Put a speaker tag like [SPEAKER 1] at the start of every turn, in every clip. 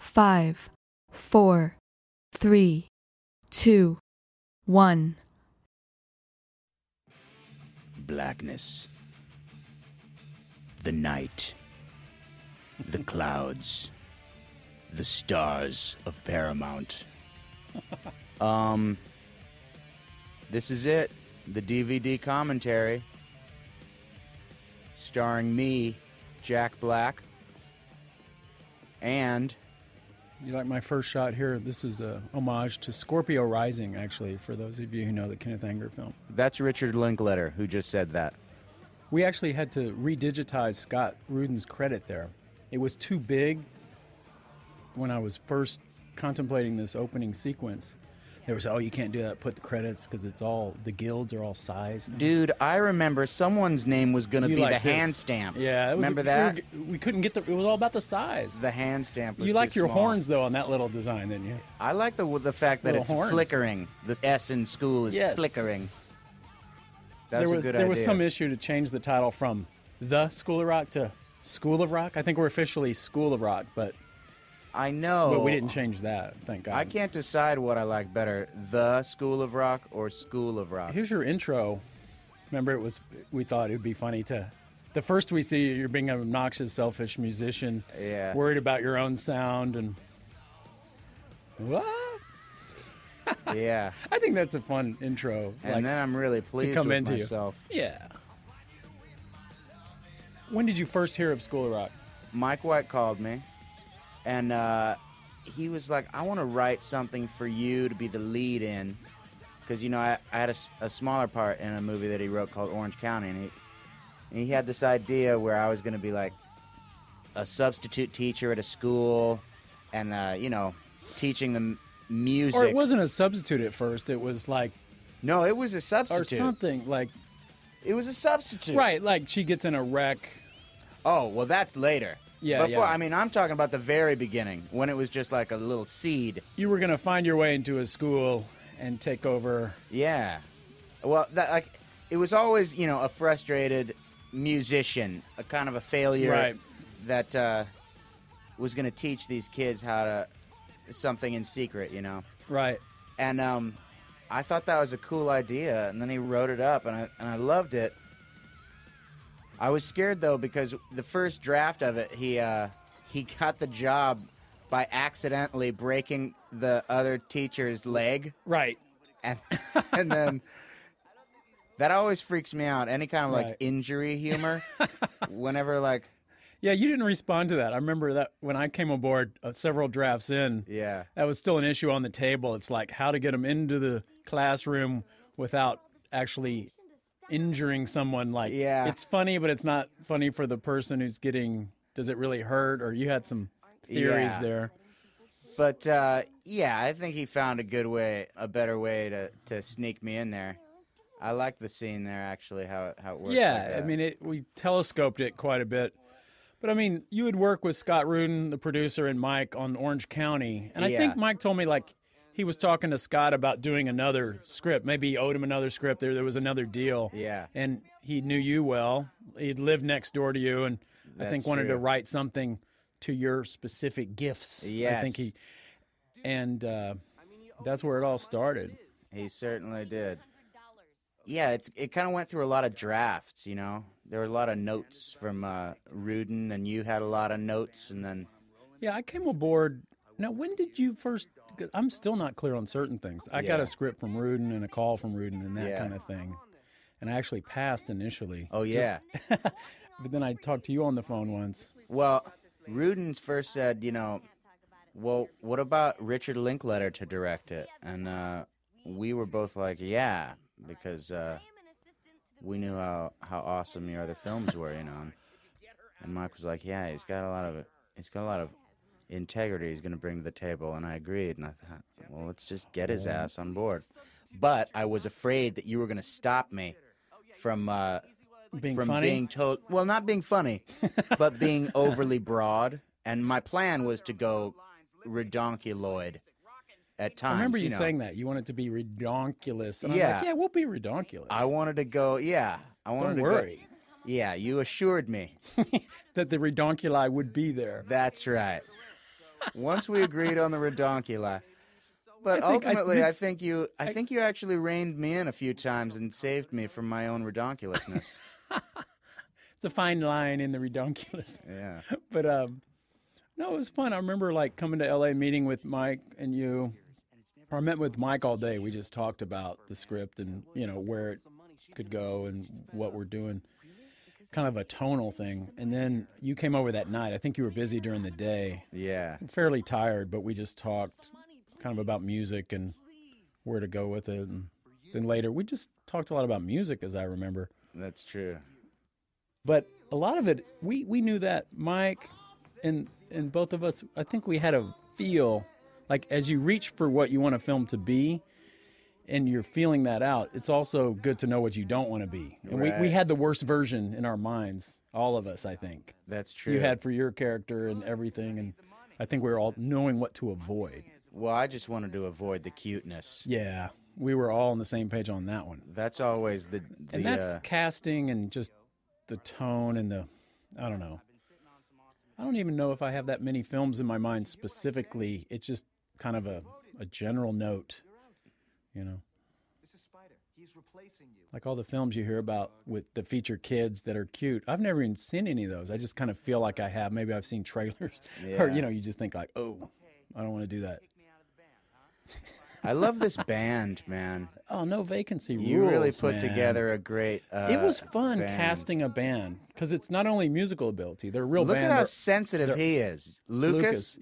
[SPEAKER 1] five, four, three, two, one.
[SPEAKER 2] blackness, the night, the clouds, the stars of Paramount. um, this is it, the DVD commentary, starring me, Jack Black, and
[SPEAKER 3] You like my first shot here? This is a homage to Scorpio Rising, actually, for those of you who know the Kenneth Anger film.
[SPEAKER 2] that's Richard Linkletter who just said that.
[SPEAKER 3] We actually had to redigitize Scott Rudin's credit there. It was too big when I was first contemplating this opening sequence. They were saying, oh, you can't do that, put the credits, because it's all, the guilds are all sized.
[SPEAKER 2] Dude, I remember someone's name was going to
[SPEAKER 3] You
[SPEAKER 2] be
[SPEAKER 3] like
[SPEAKER 2] the
[SPEAKER 3] this.
[SPEAKER 2] hand stamp.
[SPEAKER 3] Yeah, it was
[SPEAKER 2] remember
[SPEAKER 3] we
[SPEAKER 2] that?
[SPEAKER 3] were- We, couldn't get the, it was all about the size.
[SPEAKER 2] The hand stamp was
[SPEAKER 3] you
[SPEAKER 2] too
[SPEAKER 3] like your
[SPEAKER 2] small.
[SPEAKER 3] horns, though, on that little design, didn't you?
[SPEAKER 2] I like the the fact that
[SPEAKER 3] Little
[SPEAKER 2] it's
[SPEAKER 3] horns.
[SPEAKER 2] flickering. The S in school is
[SPEAKER 3] Yes.
[SPEAKER 2] flickering. That
[SPEAKER 3] There
[SPEAKER 2] was,
[SPEAKER 3] was,
[SPEAKER 2] a good
[SPEAKER 3] there
[SPEAKER 2] idea.
[SPEAKER 3] was some issue to change the title from The School of Rock to School of Rock. I think we're officially School of Rock, but,
[SPEAKER 2] I know.
[SPEAKER 3] but we didn't change that, thank God.
[SPEAKER 2] Oh. I can't decide what I like better: the School of Rock or School of Rock.
[SPEAKER 3] Here's your intro. Remember, it was we thought it would be funny to. The first we see you, you're being an obnoxious, selfish musician,
[SPEAKER 2] Yeah.
[SPEAKER 3] worried about your own sound, and what?
[SPEAKER 2] yeah,
[SPEAKER 3] I think that's a fun intro.
[SPEAKER 2] and
[SPEAKER 3] like,
[SPEAKER 2] then I'm really pleased
[SPEAKER 3] come
[SPEAKER 2] with
[SPEAKER 3] into you.
[SPEAKER 2] myself.
[SPEAKER 3] yeah. When did you first hear of School of Rock?
[SPEAKER 2] Mike White called me, and uh, he was like, "I want to write something for you to be the lead in," because you know I, I had a, s- a smaller part in a movie that he wrote called Orange County, and he and he had this idea where I was going to be like a substitute teacher at a school, and uh, you know, teaching them music.
[SPEAKER 3] Or it wasn't a substitute at first. It was like
[SPEAKER 2] no, it was a
[SPEAKER 3] or
[SPEAKER 2] substitute.
[SPEAKER 3] something like
[SPEAKER 2] It was a substitute.
[SPEAKER 3] right, like she gets in a wreck.
[SPEAKER 2] Oh, well, that's later.
[SPEAKER 3] Yeah,
[SPEAKER 2] Before,
[SPEAKER 3] yeah.
[SPEAKER 2] I mean, I'm talking about the very beginning when it was just like a little seed.
[SPEAKER 3] You were gonna find your way into a school and take over.
[SPEAKER 2] Yeah. Well, that like it was always you know a frustrated musician, a kind of a failure
[SPEAKER 3] Right.
[SPEAKER 2] that uh, was going to teach these kids how to something in secret, you know.
[SPEAKER 3] Right.
[SPEAKER 2] And um, I thought that was a cool idea, and then he wrote it up, and I and I loved it. I was scared though because the first draft of it, he uh, he got the job by accidentally breaking the other teacher's leg
[SPEAKER 3] Right.
[SPEAKER 2] and and then that always freaks me out. Any kind of like
[SPEAKER 3] Right.
[SPEAKER 2] injury humor, whenever like
[SPEAKER 3] Yeah, you didn't respond to that. I remember that when I came aboard uh, several drafts in,
[SPEAKER 2] yeah,
[SPEAKER 3] that was still an issue on the table. It's like how to get them into the classroom without actually injuring someone. Like,
[SPEAKER 2] Yeah.
[SPEAKER 3] it's funny, but it's not funny for the person who's getting. Does it really hurt? Or you had some theories
[SPEAKER 2] Yeah.
[SPEAKER 3] there.
[SPEAKER 2] but uh, yeah, I think he found a good way, a better way to to sneak me in there. I like the scene there actually, how it how it works.
[SPEAKER 3] yeah,
[SPEAKER 2] like that.
[SPEAKER 3] I mean, it, we telescoped it quite a bit. But I mean, you would work with Scott Rudin, the producer, and Mike on Orange County. And I
[SPEAKER 2] Yeah.
[SPEAKER 3] think Mike told me, like, he was talking to Scott about doing another script. Maybe he owed him another script. There, there was another deal.
[SPEAKER 2] Yeah.
[SPEAKER 3] And he knew you well. He'd lived next door to you and I think
[SPEAKER 2] That's
[SPEAKER 3] wanted to
[SPEAKER 2] true.
[SPEAKER 3] write something to your specific gifts. I think
[SPEAKER 2] Yes.
[SPEAKER 3] he, and uh, that's where it all started.
[SPEAKER 2] he certainly did. Yeah, it's it kind of went through a lot of drafts, you know. There were a lot of notes from uh, Rudin, and you had a lot of notes, and then
[SPEAKER 3] Yeah, I came aboard. Now, when did you first? 'cause I'm still not clear on certain things. I got
[SPEAKER 2] Yeah.
[SPEAKER 3] a script from Rudin and a call from Rudin and that
[SPEAKER 2] Yeah.
[SPEAKER 3] kind of thing. And I actually passed initially.
[SPEAKER 2] oh yeah,
[SPEAKER 3] But then I talked to you on the phone once.
[SPEAKER 2] Well, Rudin first said, you know, well, what about Richard Linkletter to direct it? And uh, we were both like, yeah, because uh, we knew how, how awesome your other films were, you know. And Mike was like, yeah, he's got a lot of he's got a lot of integrity he's going to bring to the table, and I agreed. And I thought, well, let's just get his ass on board. But I was afraid that you were going to stop me from uh,
[SPEAKER 3] Being
[SPEAKER 2] from
[SPEAKER 3] funny.
[SPEAKER 2] being told well not being funny but being overly broad and my plan was to go redonkuloid at times
[SPEAKER 3] I remember you,
[SPEAKER 2] know.
[SPEAKER 3] saying that. You want it to be redonkulous. And I'm
[SPEAKER 2] Yeah.
[SPEAKER 3] like, yeah, we'll be redonkulous.
[SPEAKER 2] i wanted to go yeah i wanted
[SPEAKER 3] Don't
[SPEAKER 2] to
[SPEAKER 3] worry.
[SPEAKER 2] go yeah you assured me
[SPEAKER 3] That the redonculi would be there.
[SPEAKER 2] that's right Once we agreed on the Redonkula. But
[SPEAKER 3] I think I-
[SPEAKER 2] ultimately, I,
[SPEAKER 3] it's-
[SPEAKER 2] think you, I,
[SPEAKER 3] I-
[SPEAKER 2] think you actually reined me in a few times and saved me from my own redonkulousness.
[SPEAKER 3] It's a fine line in the redonkulous.
[SPEAKER 2] yeah.
[SPEAKER 3] but um, no, it was fun. I remember like coming to LA, meeting with Mike and you. Or I met with Mike all day. We just talked about the script and you know where it could go and what we're doing. Kind of a tonal thing. And then you came over that night. I think you were busy during the day,
[SPEAKER 2] Yeah.
[SPEAKER 3] fairly tired, but we just talked kind of about music and where to go with it. And then later, we just talked a lot about music, as I remember.
[SPEAKER 2] That's true.
[SPEAKER 3] But a lot of it, we, we knew that Mike and and both of us. I think we had a feel like as you reach for what you want a film to be, and you're feeling that out. It's also good to know what you don't want to be. And we,
[SPEAKER 2] Right.
[SPEAKER 3] we had the worst version in our minds, all of us. I think
[SPEAKER 2] That's true.
[SPEAKER 3] you had for your character and everything, and I think we were all knowing what to avoid.
[SPEAKER 2] well, I just wanted to avoid the cuteness.
[SPEAKER 3] Yeah, we were all on the same page on that one.
[SPEAKER 2] That's always the the
[SPEAKER 3] and that's
[SPEAKER 2] uh,
[SPEAKER 3] casting and just the tone and the i don't know i don't even know if i have that many films in my mind specifically it's just kind of a, a general note you know
[SPEAKER 4] This is Spider. He's replacing you.
[SPEAKER 3] like all the films you hear about with the feature kids that are cute i've never even seen any of those i just kind of feel like i have maybe i've seen trailers or
[SPEAKER 2] Yeah.
[SPEAKER 3] you know you just think like oh i don't want to do that
[SPEAKER 2] I love this band, man.
[SPEAKER 3] oh no vacancy
[SPEAKER 2] You really
[SPEAKER 3] rules,
[SPEAKER 2] put
[SPEAKER 3] man.
[SPEAKER 2] together a great. Uh,
[SPEAKER 3] it was fun
[SPEAKER 2] band.
[SPEAKER 3] casting a band because it's not only musical ability they're a real
[SPEAKER 2] Look
[SPEAKER 3] band
[SPEAKER 2] at how
[SPEAKER 3] they're-
[SPEAKER 2] sensitive
[SPEAKER 3] they're-
[SPEAKER 2] he is, Lucas.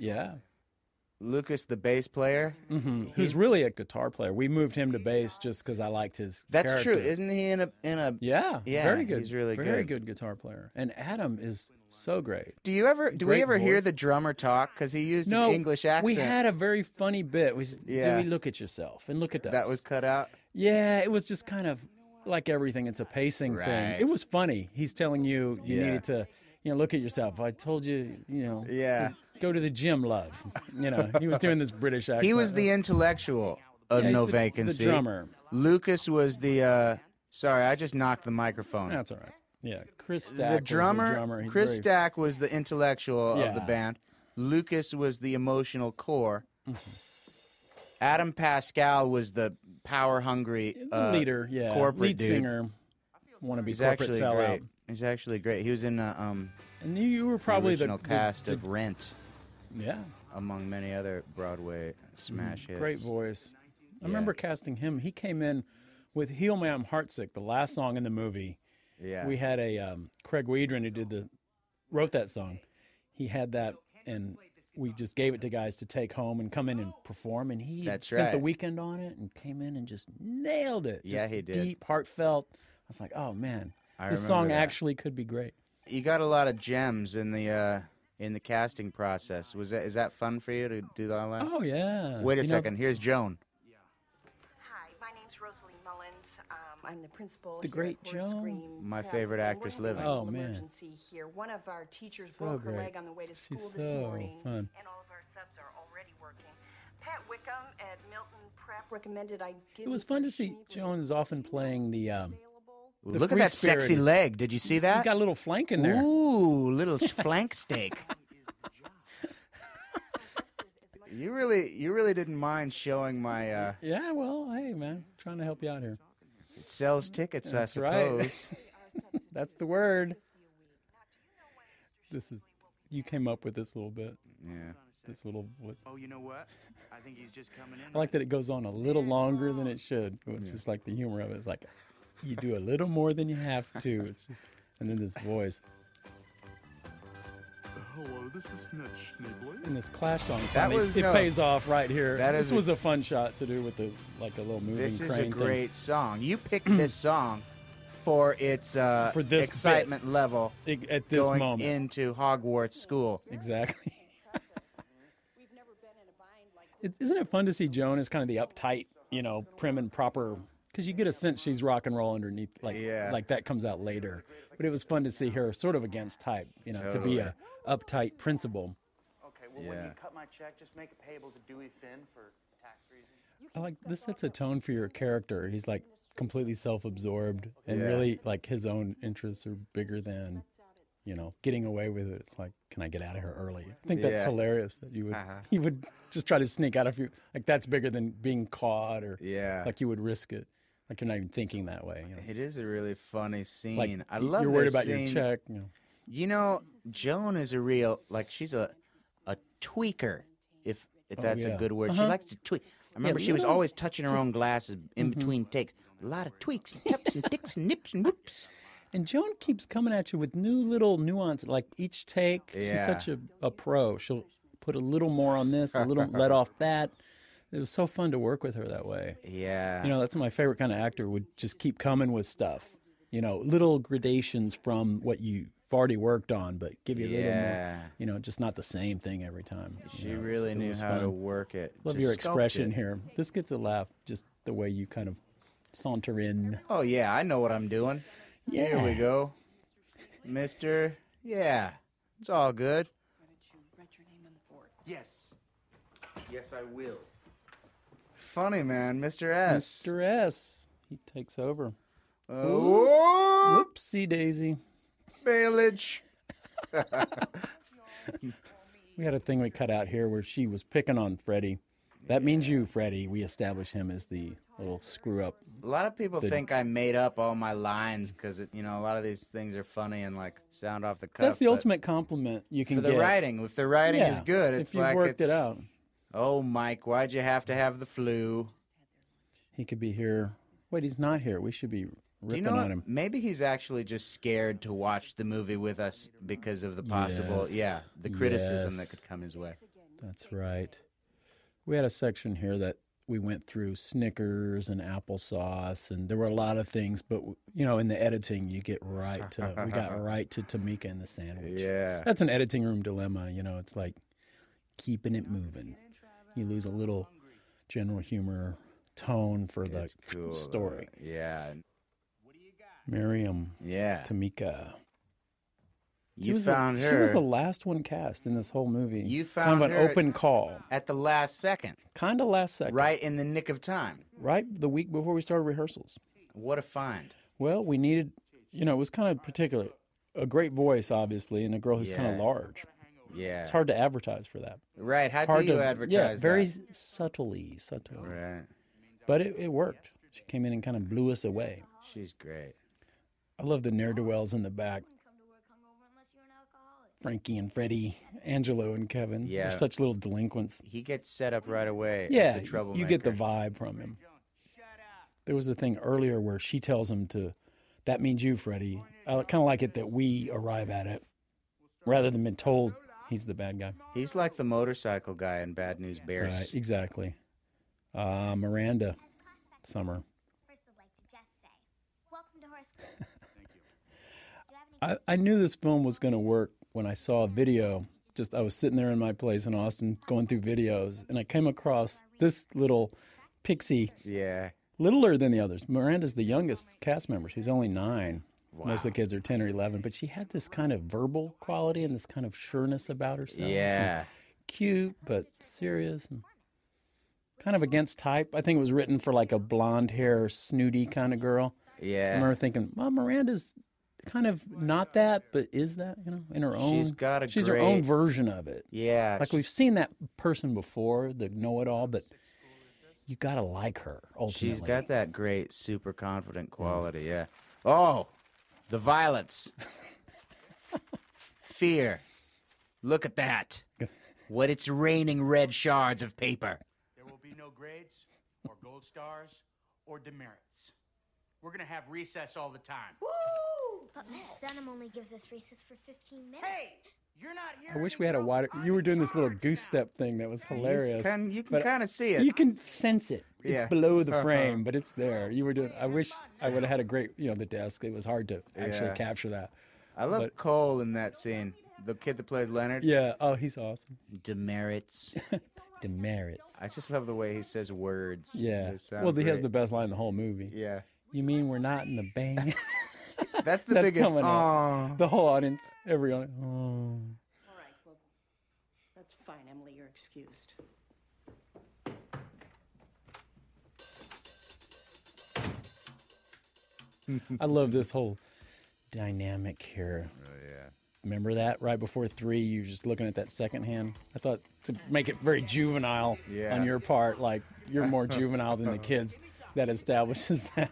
[SPEAKER 2] Lucas,
[SPEAKER 3] yeah.
[SPEAKER 2] the bass player.
[SPEAKER 3] Mm-hmm. He's really a guitar player. We moved him to bass just because I liked his.
[SPEAKER 2] That's true,
[SPEAKER 3] character.
[SPEAKER 2] isn't he? In a in a.
[SPEAKER 3] Yeah.
[SPEAKER 2] Yeah,
[SPEAKER 3] Very good.
[SPEAKER 2] he's really
[SPEAKER 3] Very
[SPEAKER 2] good.
[SPEAKER 3] good guitar player. And Adam is so great.
[SPEAKER 2] Do you ever? Do we
[SPEAKER 3] Great
[SPEAKER 2] ever hear
[SPEAKER 3] voice.
[SPEAKER 2] the drummer talk? Because he used
[SPEAKER 3] No
[SPEAKER 2] an English accent.
[SPEAKER 3] We had a very funny bit. We said,
[SPEAKER 2] Yeah.
[SPEAKER 3] "Do we look at yourself and look at us?"
[SPEAKER 2] that was cut out.
[SPEAKER 3] Yeah, it was just kind of like everything. It's a pacing thing.
[SPEAKER 2] Right.
[SPEAKER 3] It was funny. He's telling you you
[SPEAKER 2] Yeah.
[SPEAKER 3] needed to, you know, look at yourself. I told you, you know, to
[SPEAKER 2] Yeah.
[SPEAKER 3] go to the gym, love. You know, he was doing this British accent.
[SPEAKER 2] He was the intellectual of
[SPEAKER 3] uh, Yeah, he's
[SPEAKER 2] No
[SPEAKER 3] the-
[SPEAKER 2] Vacancy.
[SPEAKER 3] The drummer.
[SPEAKER 2] Lucas was the. Uh, sorry, I just knocked the microphone.
[SPEAKER 3] That's all right. Yeah, Chris Stack.
[SPEAKER 2] the drummer,
[SPEAKER 3] the drummer. He's
[SPEAKER 2] Chris
[SPEAKER 3] very-
[SPEAKER 2] Stack was the intellectual of the
[SPEAKER 3] Yeah.
[SPEAKER 2] band. Lucas was the emotional core.
[SPEAKER 3] Mm-hmm.
[SPEAKER 2] Adam Pascal was the power hungry uh,
[SPEAKER 3] leader, yeah,
[SPEAKER 2] corporate
[SPEAKER 3] lead
[SPEAKER 2] dude.
[SPEAKER 3] singer, want to be
[SPEAKER 2] He's
[SPEAKER 3] corporate
[SPEAKER 2] actually
[SPEAKER 3] sellout.
[SPEAKER 2] great. He's actually great. He was in uh, um,
[SPEAKER 3] And you, you were
[SPEAKER 2] probably
[SPEAKER 3] probably the,
[SPEAKER 2] original
[SPEAKER 3] the-
[SPEAKER 2] cast
[SPEAKER 3] the-
[SPEAKER 2] of Rent,
[SPEAKER 3] yeah,
[SPEAKER 2] among many other Broadway smash hits.
[SPEAKER 3] Mm-hmm. great voice. I remember casting him. He came in with "Heal Me, I'm Heartsick," the last song in the movie.
[SPEAKER 2] Yeah,
[SPEAKER 3] We had a um, Craig Weedron who did the wrote that song. He had that, and we just gave it to guys to take home and come in and perform. And he
[SPEAKER 2] That's
[SPEAKER 3] spent the
[SPEAKER 2] right.
[SPEAKER 3] weekend on it and came in and just nailed it.
[SPEAKER 2] Yeah,
[SPEAKER 3] Just
[SPEAKER 2] he did.
[SPEAKER 3] Deep, heartfelt. I was like, oh man,
[SPEAKER 2] I remember
[SPEAKER 3] this song
[SPEAKER 2] that.
[SPEAKER 3] actually could be great.
[SPEAKER 2] you got a lot of gems in the uh, in the casting process. Was that is that fun for you to do all that?
[SPEAKER 3] Oh yeah.
[SPEAKER 2] Wait a
[SPEAKER 3] You know,
[SPEAKER 2] second. Here's Joan.
[SPEAKER 5] Hi, my name's Rosalie Mullins. Um, I'm the principal.
[SPEAKER 3] The
[SPEAKER 5] here at
[SPEAKER 3] great
[SPEAKER 5] Horace
[SPEAKER 3] Joan.
[SPEAKER 5] Green
[SPEAKER 2] My
[SPEAKER 5] Prep,
[SPEAKER 2] favorite
[SPEAKER 5] and
[SPEAKER 2] actress
[SPEAKER 5] we're having a
[SPEAKER 2] living.
[SPEAKER 3] Oh,
[SPEAKER 5] little
[SPEAKER 3] man.
[SPEAKER 5] Emergency here. One of our teachers
[SPEAKER 3] So
[SPEAKER 5] broke her
[SPEAKER 3] great.
[SPEAKER 5] leg on the way to
[SPEAKER 3] She's
[SPEAKER 5] school this
[SPEAKER 3] so
[SPEAKER 5] morning,
[SPEAKER 3] fun.
[SPEAKER 5] and all of our subs are already working. Pat Wickham at Milton Prep recommended I give.
[SPEAKER 3] It was
[SPEAKER 5] you
[SPEAKER 3] fun to
[SPEAKER 5] some
[SPEAKER 3] see
[SPEAKER 5] Schneebler.
[SPEAKER 3] Joan is often playing the. Um, The
[SPEAKER 2] Look at that sexy
[SPEAKER 3] free-spirited.
[SPEAKER 2] leg. Did you see
[SPEAKER 3] he
[SPEAKER 2] that?
[SPEAKER 3] got a little flank in there.
[SPEAKER 2] Ooh, little sh- flank steak. you really, you really didn't mind showing my. Uh,
[SPEAKER 3] Yeah, well, hey man, trying to help you out here.
[SPEAKER 2] it sells tickets,
[SPEAKER 3] That's
[SPEAKER 2] I
[SPEAKER 3] right.
[SPEAKER 2] suppose.
[SPEAKER 3] That's the word. This is. You came up with this little bit.
[SPEAKER 2] Yeah.
[SPEAKER 3] This little. voice.
[SPEAKER 4] Oh, you know what? I think he's just coming in.
[SPEAKER 3] I like that it goes on a little longer than it should. It's just like the humor of it. It's like you do a little more than you have to. It's just, and then this voice
[SPEAKER 4] Hello, this is Ned Schneebly.
[SPEAKER 3] and this Clash song.
[SPEAKER 2] That
[SPEAKER 3] finally-
[SPEAKER 2] was-
[SPEAKER 3] it
[SPEAKER 2] no.
[SPEAKER 3] pays off right here.
[SPEAKER 2] That
[SPEAKER 3] this
[SPEAKER 2] is a-
[SPEAKER 3] was a fun shot to do with the like a little moving
[SPEAKER 2] This is
[SPEAKER 3] crane
[SPEAKER 2] a
[SPEAKER 3] thing.
[SPEAKER 2] great song. You picked this song for its uh,
[SPEAKER 3] For this bit.
[SPEAKER 2] excitement level
[SPEAKER 3] Ig- at this
[SPEAKER 2] going
[SPEAKER 3] moment.
[SPEAKER 2] into Hogwarts school.
[SPEAKER 3] Exactly.
[SPEAKER 5] We've never been in a bind like
[SPEAKER 3] It, isn't it fun to see Joan as kind of the uptight, you know, prim and proper? Because you get a sense she's rock and roll underneath, like
[SPEAKER 2] Yeah.
[SPEAKER 3] like that comes out later. But it was fun to see her sort of against type, you know, to be
[SPEAKER 2] Totally.
[SPEAKER 3] a uptight principal.
[SPEAKER 4] Okay, well, when
[SPEAKER 2] Yeah.
[SPEAKER 4] you cut my check, just make it payable to Dewey Finn for tax reasons.
[SPEAKER 3] I like this sets a tone for your character. He's like completely self-absorbed and
[SPEAKER 2] Yeah.
[SPEAKER 3] really like his own interests are bigger than, you know, getting away with it. It's like, can I get out of here early? I think that's
[SPEAKER 2] Yeah.
[SPEAKER 3] hilarious that you would
[SPEAKER 2] Uh-huh.
[SPEAKER 3] you would just try to sneak out if you like that's bigger than being caught or
[SPEAKER 2] Yeah.
[SPEAKER 3] like you would risk it. Like you're not even thinking that way. You know?
[SPEAKER 2] It is a really funny scene.
[SPEAKER 3] Like
[SPEAKER 2] I
[SPEAKER 3] y-
[SPEAKER 2] love
[SPEAKER 3] you're worried
[SPEAKER 2] this
[SPEAKER 3] about
[SPEAKER 2] scene.
[SPEAKER 3] your check. You know.
[SPEAKER 2] You know, Joan is a real like she's a a tweaker, if if that's
[SPEAKER 3] Oh, yeah. Uh-huh.
[SPEAKER 2] a good word. She likes to tweak. I remember she was
[SPEAKER 3] little-
[SPEAKER 2] always touching her own glasses in
[SPEAKER 3] Mm-hmm.
[SPEAKER 2] between takes. A lot of tweaks and tips and ticks and nips and whoops.
[SPEAKER 3] And Joan keeps coming at you with new little nuance. Like each take, she's
[SPEAKER 2] Yeah.
[SPEAKER 3] such a, a pro. She'll put a little more on this, a little let off that. It was so fun to work with her that way.
[SPEAKER 2] Yeah.
[SPEAKER 3] You know, that's my favorite kind of actor would just keep coming with stuff. You know, little gradations from what you've already worked on, but give you a little more.
[SPEAKER 2] Yeah.
[SPEAKER 3] You know, just not the same thing every time. you
[SPEAKER 2] she
[SPEAKER 3] know, it was-
[SPEAKER 2] really
[SPEAKER 3] it
[SPEAKER 2] knew
[SPEAKER 3] was
[SPEAKER 2] how to
[SPEAKER 3] fun.
[SPEAKER 2] work it.
[SPEAKER 3] Love
[SPEAKER 2] Just
[SPEAKER 3] your
[SPEAKER 2] sculpt
[SPEAKER 3] expression
[SPEAKER 2] it.
[SPEAKER 3] here. This gets a laugh, just the way you kind of saunter in.
[SPEAKER 2] Oh yeah, I know what I'm doing. Here we
[SPEAKER 3] Yeah.
[SPEAKER 2] go. Mister Yeah. It's all good.
[SPEAKER 4] Yes. Yes, I will.
[SPEAKER 2] It's funny, man. Mr. S.
[SPEAKER 3] Mr. S, he takes over.
[SPEAKER 2] Oh,
[SPEAKER 3] Whoopsie daisy.
[SPEAKER 2] village.
[SPEAKER 3] We had a thing we cut out here where she was picking on Freddie. That means you, Freddie. We established him as the little screw up.
[SPEAKER 2] A lot of people think I made up all my lines because you know a lot of these things are funny and like sound off the cuff.
[SPEAKER 3] That's the
[SPEAKER 2] but
[SPEAKER 3] ultimate compliment you can
[SPEAKER 2] for the
[SPEAKER 3] get.
[SPEAKER 2] writing. If the writing is
[SPEAKER 3] Yeah,
[SPEAKER 2] good, it's
[SPEAKER 3] if you've
[SPEAKER 2] like
[SPEAKER 3] worked
[SPEAKER 2] it's,
[SPEAKER 3] it out.
[SPEAKER 2] Oh, Mike, why'd you have to have the flu?
[SPEAKER 3] He could be here. Wait, he's not here. We should be
[SPEAKER 2] Do you
[SPEAKER 3] ripping
[SPEAKER 2] know
[SPEAKER 3] on
[SPEAKER 2] what?
[SPEAKER 3] him.
[SPEAKER 2] Maybe he's actually just scared to watch the movie with us because of the possible,
[SPEAKER 3] Yes,
[SPEAKER 2] yeah, the criticism
[SPEAKER 3] yes.
[SPEAKER 2] that could come his way.
[SPEAKER 3] That's right. We had a section here that we went through Snickers and applesauce, and there were a lot of things. But you know, in the editing, you get right to we got right to Tamika and the sandwich.
[SPEAKER 2] Yeah.
[SPEAKER 3] that's an editing room dilemma. You know, it's like keeping it moving. You lose a little general humor tone for the
[SPEAKER 2] It's cool.
[SPEAKER 3] story.
[SPEAKER 2] Yeah,
[SPEAKER 3] Miriam,
[SPEAKER 2] yeah.
[SPEAKER 3] Tamika. She
[SPEAKER 2] You
[SPEAKER 3] was the-
[SPEAKER 2] found
[SPEAKER 3] She was
[SPEAKER 2] her
[SPEAKER 3] the last one cast in this whole movie.
[SPEAKER 2] You
[SPEAKER 3] kind
[SPEAKER 2] found
[SPEAKER 3] of an
[SPEAKER 2] her at-
[SPEAKER 3] open call,
[SPEAKER 2] at the last second,
[SPEAKER 3] kind of last second,
[SPEAKER 2] right in the nick of time.
[SPEAKER 3] Right the week before we started rehearsals.
[SPEAKER 2] What a find!
[SPEAKER 3] Well, we needed, you know, it was kind of particular. A great voice, obviously, and a girl who's kind of
[SPEAKER 2] Yeah.
[SPEAKER 3] large.
[SPEAKER 2] Yeah,
[SPEAKER 3] It's hard to advertise for that.
[SPEAKER 2] Right. How
[SPEAKER 3] Hard
[SPEAKER 2] do you
[SPEAKER 3] to
[SPEAKER 2] advertise
[SPEAKER 3] Yeah, very
[SPEAKER 2] that?
[SPEAKER 3] subtly, subtly.
[SPEAKER 2] Right.
[SPEAKER 3] But it, it worked. She came in and kind of blew us away.
[SPEAKER 2] She's great.
[SPEAKER 3] I love the ne'er do wells in the back. Frankie and Freddie, Angelo and Kevin.
[SPEAKER 2] Yeah.
[SPEAKER 3] They're such little delinquents.
[SPEAKER 2] He gets set up right away. as
[SPEAKER 3] Yeah,
[SPEAKER 2] the
[SPEAKER 3] y-
[SPEAKER 2] troublemaker.
[SPEAKER 3] you get the vibe from him. There was a thing earlier where she tells him to, that means you, Freddie. I kind of like it that we arrive at it rather than been told he's the bad guy.
[SPEAKER 2] He's like the motorcycle guy in Bad News Bears.
[SPEAKER 3] Right, exactly. Uh, Miranda Summer.
[SPEAKER 6] First, I'd like to just say, welcome to Horse Club.
[SPEAKER 3] I, I knew this film was going to work when I saw a video. Just I was sitting there in my place in Austin going through videos, and I came across this little pixie,
[SPEAKER 2] Yeah.
[SPEAKER 3] littler than the others. Miranda's the youngest cast member; she's only nine. Most of the kids are ten or eleven, but she had this kind of verbal quality and this kind of sureness about herself.
[SPEAKER 2] Yeah.
[SPEAKER 3] cute but serious and kind of against type. I think it was written for like a blonde hair, snooty kind of girl. I
[SPEAKER 2] Yeah.
[SPEAKER 3] remember thinking, Mom, Miranda's kind of not that, but is that, you know, in her own.
[SPEAKER 2] She's got a
[SPEAKER 3] She's her own
[SPEAKER 2] great-
[SPEAKER 3] version of it.
[SPEAKER 2] Yeah.
[SPEAKER 3] Like we've seen that person before, the know it all, but you got to like her ultimately.
[SPEAKER 2] She's got that great, super confident quality. Yeah. Oh, the violets. Fear. Look at that. What it's raining red shards of paper.
[SPEAKER 4] There will be no grades, or gold stars, or demerits. We're gonna have recess all the time.
[SPEAKER 6] But Miss Dunham only gives us recess for 15 minutes.
[SPEAKER 4] Hey, you're not here.
[SPEAKER 3] I wish we had a wider. You were doing this little goose step thing that was hilarious.
[SPEAKER 2] You can, you can
[SPEAKER 3] but
[SPEAKER 2] kind of see it.
[SPEAKER 3] You can sense it. It's
[SPEAKER 2] Yeah. Uh-huh.
[SPEAKER 3] below the frame, but it's there. You were doing. I wish I would have had a great, you know, the desk. It was hard to actually
[SPEAKER 2] Yeah.
[SPEAKER 3] capture that.
[SPEAKER 2] I love
[SPEAKER 3] but-
[SPEAKER 2] Cole in that scene. The kid that played Leonard.
[SPEAKER 3] Yeah. Oh, he's awesome.
[SPEAKER 2] Demerits.
[SPEAKER 3] Demerits.
[SPEAKER 2] I just love the way he says words.
[SPEAKER 3] Yeah.
[SPEAKER 2] They sound
[SPEAKER 3] Well, he has
[SPEAKER 2] great.
[SPEAKER 3] the best line in the whole movie.
[SPEAKER 2] Yeah.
[SPEAKER 3] You mean we're not in the band?
[SPEAKER 2] That's the
[SPEAKER 3] That's
[SPEAKER 2] biggest.
[SPEAKER 3] coming up.
[SPEAKER 2] "Aw."
[SPEAKER 3] the whole audience, every audience. Oh.
[SPEAKER 7] All right, well, that's fine, Emily. You're excused.
[SPEAKER 3] I love this whole dynamic here. Oh yeah. Remember that right before three, you're just looking at that second hand. I thought to make it very juvenile
[SPEAKER 2] Yeah.
[SPEAKER 3] on your part, like you're more juvenile than the kids. That establishes that.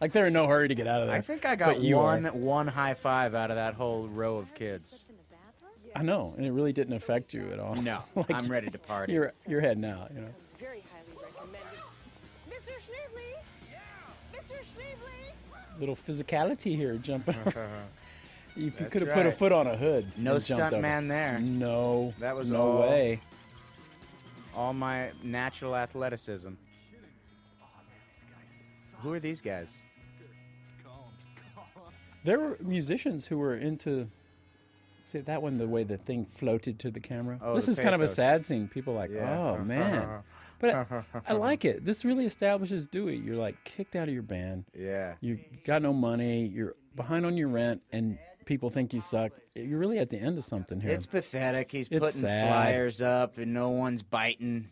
[SPEAKER 3] like they're in no hurry to get out of there.
[SPEAKER 2] I think I got
[SPEAKER 3] but you are.
[SPEAKER 2] one one high five out of that whole row of kids.
[SPEAKER 3] I know, and it really didn't affect you at all.
[SPEAKER 2] No,
[SPEAKER 3] Like,
[SPEAKER 2] I'm ready to party.
[SPEAKER 3] You're you're heading out. You know.
[SPEAKER 8] It's very highly recommended. Mr. Schneebly? Mr. Schneebly?
[SPEAKER 3] little physicality here jumping. over. if you
[SPEAKER 2] That's
[SPEAKER 3] could have put a
[SPEAKER 2] right.
[SPEAKER 3] foot on a hood,
[SPEAKER 2] No
[SPEAKER 3] and jumped
[SPEAKER 2] stunt
[SPEAKER 3] over.
[SPEAKER 2] man there.
[SPEAKER 3] No,
[SPEAKER 2] That was
[SPEAKER 3] no
[SPEAKER 2] all-
[SPEAKER 3] way.
[SPEAKER 2] All my natural athleticism. Who are these guys?
[SPEAKER 3] There were musicians who were into. See that one, the way the thing floated to the camera.
[SPEAKER 2] Oh,
[SPEAKER 3] this
[SPEAKER 2] the
[SPEAKER 3] is kind of a
[SPEAKER 2] pathos.
[SPEAKER 3] sad scene. People are like,
[SPEAKER 2] Yeah.
[SPEAKER 3] oh man, but I, I like it. This really establishes Dewey. You're like kicked out of your band.
[SPEAKER 2] Yeah.
[SPEAKER 3] You got no money. You're behind on your rent, and people think you suck. You're really at the end of something here.
[SPEAKER 2] It's pathetic. He's
[SPEAKER 3] It's
[SPEAKER 2] putting
[SPEAKER 3] sad.
[SPEAKER 2] flyers up and no one's biting.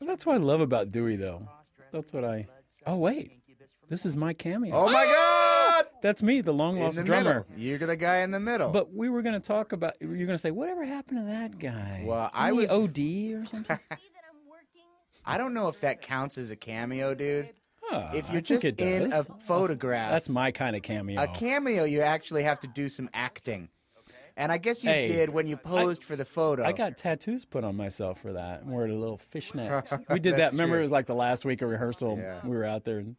[SPEAKER 3] That's what I love about Dewey, though. That's what I. Oh wait, this is my cameo.
[SPEAKER 2] Oh my god!
[SPEAKER 3] That's me, the long
[SPEAKER 2] In
[SPEAKER 3] lost
[SPEAKER 2] the
[SPEAKER 3] drummer.
[SPEAKER 2] middle. You're the guy in the middle.
[SPEAKER 3] But we were going to talk about. You're going to say, whatever happened to that guy?
[SPEAKER 2] Well,
[SPEAKER 3] Didn't
[SPEAKER 2] I
[SPEAKER 3] he
[SPEAKER 2] was-
[SPEAKER 3] OD or something.
[SPEAKER 2] I don't know if that counts as a cameo, dude.
[SPEAKER 3] Oh,
[SPEAKER 2] If
[SPEAKER 3] I
[SPEAKER 2] you're
[SPEAKER 3] think
[SPEAKER 2] just
[SPEAKER 3] it
[SPEAKER 2] in a
[SPEAKER 3] does.
[SPEAKER 2] photograph,
[SPEAKER 3] that's my kind of cameo.
[SPEAKER 2] a cameo, you actually have to do some acting. And I guess you
[SPEAKER 3] Hey.
[SPEAKER 2] did when you posed for the photo.
[SPEAKER 3] I got tattoos put on myself for that. and Wore a little fishnet. We did that.
[SPEAKER 2] That's
[SPEAKER 3] Remember,
[SPEAKER 2] true.
[SPEAKER 3] it was like the last week of rehearsal.
[SPEAKER 2] Yeah.
[SPEAKER 3] We were out there and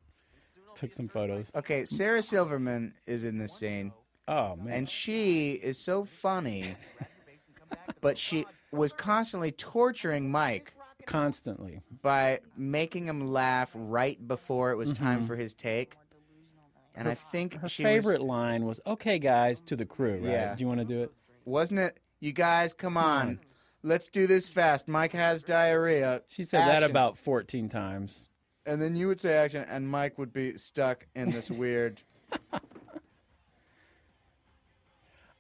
[SPEAKER 3] took some photos.
[SPEAKER 2] Okay, Sarah Silverman is in this scene,
[SPEAKER 3] Oh man,
[SPEAKER 2] and she is so funny, but she was constantly torturing Mike
[SPEAKER 3] constantly.
[SPEAKER 2] by making him laugh right before it was time for his take. And I think
[SPEAKER 3] Mm-hmm. Her
[SPEAKER 2] she
[SPEAKER 3] favorite line was, "Okay, guys, to the crew. Right?
[SPEAKER 2] Yeah.
[SPEAKER 3] Do you want to do it?"
[SPEAKER 2] was, not it. You guys, come on, let's do this fast. Mike has diarrhea.
[SPEAKER 3] She said that
[SPEAKER 2] Action."
[SPEAKER 3] about 14 times.
[SPEAKER 2] and then you would say action, and Mike would be stuck in this weird.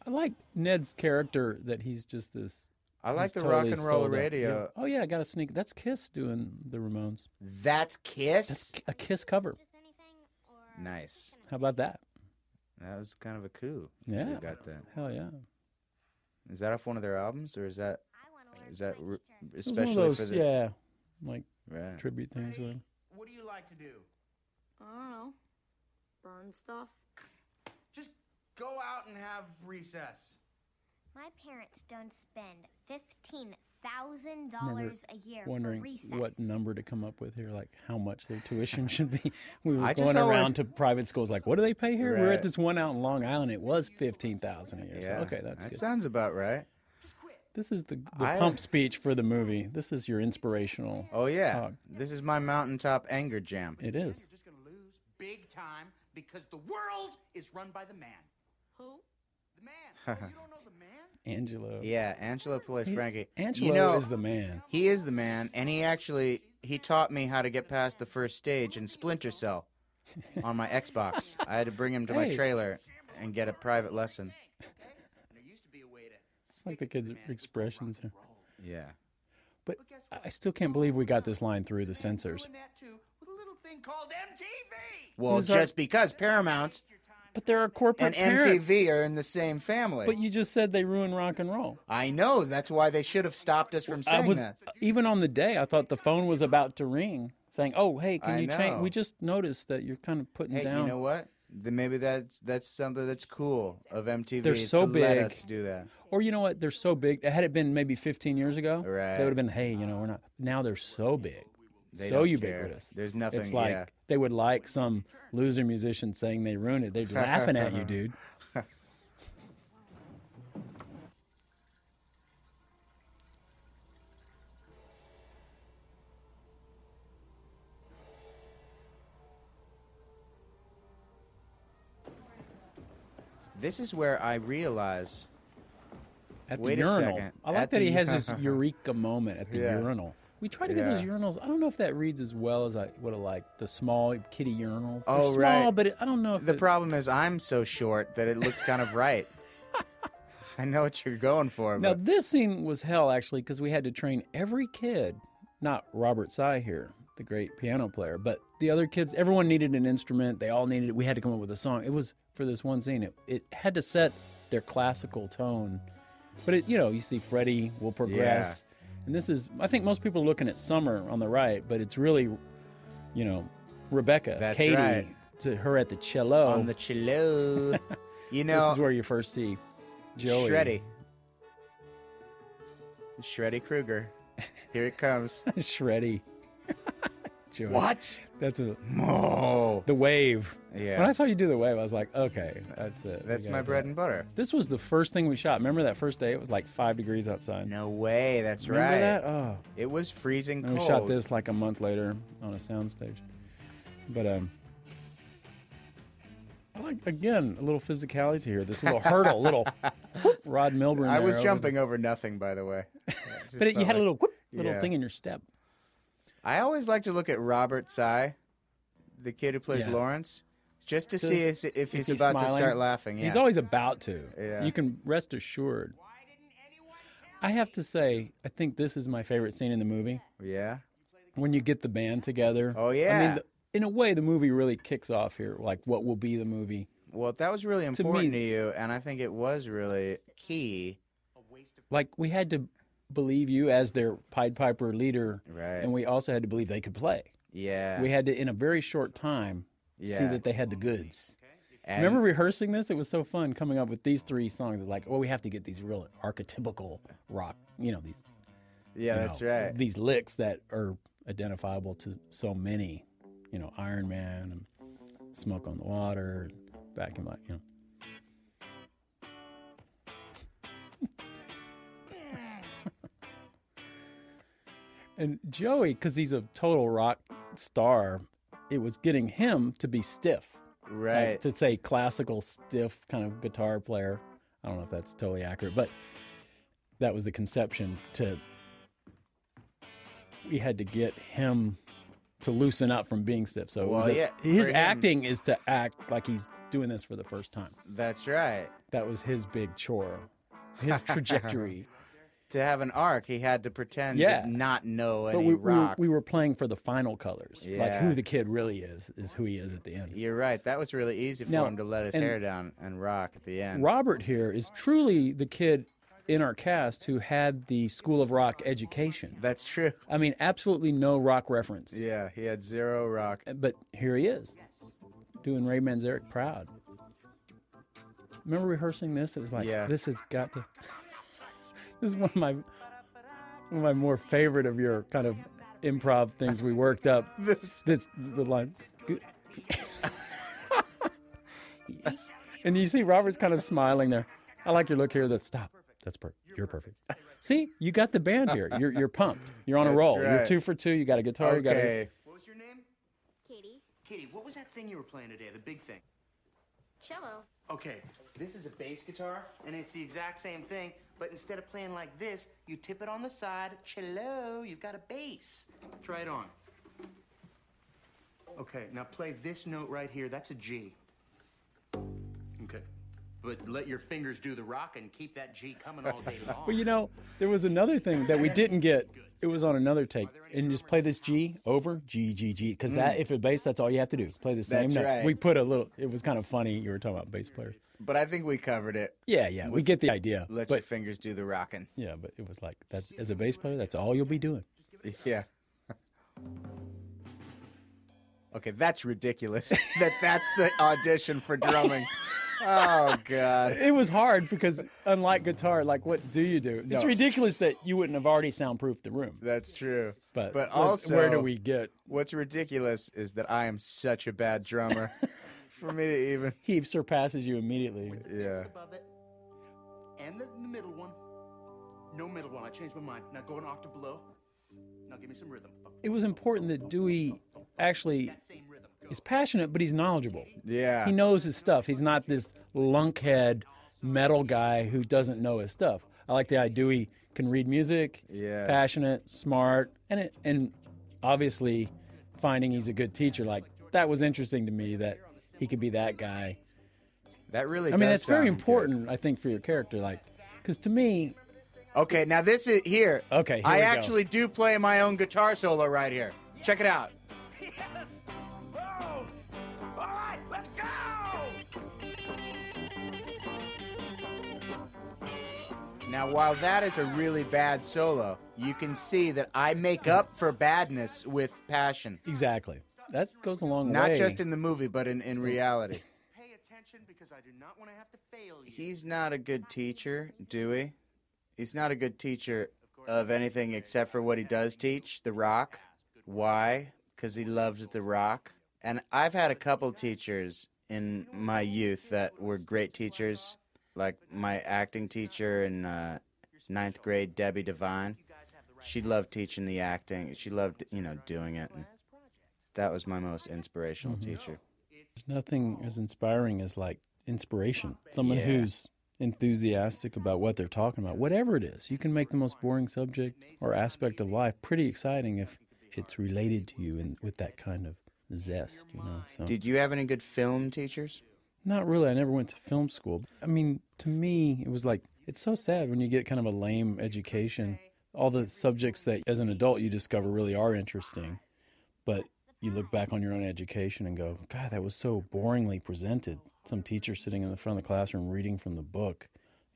[SPEAKER 3] I like Ned's character that he's just this.
[SPEAKER 2] I like
[SPEAKER 3] he's
[SPEAKER 2] the
[SPEAKER 3] totally
[SPEAKER 2] rock and roll
[SPEAKER 3] sold out.
[SPEAKER 2] radio.
[SPEAKER 3] Yeah. Oh yeah, I got to sneak. That's Kiss doing the Ramones.
[SPEAKER 2] That's Kiss.
[SPEAKER 3] That's a Kiss cover.
[SPEAKER 6] Just anything, or
[SPEAKER 2] nice.
[SPEAKER 3] How about that?
[SPEAKER 2] That was kind of a coup.
[SPEAKER 3] Yeah.
[SPEAKER 2] you got that.
[SPEAKER 3] Hell yeah.
[SPEAKER 2] Is that off one of their albums, or is that
[SPEAKER 6] I want to learn.
[SPEAKER 2] is that
[SPEAKER 6] from my
[SPEAKER 2] re-
[SPEAKER 6] teacher.
[SPEAKER 3] It was one
[SPEAKER 2] especially
[SPEAKER 3] of those,
[SPEAKER 2] for the
[SPEAKER 3] yeah, like
[SPEAKER 2] right.
[SPEAKER 3] tribute things. Or
[SPEAKER 4] What do you like to do?
[SPEAKER 8] I don't know. Burn stuff.
[SPEAKER 4] Just go out and have recess.
[SPEAKER 6] My parents don't spend fifteen thousand dollars a year
[SPEAKER 3] wondering
[SPEAKER 6] for recess.
[SPEAKER 3] what number to come up with here, like how much their tuition should be. We were
[SPEAKER 2] I just
[SPEAKER 3] going
[SPEAKER 2] always-
[SPEAKER 3] around to private schools, like, what do they pay here? We're
[SPEAKER 2] Right.
[SPEAKER 3] at this one out in Long Island. It was fifteen thousand a year.
[SPEAKER 2] Yeah.
[SPEAKER 3] So, okay, that's
[SPEAKER 2] that
[SPEAKER 3] good.
[SPEAKER 2] sounds about right.
[SPEAKER 3] This is the, the
[SPEAKER 2] I-
[SPEAKER 3] pump speech for the movie. This is your inspirational.
[SPEAKER 2] Oh yeah,
[SPEAKER 3] Talk.
[SPEAKER 2] this is my mountaintop anger jam.
[SPEAKER 3] It is.
[SPEAKER 4] You're just going to lose big time because the world is run by the man.
[SPEAKER 8] Who?
[SPEAKER 4] The man. Oh, you don't know the man?
[SPEAKER 3] Angelo.
[SPEAKER 2] Yeah, Angelo plays
[SPEAKER 3] He-
[SPEAKER 2] Frankie.
[SPEAKER 3] Angelo
[SPEAKER 2] you know,
[SPEAKER 3] is the man.
[SPEAKER 2] he is the man, and he actually he taught me how to get past the first stage in Splinter Cell on my Xbox. I had to bring him to my
[SPEAKER 3] Hey.
[SPEAKER 2] trailer and get a private lesson.
[SPEAKER 4] And there used to be a way to.
[SPEAKER 3] like the kids' expressions here.
[SPEAKER 2] Yeah.
[SPEAKER 3] But I still can't believe we got this line through the censors.
[SPEAKER 4] Doing that too with a little thing called MTV.
[SPEAKER 2] Well,
[SPEAKER 3] Who's our-
[SPEAKER 2] just because Paramount
[SPEAKER 3] But they're a
[SPEAKER 2] and
[SPEAKER 3] corporate parent.
[SPEAKER 2] MTV are in the same family.
[SPEAKER 3] But you just said they ruined rock and roll.
[SPEAKER 2] I know. That's why they should have stopped us from
[SPEAKER 3] I
[SPEAKER 2] saying
[SPEAKER 3] was
[SPEAKER 2] that.
[SPEAKER 3] even on the day I thought the phone was about to ring, saying, "Oh, hey, can
[SPEAKER 2] I
[SPEAKER 3] you change?" We
[SPEAKER 2] know.
[SPEAKER 3] just noticed that you're kind of putting
[SPEAKER 2] Hey,
[SPEAKER 3] down.
[SPEAKER 2] you know what? Then maybe that's that's something that's cool of MTV.
[SPEAKER 3] They're
[SPEAKER 2] is
[SPEAKER 3] so
[SPEAKER 2] to Let
[SPEAKER 3] big.
[SPEAKER 2] us do that.
[SPEAKER 3] Or you know what? They're so big. Had it been maybe 15 years ago,
[SPEAKER 2] Right.
[SPEAKER 3] they would have been, "Hey, you know, we're not." Now they're so big,
[SPEAKER 2] They
[SPEAKER 3] so
[SPEAKER 2] don't care.
[SPEAKER 3] ubiquitous.
[SPEAKER 2] There's nothing-
[SPEAKER 3] It's like
[SPEAKER 2] yeah.
[SPEAKER 3] they would like some loser musician saying they ruined it. They're laughing at you, dude.
[SPEAKER 2] This is where I realize.
[SPEAKER 3] At the
[SPEAKER 2] Wait a
[SPEAKER 3] urinal.
[SPEAKER 2] second.
[SPEAKER 3] I like
[SPEAKER 2] At
[SPEAKER 3] that he
[SPEAKER 2] the-
[SPEAKER 3] has this eureka moment at the
[SPEAKER 2] Yeah.
[SPEAKER 3] urinal. We try to get those
[SPEAKER 2] Yeah.
[SPEAKER 3] urinals. I don't know if that reads as well as I would have liked the small kitty urinals. They're
[SPEAKER 2] Oh,
[SPEAKER 3] small,
[SPEAKER 2] right.
[SPEAKER 3] but it, I don't know if
[SPEAKER 2] The
[SPEAKER 3] it-
[SPEAKER 2] problem is I'm so short that it looked kind of right. I know what you're going for,
[SPEAKER 3] Now
[SPEAKER 2] but
[SPEAKER 3] this scene was hell actually because we had to train every kid, not Robert Sy here, the great piano player. But the other kids, everyone needed an instrument. They all needed it. We had to come up with a song. It was for this one scene. It, it had to set their classical tone. But it, you know, you see Freddie will progress. And this is, I think most people are looking at Summer on the right, but it's really, you know, Rebecca,
[SPEAKER 2] That's
[SPEAKER 3] Katie,
[SPEAKER 2] right.
[SPEAKER 3] to her at the cello.
[SPEAKER 2] on the cello. you
[SPEAKER 3] this is
[SPEAKER 2] know,
[SPEAKER 3] where you first see Joey.
[SPEAKER 2] Shreddy. Shreddy Krueger. Here it comes.
[SPEAKER 3] Shreddy. Joey.
[SPEAKER 2] what?
[SPEAKER 3] That's a,
[SPEAKER 2] Mo.
[SPEAKER 3] the wave.
[SPEAKER 2] Yeah.
[SPEAKER 3] When I saw you do the wave, I was like, okay, that's it. We
[SPEAKER 2] That's my
[SPEAKER 3] gotta do
[SPEAKER 2] bread
[SPEAKER 3] it.
[SPEAKER 2] and butter.
[SPEAKER 3] This was the first thing we shot. Remember that first day? It was like five degrees outside.
[SPEAKER 2] No way. That's
[SPEAKER 3] Remember
[SPEAKER 2] right.
[SPEAKER 3] that? Oh.
[SPEAKER 2] It was freezing
[SPEAKER 3] And
[SPEAKER 2] cold.
[SPEAKER 3] we shot this like a month later on a soundstage. But um I like again a little physicality here. This little hurdle, little whoop, Rod Milburn.
[SPEAKER 2] I
[SPEAKER 3] there
[SPEAKER 2] was
[SPEAKER 3] over
[SPEAKER 2] jumping over nothing, by the way. I just
[SPEAKER 3] the- but it, you
[SPEAKER 2] felt
[SPEAKER 3] had
[SPEAKER 2] like-
[SPEAKER 3] a little whoop, little
[SPEAKER 2] yeah.
[SPEAKER 3] thing in your step.
[SPEAKER 2] I always like to look at Robert Sy, the kid who plays
[SPEAKER 3] Yeah.
[SPEAKER 2] Lawrence, just to
[SPEAKER 3] Does-
[SPEAKER 2] see if, if he's, about to
[SPEAKER 3] smiling?
[SPEAKER 2] start laughing. Yeah.
[SPEAKER 3] He's always about to.
[SPEAKER 2] Yeah.
[SPEAKER 3] You can rest assured. I have to say, I think this is my favorite scene in the movie.
[SPEAKER 2] yeah.
[SPEAKER 3] when you get the band together.
[SPEAKER 2] Oh,
[SPEAKER 3] I
[SPEAKER 2] yeah.
[SPEAKER 3] mean, the, in a way, the movie really kicks off here. Like, what will be the movie?
[SPEAKER 2] Well, that was really
[SPEAKER 3] To
[SPEAKER 2] important
[SPEAKER 3] me-
[SPEAKER 2] to you, and I think it was really key.
[SPEAKER 3] Like, we had to believe you as their Pied Piper leader,
[SPEAKER 2] Right.
[SPEAKER 3] and we also had to believe they could play.
[SPEAKER 2] Yeah.
[SPEAKER 3] We had to, in a very short time, see
[SPEAKER 2] Yeah.
[SPEAKER 3] that they had the goods.
[SPEAKER 2] And-
[SPEAKER 3] Remember rehearsing this? It was so fun coming up with these three songs. It's like, well, we have to get these real archetypical rock, you know, these
[SPEAKER 2] Yeah,
[SPEAKER 3] you
[SPEAKER 2] that's
[SPEAKER 3] know,
[SPEAKER 2] right.
[SPEAKER 3] These licks that are identifiable to so many, you know, Iron Man and Smoke on the Water, and Back in Black, you know. and Joey, because he's a total rock star, it was getting him to be stiff. Like,
[SPEAKER 2] right.
[SPEAKER 3] to say classical stiff kind of guitar player. I don't know if that's totally accurate, but that was the conception to we had to get him to loosen up from being stiff. So it was
[SPEAKER 2] Well,
[SPEAKER 3] a-
[SPEAKER 2] yeah,
[SPEAKER 3] his
[SPEAKER 2] for him-
[SPEAKER 3] acting is to act like he's doing this for the first time.
[SPEAKER 2] That's right.
[SPEAKER 3] That was his big chore. His trajectory.
[SPEAKER 2] To have an arc, he had to pretend
[SPEAKER 3] Yeah.
[SPEAKER 2] to not know any
[SPEAKER 3] but we, we, were,
[SPEAKER 2] rock.
[SPEAKER 3] we were playing for the final colors. Like
[SPEAKER 2] Yeah.
[SPEAKER 3] who the kid really is is who he is at the end.
[SPEAKER 2] You're right. That was really easy for
[SPEAKER 3] Now,
[SPEAKER 2] him to let his
[SPEAKER 3] and-
[SPEAKER 2] hair down and rock at the end.
[SPEAKER 3] Robert here is truly the kid in our cast who had the School of Rock education.
[SPEAKER 2] That's true.
[SPEAKER 3] I mean, absolutely no rock reference.
[SPEAKER 2] Yeah, he had zero rock.
[SPEAKER 3] But here he is, doing Ray Manzarek proud. Remember rehearsing this? It was like,
[SPEAKER 2] Yeah.
[SPEAKER 3] this has got to. this is one of my one of my more favorite of your kind of improv things we worked up.
[SPEAKER 2] This
[SPEAKER 3] This the line. Good. and you see Robert's kind of smiling there. I like your look here. That's stop. That's perfect. You're perfect. See, you got the band here. You're you're pumped. You're on a
[SPEAKER 2] That's
[SPEAKER 3] roll. You're
[SPEAKER 2] right.
[SPEAKER 3] two for two. You got a guitar. You got a,
[SPEAKER 2] okay.
[SPEAKER 4] What was your name?
[SPEAKER 6] Katie,
[SPEAKER 4] Katie, what was that thing you were playing today? The big thing.
[SPEAKER 6] cello.
[SPEAKER 4] Okay, this is a bass guitar, and it's the exact same thing, but instead of playing like this, you tip it on the side, cello, you've got a bass. Try it on. Okay, now play this note right here. That's a G. Okay. But let your fingers do the rock and keep that G coming all day long.
[SPEAKER 3] But you know, there was another thing that we didn't get. It was on another take, and you just play this G over G G G, because that if it's bass, that's all you have to do. Play the
[SPEAKER 2] That's
[SPEAKER 3] same note.
[SPEAKER 2] right.
[SPEAKER 3] We put a little. It was kind of funny. You were talking about bass players.
[SPEAKER 2] But I think we covered it.
[SPEAKER 3] Yeah, yeah, we get the idea.
[SPEAKER 2] Let your
[SPEAKER 3] But
[SPEAKER 2] fingers do the rocking.
[SPEAKER 3] yeah, but it was like that. As a bass player, that's all you'll be doing.
[SPEAKER 2] Yeah. Okay, that's ridiculous. that that's the audition for drumming. oh god.
[SPEAKER 3] It was hard because unlike guitar, like what do you do? It's
[SPEAKER 2] No.
[SPEAKER 3] ridiculous that you wouldn't have already soundproofed the room.
[SPEAKER 2] That's true.
[SPEAKER 3] But
[SPEAKER 2] but
[SPEAKER 3] what- where do
[SPEAKER 2] also-
[SPEAKER 3] we get?
[SPEAKER 2] What's ridiculous is that I am such a bad drummer. for me to even
[SPEAKER 3] He surpasses you immediately.
[SPEAKER 2] Yeah.
[SPEAKER 4] above it, and the, the middle one. No middle one. I changed my mind. Now go an octave below. Now give me some rhythm.
[SPEAKER 3] It was important that Dewey actually
[SPEAKER 4] Same rhythm. Go.
[SPEAKER 3] is passionate, but he's knowledgeable.
[SPEAKER 2] Yeah.
[SPEAKER 3] He knows his stuff. He's not this lunkhead metal guy who doesn't know his stuff. I like the idea Dewey can read music,
[SPEAKER 2] Yeah.
[SPEAKER 3] passionate, smart, and it, and obviously finding he's a good teacher. Like that was interesting to me that he could be that guy.
[SPEAKER 2] That really
[SPEAKER 3] I mean,
[SPEAKER 2] does
[SPEAKER 3] that's very
[SPEAKER 2] sound good.
[SPEAKER 3] important, I think, for your character. Like, because to me,
[SPEAKER 2] Okay, now this is here.
[SPEAKER 3] Okay, here
[SPEAKER 2] I
[SPEAKER 3] we go.
[SPEAKER 2] actually do play my own guitar solo right here. Check it out.
[SPEAKER 4] Yes! Boom! All right, let's go!
[SPEAKER 2] Now, while that is a really bad solo, you can see that I make up for badness with passion.
[SPEAKER 3] Exactly. That goes a long way.
[SPEAKER 2] Not just in the movie, but in, in reality.
[SPEAKER 4] Pay attention because I do not want to have to fail you.
[SPEAKER 2] He's not a good teacher, Dewey. He's not a good teacher of anything except for what he does teach, The Rock. Why? Because he loves The Rock. And I've had a couple teachers in my youth that were great teachers, like my acting teacher in uh, ninth grade, Debbie Devine. She loved teaching the acting. She loved, you know, doing it. And that was my most inspirational teacher.
[SPEAKER 3] There's nothing as inspiring as like inspiration. Someone
[SPEAKER 2] Yeah.
[SPEAKER 3] who's enthusiastic about what they're talking about, whatever it is. You can make the most boring subject or aspect of life pretty exciting if it's related to you and with that kind of zest, you know. So
[SPEAKER 2] Did you have any good film teachers?
[SPEAKER 3] not really. I never went to film school. I mean, to me, it was like it's so sad when you get kind of a lame education. All the subjects that as an adult you discover really are interesting, but you look back on your own education and go, God, that was so boringly presented. Some teacher sitting in the front of the classroom reading from the book.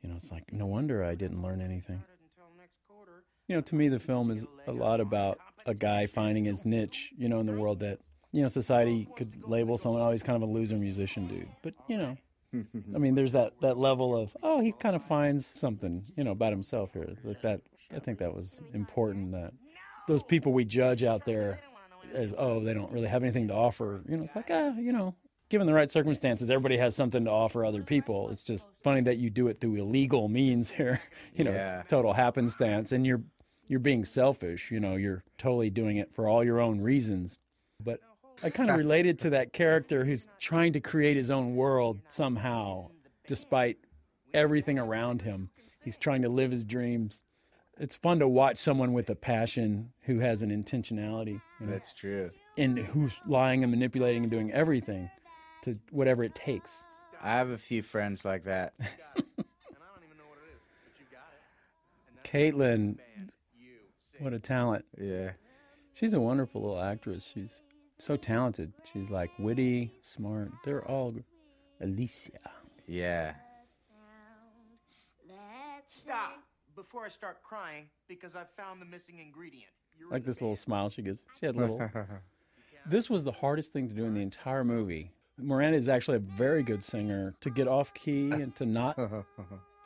[SPEAKER 3] You know, it's like, no wonder I didn't learn anything. You know, to me, the film is a lot about a guy finding his niche, you know, in the world that, you know, society could label someone, oh, he's kind of a loser musician dude. But, you know, I mean, there's that, that level of, oh, he kind of finds something, you know, about himself here. Like that, I think that was important that those people we judge out there as, oh, they don't really have anything to offer. You know, it's like, ah, you know, given the right circumstances, everybody has something to offer other people. It's just funny that you do it through illegal means here. You know,
[SPEAKER 2] Yeah.
[SPEAKER 3] it's total happenstance and you're you're being selfish, you know, you're totally doing it for all your own reasons. But I kind of related to that character who's trying to create his own world somehow despite everything around him. He's trying to live his dreams. It's fun to watch someone with a passion who has an intentionality. you know?
[SPEAKER 2] That's true.
[SPEAKER 3] and who's lying and manipulating and doing everything to whatever it takes.
[SPEAKER 2] I have a few friends like that.
[SPEAKER 3] Caitlin, what a talent.
[SPEAKER 2] Yeah.
[SPEAKER 3] She's a wonderful little actress. She's so talented. She's like witty, smart. They're all gr- Alicia.
[SPEAKER 2] Yeah.
[SPEAKER 4] Stop before I start crying because I've found the missing ingredient. You're
[SPEAKER 3] Like this little smile she gives. She had a little. this was the hardest thing to do in the entire movie. Miranda is actually a very good singer to get off key and to not for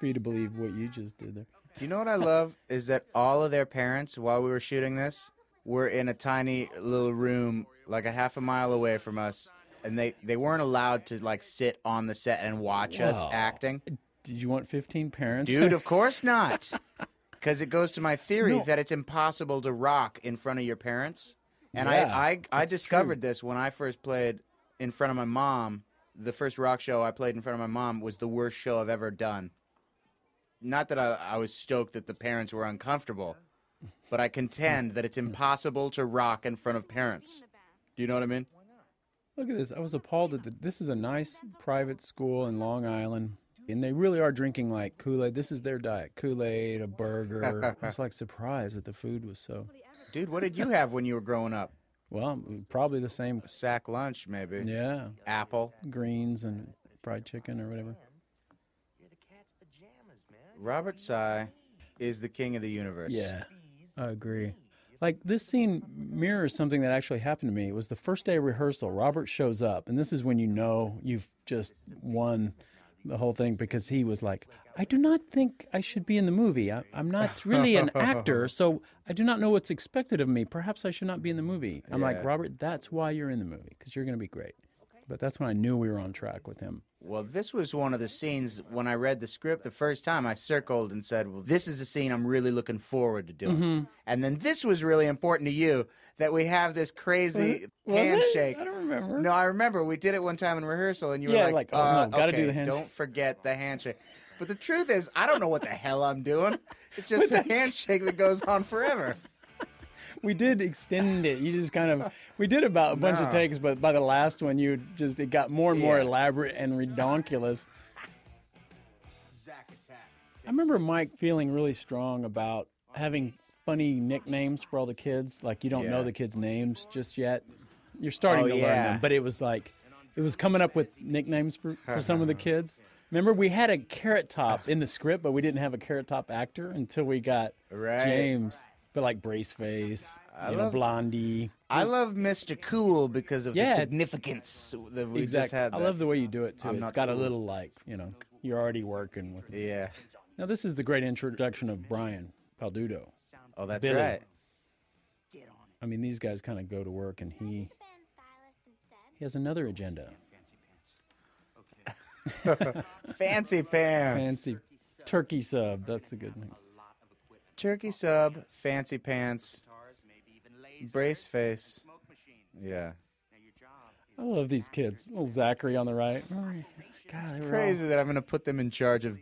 [SPEAKER 3] you to believe what you just did there.
[SPEAKER 2] Do you know what I love is that all of their parents, while we were shooting this, were in a tiny little room, like a half a mile away from us, and they they weren't allowed to like sit on the set and watch us
[SPEAKER 3] Wow.
[SPEAKER 2] acting.
[SPEAKER 3] Did you want 15 parents?
[SPEAKER 2] Dude, of course not. Because it goes to my theory
[SPEAKER 3] No.
[SPEAKER 2] that it's impossible to rock in front of your parents. And
[SPEAKER 3] Yeah,
[SPEAKER 2] I, I, I
[SPEAKER 3] that's
[SPEAKER 2] discovered this when I first played in front of my mom. The first rock show I played in front of my mom was the worst show I've ever done. Not that I, I was stoked that the parents were uncomfortable, but I contend that it's impossible to rock in front of parents. Do you know what I mean?
[SPEAKER 3] Look at this. I was appalled at the, this is a nice private school in Long Island. And they really are drinking like Kool Aid. This is their diet Kool Aid, a burger. I was like surprised that the food was so.
[SPEAKER 2] Dude, what did you have when you were growing up?
[SPEAKER 3] Well, probably the same.
[SPEAKER 2] Sack lunch, maybe.
[SPEAKER 3] Yeah.
[SPEAKER 2] Apple.
[SPEAKER 3] Greens and fried chicken or whatever.
[SPEAKER 2] Robert Sy is the king of the universe.
[SPEAKER 3] Yeah. I agree. Like this scene mirrors something that actually happened to me. It was the first day of rehearsal. Robert shows up, and this is when you know you've just won the whole thing because he was like, I do not think I should be in the movie. I, I'm not really an actor, so I do not know what's expected of me. Perhaps I should not be in the movie. I'm like,
[SPEAKER 2] Yeah.
[SPEAKER 3] Robert, that's why you're in the movie because you're going to be great. But that's when I knew we were on track with him.
[SPEAKER 2] Well, this was one of the scenes when I read the script the first time I circled and said, Well, this is a scene I'm really looking forward to doing.
[SPEAKER 3] Mm-hmm.
[SPEAKER 2] And then this was really important to you that we have this crazy
[SPEAKER 3] Was it?
[SPEAKER 2] handshake.
[SPEAKER 3] I don't remember.
[SPEAKER 2] No, I remember we did it one time in rehearsal and you
[SPEAKER 3] Yeah,
[SPEAKER 2] were like,
[SPEAKER 3] like, oh, no,
[SPEAKER 2] uh,
[SPEAKER 3] gotta do
[SPEAKER 2] okay,
[SPEAKER 3] the handshake."
[SPEAKER 2] Don't forget the handshake. But the truth is, I don't know what the hell I'm doing. It's just a handshake that goes on forever.
[SPEAKER 3] We did extend it. You just kind of we did about a bunch
[SPEAKER 2] No.
[SPEAKER 3] of takes, but by the last one, you just it got more and more
[SPEAKER 2] Yeah.
[SPEAKER 3] elaborate and redonkulous.
[SPEAKER 4] Zack attack.
[SPEAKER 3] I remember Mike feeling really strong about having funny nicknames for all the kids. Like you don't know
[SPEAKER 2] Yeah.
[SPEAKER 3] the kids' names just yet. You're starting
[SPEAKER 2] Oh,
[SPEAKER 3] to learn
[SPEAKER 2] yeah.
[SPEAKER 3] them, but it was like it was coming up with nicknames for, for some of the kids. Remember, we had a carrot top in the script, but we didn't have a carrot top actor until we got
[SPEAKER 2] Right.
[SPEAKER 3] James. But like Braceface, you know,
[SPEAKER 2] love-
[SPEAKER 3] Blondie.
[SPEAKER 2] I love Mr. Cool because of
[SPEAKER 3] Yeah.
[SPEAKER 2] the significance that we just
[SPEAKER 3] Exactly.
[SPEAKER 2] had.
[SPEAKER 3] I
[SPEAKER 2] that.
[SPEAKER 3] love the way you do it too.
[SPEAKER 2] I'm
[SPEAKER 3] it's
[SPEAKER 2] not
[SPEAKER 3] got a
[SPEAKER 2] cool.
[SPEAKER 3] little like you know you're already working with. It.
[SPEAKER 2] Yeah.
[SPEAKER 3] Now this is the great introduction of Brian Paldudo.
[SPEAKER 2] Oh, that's
[SPEAKER 3] Billy.
[SPEAKER 2] right.
[SPEAKER 3] I mean, these guys kind of go to work, and he
[SPEAKER 6] band stylist instead.
[SPEAKER 3] he has another agenda.
[SPEAKER 2] Fancy pants.
[SPEAKER 3] Fancy turkey sub. That's a good name.
[SPEAKER 2] Turkey sub, fancy pants, brace face. Yeah.
[SPEAKER 3] I love these kids. Little Zachary on the right. Oh, God, they were all-
[SPEAKER 2] Crazy that I'm going to put them in charge of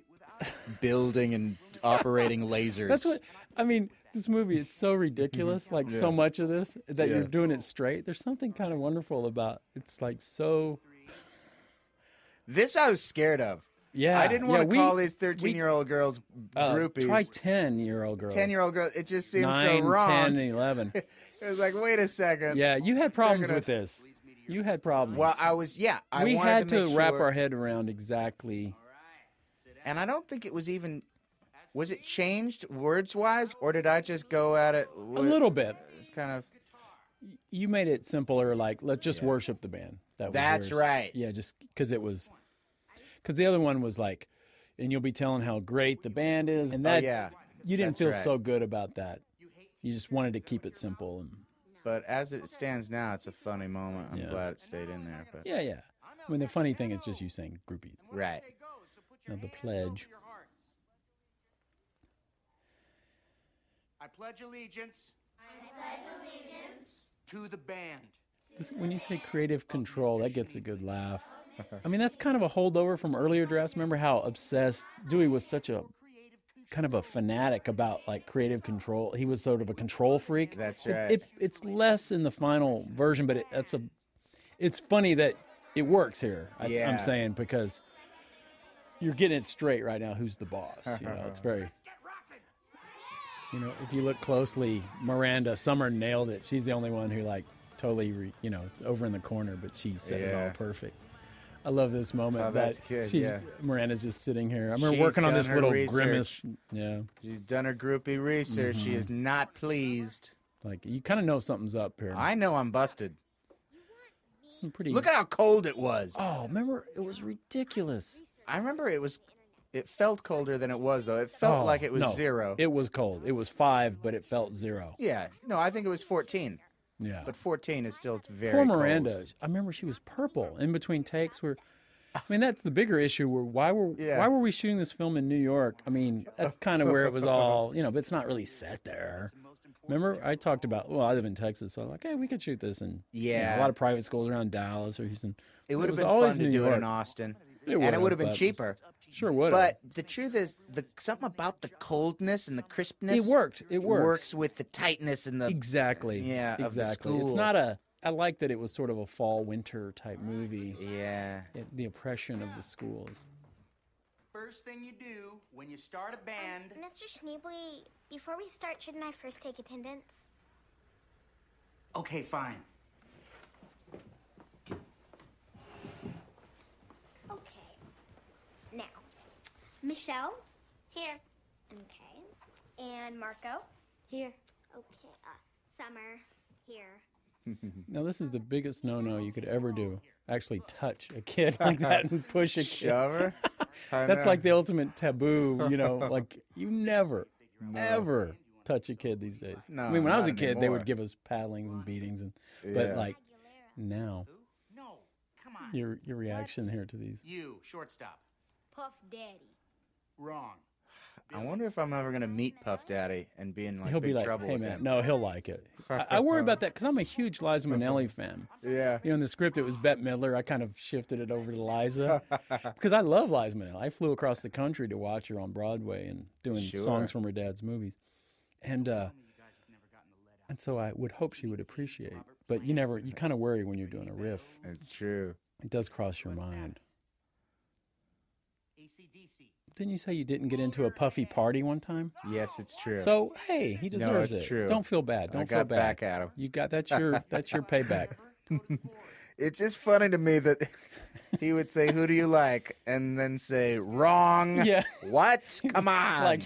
[SPEAKER 2] building and operating lasers.
[SPEAKER 3] That's what I mean. This movie, it's so ridiculous. Like so much of this that you're
[SPEAKER 2] Mm-hmm. Yeah.
[SPEAKER 3] doing it straight. There's something kind of wonderful about. It's like so.
[SPEAKER 2] This I was scared of.
[SPEAKER 3] Yeah.
[SPEAKER 2] I didn't
[SPEAKER 3] yeah,
[SPEAKER 2] want to
[SPEAKER 3] we-
[SPEAKER 2] call these
[SPEAKER 3] we,
[SPEAKER 2] 13 year old girls
[SPEAKER 3] uh,
[SPEAKER 2] groupies.
[SPEAKER 3] Try ten year old girls.
[SPEAKER 2] 10 year old girls. It just seems
[SPEAKER 3] Nine,
[SPEAKER 2] so wrong.
[SPEAKER 3] 10, and eleven.
[SPEAKER 2] It was like, wait a second.
[SPEAKER 3] Yeah, you had problems
[SPEAKER 2] gonna-
[SPEAKER 3] with this. You had problems.
[SPEAKER 2] Well, I was, yeah. I
[SPEAKER 3] we
[SPEAKER 2] wanted
[SPEAKER 3] had to,
[SPEAKER 2] make
[SPEAKER 3] wrap
[SPEAKER 2] sure-
[SPEAKER 3] our head around exactly.
[SPEAKER 2] And I don't think it was even. Was it changed words wise, or did I just go at it
[SPEAKER 3] A little bit.
[SPEAKER 2] It's kind of. oh,
[SPEAKER 3] You made it simpler, like let's just worship the band. That was
[SPEAKER 2] That's
[SPEAKER 3] yours.
[SPEAKER 2] right.
[SPEAKER 3] Yeah, just because it was, because the other one was like, and you'll be telling how great the band is, and that
[SPEAKER 2] Oh, yeah.
[SPEAKER 3] you
[SPEAKER 2] That's
[SPEAKER 3] didn't feel
[SPEAKER 2] right.
[SPEAKER 3] so good about that. You just wanted to keep it simple, and
[SPEAKER 2] But as it stands now, it's a funny moment. I'm
[SPEAKER 3] Yeah.
[SPEAKER 2] glad it stayed in there. But
[SPEAKER 3] yeah, yeah. I mean, the funny thing is just you saying groupies.
[SPEAKER 2] right,
[SPEAKER 3] Now the pledge.
[SPEAKER 4] I pledge allegiance. To the band.
[SPEAKER 3] This, when you say creative control, that gets a good laugh. I mean, that's kind of a holdover from earlier drafts. Remember how obsessed Dewey was such a kind of a fanatic about like creative control. He was sort of a control freak.
[SPEAKER 2] That's
[SPEAKER 3] It-
[SPEAKER 2] right.
[SPEAKER 3] It, it's less in the final version, but it, that's a. It's funny that it works here. I,
[SPEAKER 2] Yeah.
[SPEAKER 3] I'm saying because you're getting it straight right now. Who's the boss? You know, it's very. You know, if you look closely, Miranda Summer nailed it. She's the only one who like totally, re, you know, it's over in the corner, but she said it all
[SPEAKER 2] Yeah.
[SPEAKER 3] perfect. I love this moment.
[SPEAKER 2] Oh,
[SPEAKER 3] that
[SPEAKER 2] that's good,
[SPEAKER 3] She's,
[SPEAKER 2] yeah.
[SPEAKER 3] Miranda's just sitting here. I remember
[SPEAKER 2] She's
[SPEAKER 3] working on
[SPEAKER 2] done
[SPEAKER 3] this
[SPEAKER 2] her
[SPEAKER 3] little
[SPEAKER 2] research.
[SPEAKER 3] grimace. Yeah,
[SPEAKER 2] she's done her groupie research. She
[SPEAKER 3] Mm-hmm.
[SPEAKER 2] is not pleased.
[SPEAKER 3] like you kind of know something's up here.
[SPEAKER 2] I know I'm busted.
[SPEAKER 3] Some pretty.
[SPEAKER 2] Look at how cold it was.
[SPEAKER 3] oh, remember it was ridiculous.
[SPEAKER 2] I remember it was. It felt colder than it was though. It felt
[SPEAKER 3] Oh,
[SPEAKER 2] like it was
[SPEAKER 3] no.
[SPEAKER 2] zero.
[SPEAKER 3] It was cold. It was five, but it felt zero.
[SPEAKER 2] yeah. No, I think it was 14.
[SPEAKER 3] Yeah.
[SPEAKER 2] But 14 is still very
[SPEAKER 3] Poor
[SPEAKER 2] cold.
[SPEAKER 3] Miranda. I remember she was purple in between takes. Where, I mean, that's the bigger issue. Where why were
[SPEAKER 2] Yeah.
[SPEAKER 3] why were we shooting this film in New York? I mean, that's kind of where it was all you know. But it's not really set there. Remember, I talked about. Well, I live in Texas, so I'm like, hey, we could shoot this in you know,
[SPEAKER 2] Yeah.
[SPEAKER 3] a lot of private schools around Dallas or Houston.
[SPEAKER 2] It would have
[SPEAKER 3] was
[SPEAKER 2] been
[SPEAKER 3] always
[SPEAKER 2] fun to
[SPEAKER 3] New
[SPEAKER 2] do it
[SPEAKER 3] York.
[SPEAKER 2] in Austin,
[SPEAKER 3] It
[SPEAKER 2] and
[SPEAKER 3] would've,
[SPEAKER 2] it would have been
[SPEAKER 3] but-
[SPEAKER 2] cheaper.
[SPEAKER 3] Sure would.
[SPEAKER 2] But the truth is, the something about the coldness and the
[SPEAKER 3] it
[SPEAKER 2] crispness.
[SPEAKER 3] worked. It works.
[SPEAKER 2] Works with the tightness and the.
[SPEAKER 3] Exactly.
[SPEAKER 2] Yeah,
[SPEAKER 3] Exactly.
[SPEAKER 2] of the
[SPEAKER 3] It's
[SPEAKER 2] school.
[SPEAKER 3] not a. I like that it was sort of a fall winter type movie.
[SPEAKER 2] Yeah.
[SPEAKER 3] It- the oppression of the schools.
[SPEAKER 4] First thing you do when you start a band.
[SPEAKER 6] Mr. Schneebly, before we start, shouldn't I first take attendance?
[SPEAKER 4] Okay, fine.
[SPEAKER 6] Okay. Now, Michelle? Here. Okay. And Marco? Here. Okay. Uh, Summer? Here.
[SPEAKER 3] Now, this is the biggest no no you could ever do. Actually, touch a kid like that and push a kid.
[SPEAKER 2] Shover. I
[SPEAKER 3] That's
[SPEAKER 2] know.
[SPEAKER 3] like the ultimate taboo, you know, like you never, ever touch a kid these days.
[SPEAKER 2] No,
[SPEAKER 3] I mean, when I was a
[SPEAKER 2] not
[SPEAKER 3] kid, they would
[SPEAKER 2] anymore.
[SPEAKER 3] give us paddlings and beatings, and but
[SPEAKER 2] Yeah.
[SPEAKER 3] like now,
[SPEAKER 4] No, come on.
[SPEAKER 3] your your reaction here to these.
[SPEAKER 4] You, shortstop.
[SPEAKER 6] Puff Daddy.
[SPEAKER 4] Wrong.
[SPEAKER 2] I wonder if I'm ever gonna meet Puff Daddy and be in like
[SPEAKER 3] He'll
[SPEAKER 2] big
[SPEAKER 3] be like,
[SPEAKER 2] trouble
[SPEAKER 3] "Hey
[SPEAKER 2] with
[SPEAKER 3] man,
[SPEAKER 2] him.
[SPEAKER 3] no, he'll like it." I, I worry about that because I'm a huge Liza Minnelli fan.
[SPEAKER 2] Yeah.
[SPEAKER 3] You know, in the script it was Bette Midler. I kind of shifted it over to Liza because I love Liza Minnelli. I flew across the country to watch her on Broadway and doing
[SPEAKER 2] Sure.
[SPEAKER 3] songs from her dad's movies, and uh, and so I would hope she would appreciate. But you never, you kind of worry when you're doing a riff.
[SPEAKER 2] It's true.
[SPEAKER 3] It does cross your mind.
[SPEAKER 4] A ABCDC.
[SPEAKER 3] Didn't you say you didn't get into a puffy party one time?
[SPEAKER 2] Yes, it's true.
[SPEAKER 3] So hey, he deserves
[SPEAKER 2] it's
[SPEAKER 3] it.
[SPEAKER 2] true.
[SPEAKER 3] Don't feel bad. Don't feel
[SPEAKER 2] got
[SPEAKER 3] bad.
[SPEAKER 2] back at him.
[SPEAKER 3] You got that's your that's your payback.
[SPEAKER 2] it's just funny to me that he would say, "Who do you like?" and then say, "Wrong."
[SPEAKER 3] Yeah.
[SPEAKER 2] What? Come on.
[SPEAKER 3] like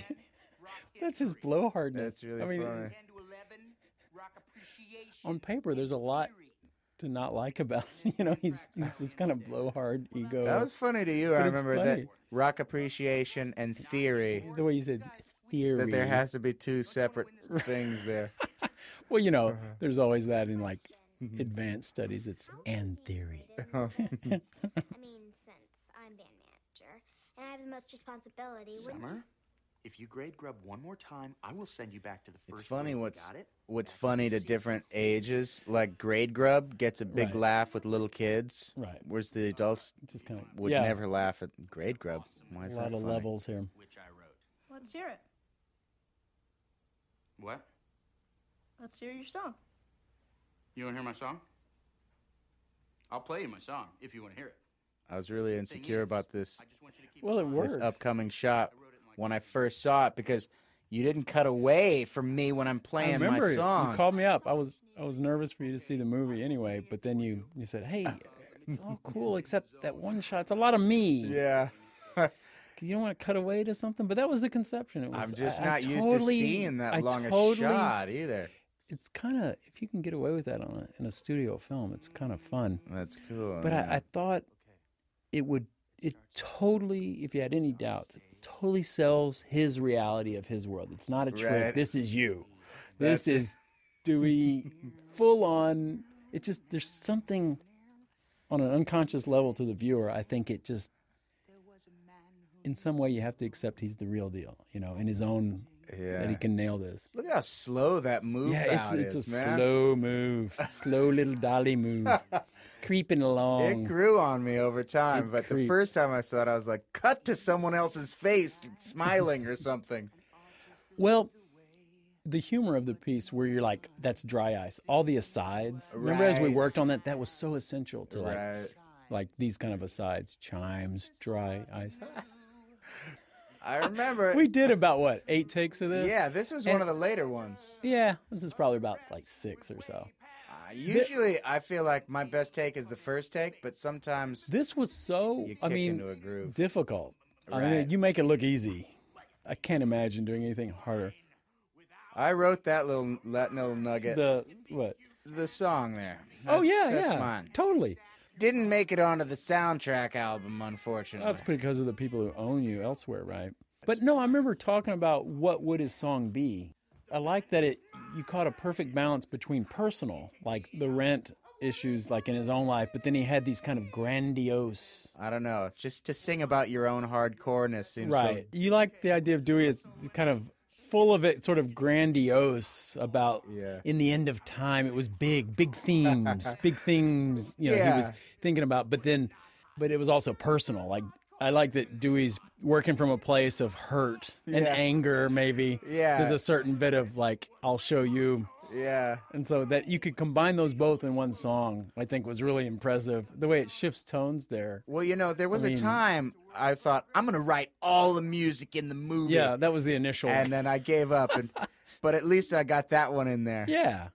[SPEAKER 3] that's his blowhardness.
[SPEAKER 2] That's really
[SPEAKER 3] I mean,
[SPEAKER 2] funny.
[SPEAKER 4] 10 to 11, rock appreciation.
[SPEAKER 3] on paper, there's a lot to not like about. You know, he's he's this kind of blowhard ego.
[SPEAKER 2] That was funny to you. I
[SPEAKER 3] But it's
[SPEAKER 2] remember that
[SPEAKER 3] funny.
[SPEAKER 2] rock appreciation and theory.
[SPEAKER 3] the way you said theory.
[SPEAKER 2] That there has to be two separate things there.
[SPEAKER 3] well, you know,
[SPEAKER 2] Uh-huh.
[SPEAKER 3] there's always that in like
[SPEAKER 2] Mm-hmm.
[SPEAKER 3] advanced studies. It's and theory.
[SPEAKER 6] I mean, since I'm band manager and I have the most responsibility, wouldn't you
[SPEAKER 4] Summer, if you grade grub one more time, I will send you back to the first
[SPEAKER 2] It's funny
[SPEAKER 4] grade.
[SPEAKER 2] what's
[SPEAKER 4] Got it?
[SPEAKER 2] what's funny to different ages. Like grade grub gets a big
[SPEAKER 3] Right.
[SPEAKER 2] laugh with little kids,
[SPEAKER 3] Right.
[SPEAKER 2] Whereas the adults
[SPEAKER 3] Just kind of
[SPEAKER 2] would
[SPEAKER 3] yeah,
[SPEAKER 2] never laugh at grade grub. Why
[SPEAKER 3] a
[SPEAKER 2] is
[SPEAKER 3] lot of
[SPEAKER 2] that funny?
[SPEAKER 3] levels here.
[SPEAKER 4] Which I wrote.
[SPEAKER 7] Let's hear it.
[SPEAKER 4] What?
[SPEAKER 7] Let's hear your song.
[SPEAKER 4] You want to hear my song? I'll play you my song if you want to hear it.
[SPEAKER 2] I was really insecure
[SPEAKER 4] is,
[SPEAKER 2] about this
[SPEAKER 4] I just want you to keep
[SPEAKER 3] Well, it
[SPEAKER 4] in mind-
[SPEAKER 3] works.
[SPEAKER 2] this upcoming shot when I first saw it because you didn't cut away from me when I'm
[SPEAKER 3] I
[SPEAKER 2] playing my
[SPEAKER 3] remember it.
[SPEAKER 2] song.
[SPEAKER 3] you called me up. I was I was nervous for you to see the movie anyway, but then you you said, "Hey, it's all cool except that one shot. It's a lot of me.
[SPEAKER 2] yeah,
[SPEAKER 3] You don't want to cut away to something." But that was the conception. It was,
[SPEAKER 2] I'm just
[SPEAKER 3] I- I
[SPEAKER 2] not used to
[SPEAKER 3] totally-
[SPEAKER 2] seeing
[SPEAKER 3] I
[SPEAKER 2] that long
[SPEAKER 3] totally-
[SPEAKER 2] a shot either.
[SPEAKER 3] It's kind of if you can get away with that on a, in a studio film, it's kind of fun.
[SPEAKER 2] That's cool.
[SPEAKER 3] But
[SPEAKER 2] yeah.
[SPEAKER 3] I, I thought it would. It totally, if you had any doubts, it totally sells his reality of his world. It's not a trick.
[SPEAKER 2] Right.
[SPEAKER 3] This is you.
[SPEAKER 2] That's-
[SPEAKER 3] This is Dewey, full on. It just there's something on an unconscious level to the viewer. I think it just, in some way, you have to accept he's the real deal. You know, in his own that
[SPEAKER 2] yeah.
[SPEAKER 3] he can nail this.
[SPEAKER 2] Look at how slow that move
[SPEAKER 3] Yeah, it's
[SPEAKER 2] out
[SPEAKER 3] it's
[SPEAKER 2] is,
[SPEAKER 3] a
[SPEAKER 2] man.
[SPEAKER 3] slow move, slow little dolly move, creeping
[SPEAKER 2] It
[SPEAKER 3] along.
[SPEAKER 2] grew on me over time,
[SPEAKER 3] It
[SPEAKER 2] but the
[SPEAKER 3] creeped.
[SPEAKER 2] first time I saw it, I was like, "Cut to someone else's face, smiling or something."
[SPEAKER 3] Well, the humor of the piece where you're like, that's dry ice. All the asides. Remember as we
[SPEAKER 2] Right.
[SPEAKER 3] worked on that, that was so essential to like
[SPEAKER 2] Right?
[SPEAKER 3] like these kind of asides, chimes, dry ice.
[SPEAKER 2] I remember.
[SPEAKER 3] We did about what eight takes of this.
[SPEAKER 2] yeah, this was one of the later ones.
[SPEAKER 3] Yeah, this is probably about like six or so.
[SPEAKER 2] Uh, usually, I feel like my best take is the first take, but sometimes
[SPEAKER 3] This was so.
[SPEAKER 2] You
[SPEAKER 3] I
[SPEAKER 2] kick
[SPEAKER 3] mean,
[SPEAKER 2] into a groove.
[SPEAKER 3] difficult. I
[SPEAKER 2] Right.
[SPEAKER 3] mean, you make it look easy. I can't imagine doing anything harder.
[SPEAKER 2] I wrote that little that little nugget, the,
[SPEAKER 3] The what?
[SPEAKER 2] song there.
[SPEAKER 3] oh
[SPEAKER 2] That's-
[SPEAKER 3] yeah,
[SPEAKER 2] that's
[SPEAKER 3] yeah,
[SPEAKER 2] mine.
[SPEAKER 3] totally.
[SPEAKER 2] Didn't make it onto the soundtrack album, unfortunately.
[SPEAKER 3] That's because of the people who own you elsewhere, right? But no, I remember talking about what would his song be. I like that it you caught a perfect balance between personal, like the rent issues, like in his own life, but then he had these kind of grandiose
[SPEAKER 2] I don't know. Just to sing about your own hardcoreness seems
[SPEAKER 3] right. you like the idea of Dewey as kind of full of it, sort of grandiose about
[SPEAKER 2] Yeah.
[SPEAKER 3] in the end of time. It was big, big themes, big themes. You know, he was
[SPEAKER 2] Yeah.
[SPEAKER 3] thinking about, but then, but it was also personal. Like I like that Dewey's working from a place of hurt and
[SPEAKER 2] Yeah.
[SPEAKER 3] anger. Maybe
[SPEAKER 2] Yeah.
[SPEAKER 3] there's a certain bit of like I'll show you.
[SPEAKER 2] so. Yeah.
[SPEAKER 3] And so that you could combine those both in one song, I think was really impressive. The way it shifts tones there.
[SPEAKER 2] Well, you know, there was a
[SPEAKER 3] mean-
[SPEAKER 2] time I thought I'm gonna write all the music in the movie.
[SPEAKER 3] Yeah, that was the initial.
[SPEAKER 2] And then I gave up, and but at least I got that one in there.
[SPEAKER 3] yeah.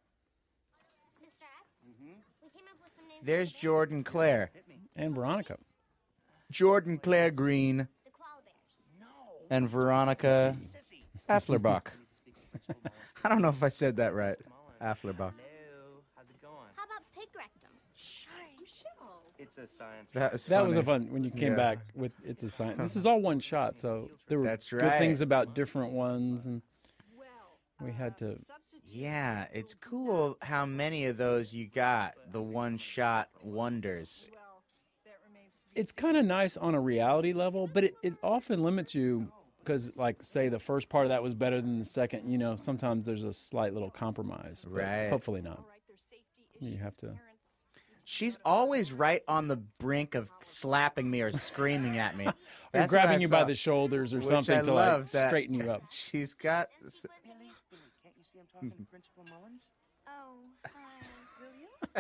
[SPEAKER 6] Mr. S? We came up with some names.
[SPEAKER 2] There's
[SPEAKER 6] for
[SPEAKER 2] Jordan Clare,
[SPEAKER 3] And Veronica.
[SPEAKER 2] Jordan Clare Green,
[SPEAKER 6] The koala bears.
[SPEAKER 2] and Veronica Afflerbach. I don't know if I said that right. Afflerbach.
[SPEAKER 4] Hello, how's it going?
[SPEAKER 6] How about pig rectum? Oh,
[SPEAKER 4] It's a science.
[SPEAKER 2] That was
[SPEAKER 3] That
[SPEAKER 2] funny.
[SPEAKER 3] was a fun when you came
[SPEAKER 2] Yeah.
[SPEAKER 3] back with it's a sign. This is all one shot, so there were
[SPEAKER 2] That's
[SPEAKER 3] good
[SPEAKER 2] right.
[SPEAKER 3] things about different ones, and we had to.
[SPEAKER 2] Yeah, it's cool how many of those you got. The one shot wonders.
[SPEAKER 3] It's kind of nice on a reality level, but it, it often limits you because, like, say the first part of that was better than the second. You know, sometimes there's a slight little compromise, but
[SPEAKER 2] Right.
[SPEAKER 3] Hopefully not. You have to.
[SPEAKER 2] She's always right on the brink of slapping me or screaming at me.
[SPEAKER 3] Or
[SPEAKER 2] That's what I
[SPEAKER 3] grabbing you by
[SPEAKER 2] felt,
[SPEAKER 3] the shoulders or
[SPEAKER 2] which
[SPEAKER 3] something
[SPEAKER 2] I
[SPEAKER 3] to like
[SPEAKER 2] love that
[SPEAKER 3] straighten you up.
[SPEAKER 2] She's got. s-
[SPEAKER 4] Billy, Billy, can't you see I'm talking to Principal Mullins?
[SPEAKER 6] Oh,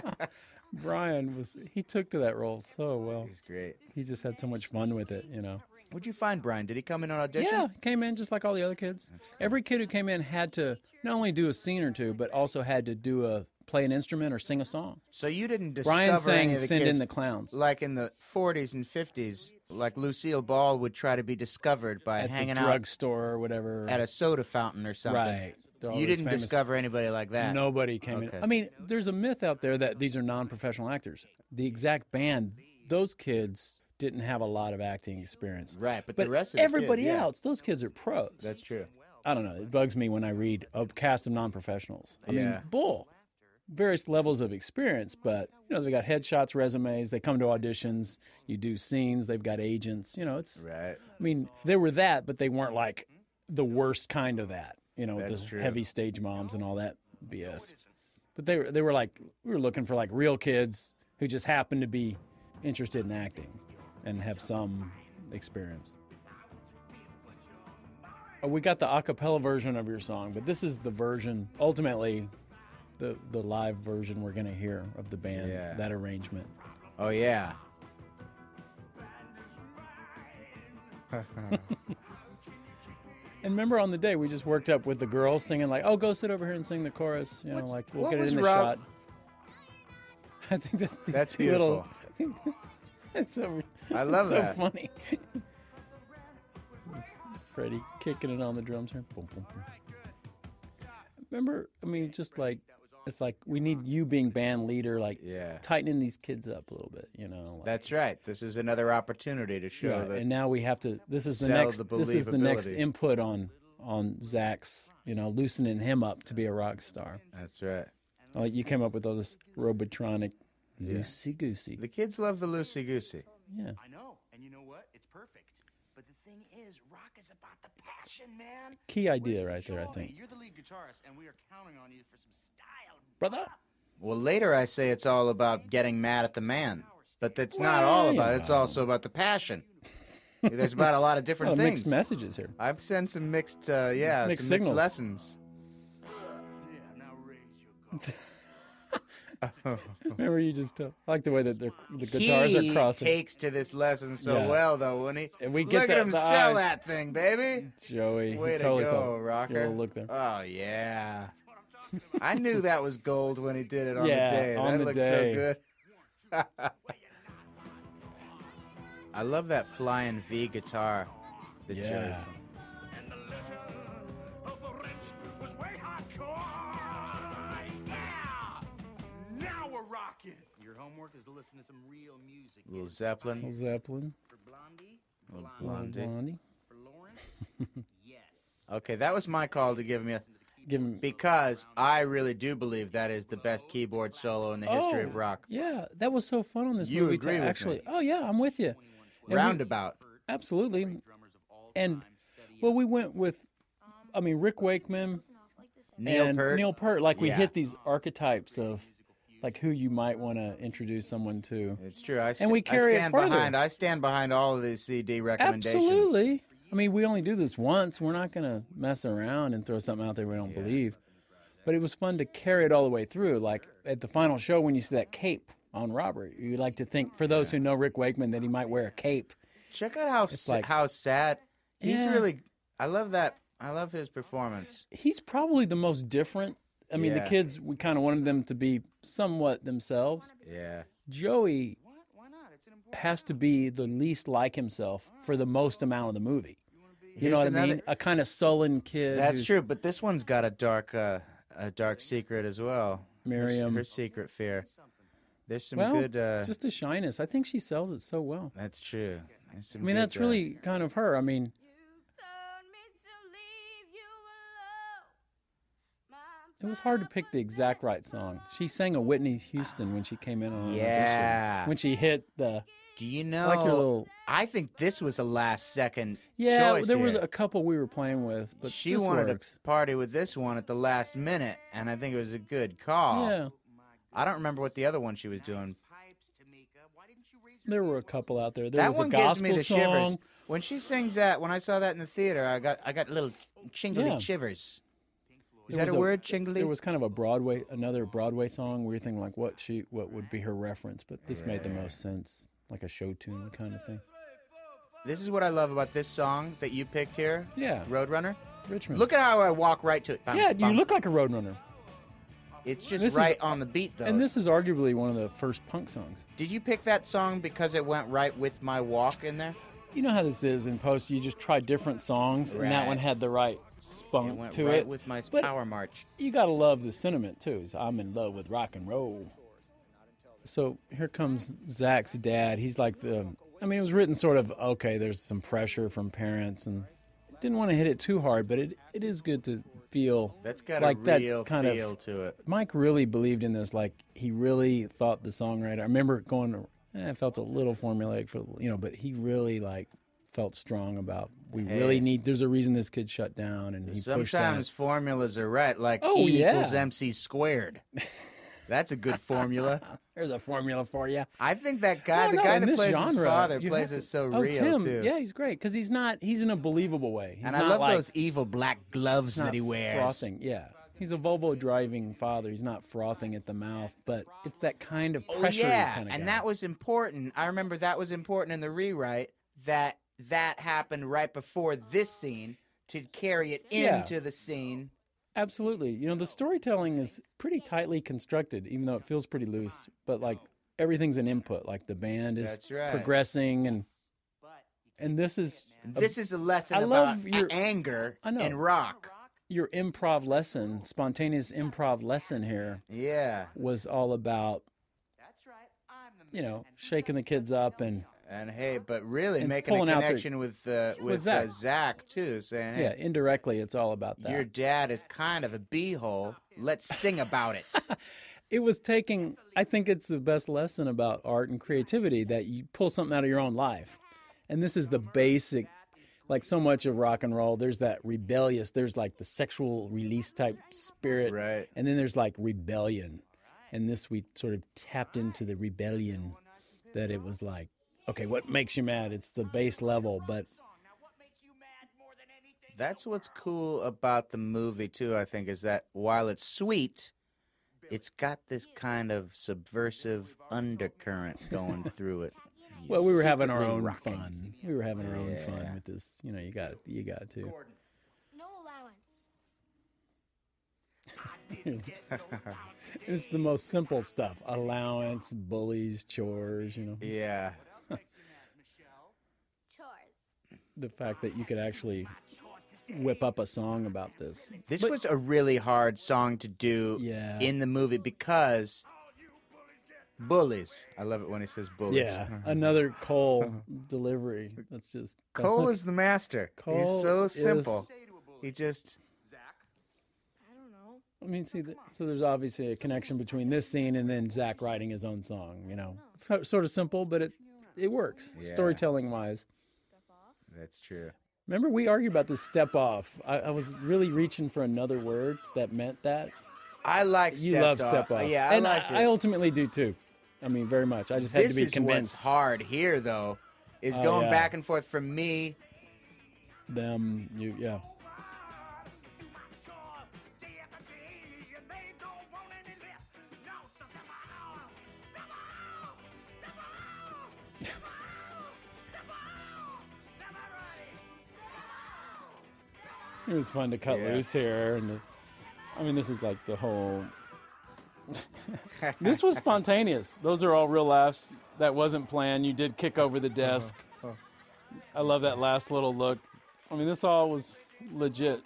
[SPEAKER 6] hi.
[SPEAKER 3] Brian was he took to that role so well.
[SPEAKER 2] She's great.
[SPEAKER 3] He just had so much fun with it, you know.
[SPEAKER 2] What'd you find, Brian? Did he come in on audition?
[SPEAKER 3] Yeah, came in just like all the other kids. Every kid who came in had to not only do a scene or two, but also had to do a play an instrument or sing a song.
[SPEAKER 2] So you didn't discover
[SPEAKER 3] Brian
[SPEAKER 2] any
[SPEAKER 3] sang
[SPEAKER 2] of the
[SPEAKER 3] "Send
[SPEAKER 2] kids
[SPEAKER 3] in the Clowns"
[SPEAKER 2] like in the 40s and 50s, like Lucille Ball would try to be discovered by
[SPEAKER 3] at
[SPEAKER 2] hanging
[SPEAKER 3] the
[SPEAKER 2] out
[SPEAKER 3] drugstore or whatever.
[SPEAKER 2] at a soda fountain or something.
[SPEAKER 3] right. All
[SPEAKER 2] You
[SPEAKER 3] these
[SPEAKER 2] didn't
[SPEAKER 3] famous-
[SPEAKER 2] discover anybody like that.
[SPEAKER 3] Nobody came
[SPEAKER 2] Okay.
[SPEAKER 3] in. I mean, there's a myth out there that these are non-professional actors. The exact band, those kids didn't have a lot of acting experience.
[SPEAKER 2] Right, but the
[SPEAKER 3] but
[SPEAKER 2] rest of the kids,
[SPEAKER 3] everybody
[SPEAKER 2] yeah.
[SPEAKER 3] else, those kids are pros.
[SPEAKER 2] That's true.
[SPEAKER 3] I don't know. It bugs me when I read a cast of non-professionals. I mean,
[SPEAKER 2] Yeah.
[SPEAKER 3] bull. Various levels of experience, but you know they got headshots, resumes. They come to auditions. You do scenes. They've got agents. You know, it's.
[SPEAKER 2] Right.
[SPEAKER 3] I mean, they were that, but they weren't like the worst kind of that. You know,
[SPEAKER 2] That's
[SPEAKER 3] the
[SPEAKER 2] true.
[SPEAKER 3] heavy stage moms and all that BS. But they were they were like we were looking for like real kids who just happened to be interested in acting and have some experience. Oh, we got the a cappella version of your song, but this is the version ultimately the the live version we're gonna hear of the band,
[SPEAKER 2] Yeah.
[SPEAKER 3] that arrangement.
[SPEAKER 2] Oh yeah.
[SPEAKER 3] And remember on the day we just worked up with the girls singing like, "Oh, go sit over here and sing the chorus." You know,
[SPEAKER 2] What's-
[SPEAKER 3] like we'll
[SPEAKER 2] what
[SPEAKER 3] get it
[SPEAKER 2] was
[SPEAKER 3] in the
[SPEAKER 2] Rob-
[SPEAKER 3] shot. I think that's these
[SPEAKER 2] That's
[SPEAKER 3] two Little, that's so.
[SPEAKER 2] I love
[SPEAKER 3] so
[SPEAKER 2] that.
[SPEAKER 3] funny. Freddie kicking it on the drums here. Boom, boom, boom. Remember, I mean, just like it's like we need you being band leader, like
[SPEAKER 2] Yeah.
[SPEAKER 3] tightening these kids up a little bit. You know, like,
[SPEAKER 2] That's right. This is another opportunity to show
[SPEAKER 3] yeah,
[SPEAKER 2] that.
[SPEAKER 3] and now we have to. This is the
[SPEAKER 2] sell
[SPEAKER 3] next.
[SPEAKER 2] the
[SPEAKER 3] this is the next
[SPEAKER 2] believability.
[SPEAKER 3] input on on Zach's. You know, loosening him up to be a rock star.
[SPEAKER 2] That's right.
[SPEAKER 3] Like you came up with all this robotronic, loosey goosey.
[SPEAKER 2] The kids love the loosey goosey.
[SPEAKER 3] Yeah,
[SPEAKER 4] I know, and you know what? It's perfect. But the thing is, rock is about the passion, man.
[SPEAKER 3] key idea
[SPEAKER 4] Where's the
[SPEAKER 3] right there. I
[SPEAKER 4] joy?
[SPEAKER 3] think,
[SPEAKER 4] You're the lead guitarist, and we are counting on you for some style.
[SPEAKER 3] brother.
[SPEAKER 2] Well, later I say it's all about getting mad at the man, but that's not all about. It's also about the passion. There's about a lot of
[SPEAKER 3] A lot
[SPEAKER 2] different
[SPEAKER 3] of mixed
[SPEAKER 2] things.
[SPEAKER 3] mixed messages here.
[SPEAKER 2] I've sent some mixed, uh, yeah,
[SPEAKER 3] Mixed
[SPEAKER 2] some mixed
[SPEAKER 3] signals.
[SPEAKER 2] lessons.
[SPEAKER 4] Yeah, now raise your gun.
[SPEAKER 3] Remember, you just uh, I like the way that the the guitars
[SPEAKER 2] he
[SPEAKER 3] are crossing.
[SPEAKER 2] takes to this lesson so
[SPEAKER 3] Yeah.
[SPEAKER 2] well, though, wouldn't he?
[SPEAKER 3] And we get
[SPEAKER 2] Look
[SPEAKER 3] that-
[SPEAKER 2] at him
[SPEAKER 3] the
[SPEAKER 2] sell
[SPEAKER 3] eyes.
[SPEAKER 2] that thing, baby.
[SPEAKER 3] Joey,
[SPEAKER 2] Way
[SPEAKER 3] he
[SPEAKER 2] to
[SPEAKER 3] totally
[SPEAKER 2] go,
[SPEAKER 3] saw it.
[SPEAKER 2] rocker.
[SPEAKER 3] Your little look there.
[SPEAKER 2] Oh yeah. I knew that was gold when he did it on
[SPEAKER 3] Yeah,
[SPEAKER 2] the day.
[SPEAKER 3] on
[SPEAKER 2] that
[SPEAKER 3] the
[SPEAKER 2] looked
[SPEAKER 3] day.
[SPEAKER 2] so good. I love that flying V guitar. that Joey-
[SPEAKER 3] yeah,
[SPEAKER 4] and the letter of the wrench was way hardcore. Yeah! Now we're rocking. Your homework is to listen to some real music.
[SPEAKER 2] Little Zeppelin.
[SPEAKER 3] Little Zeppelin,
[SPEAKER 4] For Blondie,
[SPEAKER 2] Little
[SPEAKER 4] Blondie.
[SPEAKER 3] Little
[SPEAKER 2] Blondie.
[SPEAKER 3] Blondie.
[SPEAKER 4] For Lawrence, yes.
[SPEAKER 2] Okay, that was my call to give me a
[SPEAKER 3] Give him
[SPEAKER 2] because I really do believe that is the best keyboard solo in the history of
[SPEAKER 3] Oh,
[SPEAKER 2] rock.
[SPEAKER 3] Yeah, that was so fun on this
[SPEAKER 2] You
[SPEAKER 3] movie.
[SPEAKER 2] agree
[SPEAKER 3] to
[SPEAKER 2] with me.
[SPEAKER 3] actually, oh yeah, I'm with you. And we-
[SPEAKER 2] Roundabout.
[SPEAKER 3] absolutely. And well, we went with, I mean, Rick Wakeman
[SPEAKER 2] Neil
[SPEAKER 3] and
[SPEAKER 2] Peart.
[SPEAKER 3] Neil Peart. Like we
[SPEAKER 2] Yeah.
[SPEAKER 3] hit these archetypes of, like who you might want to introduce someone to.
[SPEAKER 2] It's true. I, st-
[SPEAKER 3] we carry
[SPEAKER 2] I
[SPEAKER 3] it
[SPEAKER 2] stand
[SPEAKER 3] further.
[SPEAKER 2] behind. I stand behind all of these CD recommendations.
[SPEAKER 3] Absolutely. I mean, we only do this once. We're not going to mess around and throw something out there we don't believe. But it was fun to carry it all the way through. Like at the final show, when you see that cape on Robert, you like to think, for those who know Rick Wakeman, that he might wear a cape.
[SPEAKER 2] Check out how s
[SPEAKER 3] like-
[SPEAKER 2] how sad he's
[SPEAKER 3] Yeah.
[SPEAKER 2] really. I love that. I love his performance.
[SPEAKER 3] he's probably the most different. I mean,
[SPEAKER 2] Yeah.
[SPEAKER 3] the kids, we kind of wanted them to be somewhat themselves.
[SPEAKER 2] Yeah,
[SPEAKER 3] Joey has to be the least like himself for the most amount of the movie. You know
[SPEAKER 2] Here's
[SPEAKER 3] what I
[SPEAKER 2] another-
[SPEAKER 3] mean? A kind of sullen kid.
[SPEAKER 2] that's
[SPEAKER 3] who's-
[SPEAKER 2] true. But this one's got a dark uh, a dark secret as well. Her s-
[SPEAKER 3] Miriam.
[SPEAKER 2] her, secret fear. There's some
[SPEAKER 3] Well,
[SPEAKER 2] good. Uh,
[SPEAKER 3] just a shyness. I think she sells it so well.
[SPEAKER 2] that's true. There's some
[SPEAKER 3] I mean,
[SPEAKER 2] good,
[SPEAKER 3] that's
[SPEAKER 2] uh,
[SPEAKER 3] really kind of her. I mean, it was hard to pick the exact right song. She sang a Whitney Houston when she came in on an audition.
[SPEAKER 2] Yeah.
[SPEAKER 3] When she hit the
[SPEAKER 2] Do you know?
[SPEAKER 3] like your little-
[SPEAKER 2] I think this was a last second
[SPEAKER 3] yeah,
[SPEAKER 2] choice.
[SPEAKER 3] there was
[SPEAKER 2] here.
[SPEAKER 3] a couple we were playing with, but
[SPEAKER 2] she
[SPEAKER 3] this
[SPEAKER 2] wanted
[SPEAKER 3] works.
[SPEAKER 2] to party with this one at the last minute, and I think it was a good call.
[SPEAKER 3] Yeah,
[SPEAKER 2] I don't remember what the other one she was doing.
[SPEAKER 4] Pipes, Tamika, why didn't you raise your
[SPEAKER 3] there were a couple out there. There
[SPEAKER 2] that
[SPEAKER 3] was
[SPEAKER 2] one
[SPEAKER 3] a gospel
[SPEAKER 2] gives me the
[SPEAKER 3] song.
[SPEAKER 2] shivers. When she sings that, when I saw that in the theater, I got I got little chingly
[SPEAKER 3] Yeah.
[SPEAKER 2] shivers. Is
[SPEAKER 3] There
[SPEAKER 2] that a
[SPEAKER 3] was
[SPEAKER 2] word, chingly?
[SPEAKER 3] There was kind of a Broadway, another Broadway song. We were thinking like, what she, what would be her reference? But this made the most sense, like a show tune kind of thing.
[SPEAKER 2] This is what I love about this song that you picked here,
[SPEAKER 3] Yeah,
[SPEAKER 2] Roadrunner.
[SPEAKER 3] Richmond.
[SPEAKER 2] Look at how I walk right to it. Bum,
[SPEAKER 3] yeah, you
[SPEAKER 2] bum.
[SPEAKER 3] look like a roadrunner,
[SPEAKER 2] It's just
[SPEAKER 3] this is-
[SPEAKER 2] right on the beat, though.
[SPEAKER 3] and this is arguably one of the first punk songs.
[SPEAKER 2] Did you pick that song because it went right with my walk in there?
[SPEAKER 3] You know how this is in post. You just try different songs, and that
[SPEAKER 2] Right.
[SPEAKER 3] one had the right
[SPEAKER 2] It
[SPEAKER 3] spunk
[SPEAKER 2] went
[SPEAKER 3] to
[SPEAKER 2] right
[SPEAKER 3] it.
[SPEAKER 2] with my
[SPEAKER 3] but
[SPEAKER 2] power march.
[SPEAKER 3] you gotta love the sentiment too. Is I'm in love with rock and roll. So here comes Zach's dad. He's like the. I mean, it was written sort of okay. There's some pressure from parents, and didn't want to hit it too hard, but it it is good to feel
[SPEAKER 2] That's got
[SPEAKER 3] like
[SPEAKER 2] a real
[SPEAKER 3] that kind
[SPEAKER 2] feel
[SPEAKER 3] of
[SPEAKER 2] to it.
[SPEAKER 3] Mike really believed in this. Like he really thought the songwriter. I remember going to. eh, it felt a little formulaic for you know, but he really like felt strong about we really need. There's a reason this kid shut down, and he pushed that.
[SPEAKER 2] Sometimes formulas are right, like
[SPEAKER 3] Oh,
[SPEAKER 2] E
[SPEAKER 3] yeah.
[SPEAKER 2] equals MC squared. That's a good formula.
[SPEAKER 3] There's a formula for you.
[SPEAKER 2] I think that guy, the guy that plays his father, plays it so
[SPEAKER 3] oh,
[SPEAKER 2] real
[SPEAKER 3] Tim,
[SPEAKER 2] too.
[SPEAKER 3] Yeah, he's great because he's not. He's in a believable way. He's
[SPEAKER 2] and
[SPEAKER 3] not
[SPEAKER 2] I love
[SPEAKER 3] like,
[SPEAKER 2] those evil black gloves
[SPEAKER 3] not
[SPEAKER 2] that he wears.
[SPEAKER 3] Frothing, yeah. He's a Volvo driving father. He's not frothing at the mouth, but it's that kind of
[SPEAKER 2] Oh
[SPEAKER 3] pressure.
[SPEAKER 2] yeah,
[SPEAKER 3] kind of
[SPEAKER 2] and
[SPEAKER 3] guy.
[SPEAKER 2] that was important. I remember that was important in the rewrite that that happened right before this scene to carry it
[SPEAKER 3] Yeah.
[SPEAKER 2] into the scene.
[SPEAKER 3] Absolutely. You know, the storytelling is pretty tightly constructed, even though it feels pretty loose, but like everything's an input. Like the band is
[SPEAKER 2] That's right.
[SPEAKER 3] progressing and and this is
[SPEAKER 2] And this is a lesson
[SPEAKER 3] Um, I
[SPEAKER 2] about
[SPEAKER 3] love your-
[SPEAKER 2] anger
[SPEAKER 3] I know.
[SPEAKER 2] and rock.
[SPEAKER 3] your improv lesson, spontaneous improv lesson here
[SPEAKER 2] Yeah,
[SPEAKER 3] was all about
[SPEAKER 4] That's right. I'm the
[SPEAKER 3] you know, shaking the kids up and
[SPEAKER 2] and hey, but really
[SPEAKER 3] And
[SPEAKER 2] making a
[SPEAKER 3] pulling out the-
[SPEAKER 2] connection with uh, with, Zach. Uh,
[SPEAKER 3] Zach.
[SPEAKER 2] Zach too, saying,
[SPEAKER 3] yeah,
[SPEAKER 2] "Hey,
[SPEAKER 3] indirectly it's all about that.
[SPEAKER 2] your dad is kind of a beehole. Let's sing about it."
[SPEAKER 3] it was taking i think it's the best lesson about art and creativity that you pull something out of your own life and this is the basic like so much of rock and roll there's that rebellious there's like the sexual release type spirit
[SPEAKER 2] Right.
[SPEAKER 3] and then there's like rebellion and this we sort of tapped into the rebellion that it was like okay what makes you mad it's the base level but
[SPEAKER 2] That's what's cool about the movie too, I think, is that while it's sweet, it's got this kind of subversive undercurrent going through it. You
[SPEAKER 3] well we were having our
[SPEAKER 2] secretly
[SPEAKER 3] own
[SPEAKER 2] rocking.
[SPEAKER 3] fun we were having our own fun
[SPEAKER 2] Yeah.
[SPEAKER 3] with this you know you got you got to
[SPEAKER 6] No allowance.
[SPEAKER 3] It's the most simple stuff allowance, bullies, chores, you know.
[SPEAKER 2] Yeah.
[SPEAKER 6] Chores.
[SPEAKER 3] The fact that you could actually whip up a song about this.
[SPEAKER 2] This
[SPEAKER 3] But-
[SPEAKER 2] was a really hard song to do
[SPEAKER 3] Yeah.
[SPEAKER 2] in the movie because bullies. I love it when he says bullies. Uh-huh.
[SPEAKER 3] Yeah, another Cole delivery. That's just
[SPEAKER 2] Cole is the master. He's
[SPEAKER 3] Cole
[SPEAKER 2] so
[SPEAKER 3] is-
[SPEAKER 2] simple. He just
[SPEAKER 8] I don't know.
[SPEAKER 3] I mean, see, th so there's obviously a connection between this scene and then Zach writing his own song. You know, it's so- sort of simple, but it it works
[SPEAKER 2] Yeah.
[SPEAKER 3] storytelling wise.
[SPEAKER 2] That's true.
[SPEAKER 3] Remember, we argued about this step off. I, I was really reaching for another word that meant that.
[SPEAKER 2] I like
[SPEAKER 3] You
[SPEAKER 2] Stepped
[SPEAKER 3] love step
[SPEAKER 2] Uh,
[SPEAKER 3] off.
[SPEAKER 2] Yeah, I
[SPEAKER 3] and
[SPEAKER 2] liked
[SPEAKER 3] I,
[SPEAKER 2] it.
[SPEAKER 3] ultimately do too. I mean, very much. I just had
[SPEAKER 2] this
[SPEAKER 3] to be
[SPEAKER 2] is what's
[SPEAKER 3] convinced.
[SPEAKER 2] hard here though is
[SPEAKER 3] Oh,
[SPEAKER 2] going
[SPEAKER 3] yeah.
[SPEAKER 2] back and forth from me
[SPEAKER 3] Them, you, yeah. It was fun to cut
[SPEAKER 2] Yeah.
[SPEAKER 3] loose here, and to- I mean, this is like the whole. this was spontaneous. Those are all real laughs. That wasn't planned. You did kick over
[SPEAKER 2] Uh-huh.
[SPEAKER 3] the desk. I love that last little look. I mean, this all was legit.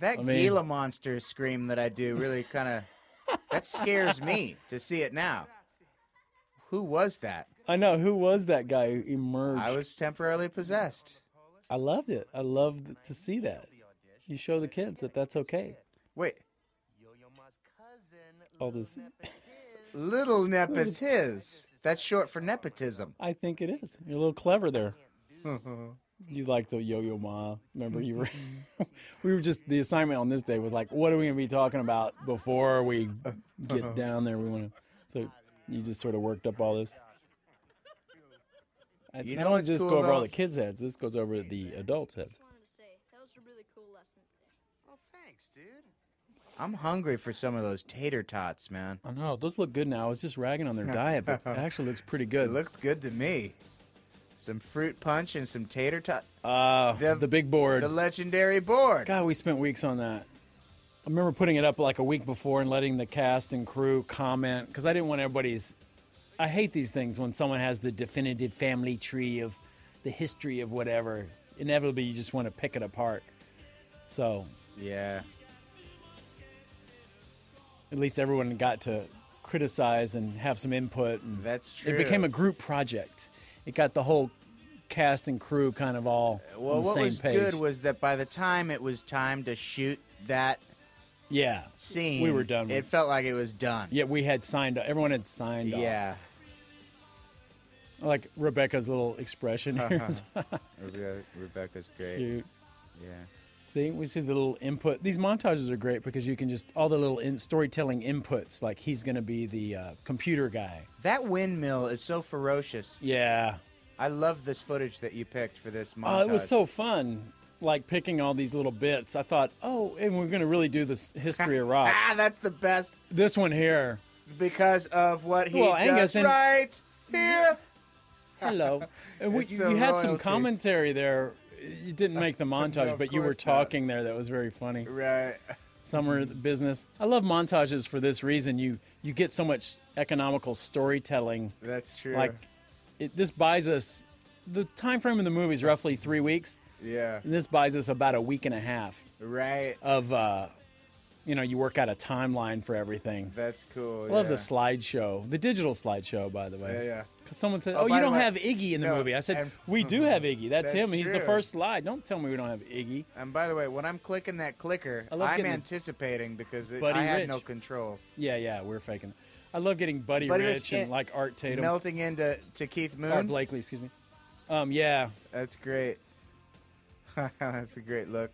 [SPEAKER 2] that
[SPEAKER 3] I mean-
[SPEAKER 2] gila monster scream that i do really kind of that scares me to see it now who was that
[SPEAKER 3] I know who was that guy who emerged.
[SPEAKER 2] i was temporarily possessed
[SPEAKER 3] I loved it. I loved to see that. You show the kids that that's okay.
[SPEAKER 2] wait
[SPEAKER 3] All this,
[SPEAKER 2] little nepotiz that's short for nepotism
[SPEAKER 3] I think it is. You're a little clever there. you like the yo-yo ma? Remember you were?
[SPEAKER 2] Mm-hmm.
[SPEAKER 3] we were just the assignment on this day was like, what are we gonna be talking about before we get down there? We want to. So you just sort of worked up all this. I
[SPEAKER 2] You
[SPEAKER 3] I
[SPEAKER 2] know
[SPEAKER 3] don't
[SPEAKER 2] what's
[SPEAKER 3] just
[SPEAKER 2] cool,
[SPEAKER 3] go over all
[SPEAKER 2] though?
[SPEAKER 3] the kids' heads. This goes over the adults' heads.
[SPEAKER 8] wanted to say that was a really cool lesson.
[SPEAKER 4] Oh, thanks, dude.
[SPEAKER 2] i'm hungry for some of those tater tots man
[SPEAKER 3] I know those look good now. I was just ragging on their diet, but it actually looks pretty good.
[SPEAKER 2] it looks good to me some fruit punch and some tater tot.
[SPEAKER 3] Uh,
[SPEAKER 2] The-
[SPEAKER 3] the, big board.
[SPEAKER 2] The legendary board.
[SPEAKER 3] God, we spent weeks on that. I remember putting it up like a week before and letting the cast and crew comment because I didn't want everybody's. I hate these things when someone has the definitive family tree of the history of whatever. Inevitably, you just want to pick it apart. So
[SPEAKER 2] Yeah.
[SPEAKER 3] at least everyone got to criticize and have some input. And
[SPEAKER 2] That's
[SPEAKER 3] It became
[SPEAKER 2] true.
[SPEAKER 3] a group project. It got the whole cast and crew kind of all
[SPEAKER 2] Well,
[SPEAKER 3] on the
[SPEAKER 2] what
[SPEAKER 3] same
[SPEAKER 2] was
[SPEAKER 3] page.
[SPEAKER 2] good was that by the time it was time to shoot that
[SPEAKER 3] yeah,
[SPEAKER 2] scene,
[SPEAKER 3] We were done.
[SPEAKER 2] It
[SPEAKER 3] With,
[SPEAKER 2] felt like it was done.
[SPEAKER 3] yeah, we had signed. Everyone had signed. off.
[SPEAKER 2] Yeah.
[SPEAKER 3] I like Rebecca's little expression here.
[SPEAKER 2] Rebe- Rebecca's great.
[SPEAKER 3] Cute.
[SPEAKER 2] Yeah.
[SPEAKER 3] See, we see the little input. These montages are great because you can just all the little in, storytelling inputs. Like he's going to be the uh, computer guy.
[SPEAKER 2] That windmill is so ferocious.
[SPEAKER 3] Yeah.
[SPEAKER 2] I love this footage that you picked for this
[SPEAKER 3] Oh,
[SPEAKER 2] montage.
[SPEAKER 3] it was so fun. Like picking all these little bits. I thought, oh, and we're going to really do this history of rock.
[SPEAKER 2] Ah, that's the best
[SPEAKER 3] this one here.
[SPEAKER 2] because of what he
[SPEAKER 3] Well,
[SPEAKER 2] does
[SPEAKER 3] Angus and-
[SPEAKER 2] right here.
[SPEAKER 3] Hello. And we,
[SPEAKER 2] It's so
[SPEAKER 3] you had some
[SPEAKER 2] royalty.
[SPEAKER 3] commentary there. You didn't make the montage,
[SPEAKER 2] of
[SPEAKER 3] but you were
[SPEAKER 2] course not.
[SPEAKER 3] talking there. That was very funny.
[SPEAKER 2] Right.
[SPEAKER 3] summer business. I love montages for this reason. You you get so much economical storytelling.
[SPEAKER 2] That's true.
[SPEAKER 3] Like it, this buys us the time frame in the movie is roughly three weeks,
[SPEAKER 2] yeah.
[SPEAKER 3] and this buys us about a week and a half
[SPEAKER 2] Right.
[SPEAKER 3] of uh, you know you work out a timeline for everything.
[SPEAKER 2] That's cool.
[SPEAKER 3] I love
[SPEAKER 2] Oh, yeah.
[SPEAKER 3] the slideshow, the digital slideshow, by the way.
[SPEAKER 2] Yeah, yeah.
[SPEAKER 3] 'Cause someone said,
[SPEAKER 2] Oh,
[SPEAKER 3] "Oh,
[SPEAKER 2] by
[SPEAKER 3] you
[SPEAKER 2] the
[SPEAKER 3] don't
[SPEAKER 2] way-
[SPEAKER 3] have Iggy in the
[SPEAKER 2] No,
[SPEAKER 3] movie." I said,
[SPEAKER 2] and- Mm-hmm.
[SPEAKER 3] "We do have Iggy. That's,
[SPEAKER 2] That's
[SPEAKER 3] him. He's the
[SPEAKER 2] true.
[SPEAKER 3] first slide. Don't tell me we don't have Iggy."
[SPEAKER 2] And by the way, when I'm clicking that clicker,
[SPEAKER 3] I love
[SPEAKER 2] I'm
[SPEAKER 3] getting the-
[SPEAKER 2] anticipating because it,
[SPEAKER 3] Buddy
[SPEAKER 2] I had
[SPEAKER 3] Rich.
[SPEAKER 2] no control.
[SPEAKER 3] Yeah, yeah, we're faking. I love getting Buddy,
[SPEAKER 2] Buddy
[SPEAKER 3] Rich,
[SPEAKER 2] Rich
[SPEAKER 3] and
[SPEAKER 2] and-
[SPEAKER 3] like Art Tatum.
[SPEAKER 2] Melting into to Keith
[SPEAKER 3] Or
[SPEAKER 2] Moon.
[SPEAKER 3] Blakely, excuse me. Um, yeah,
[SPEAKER 2] That's great. That's a great look.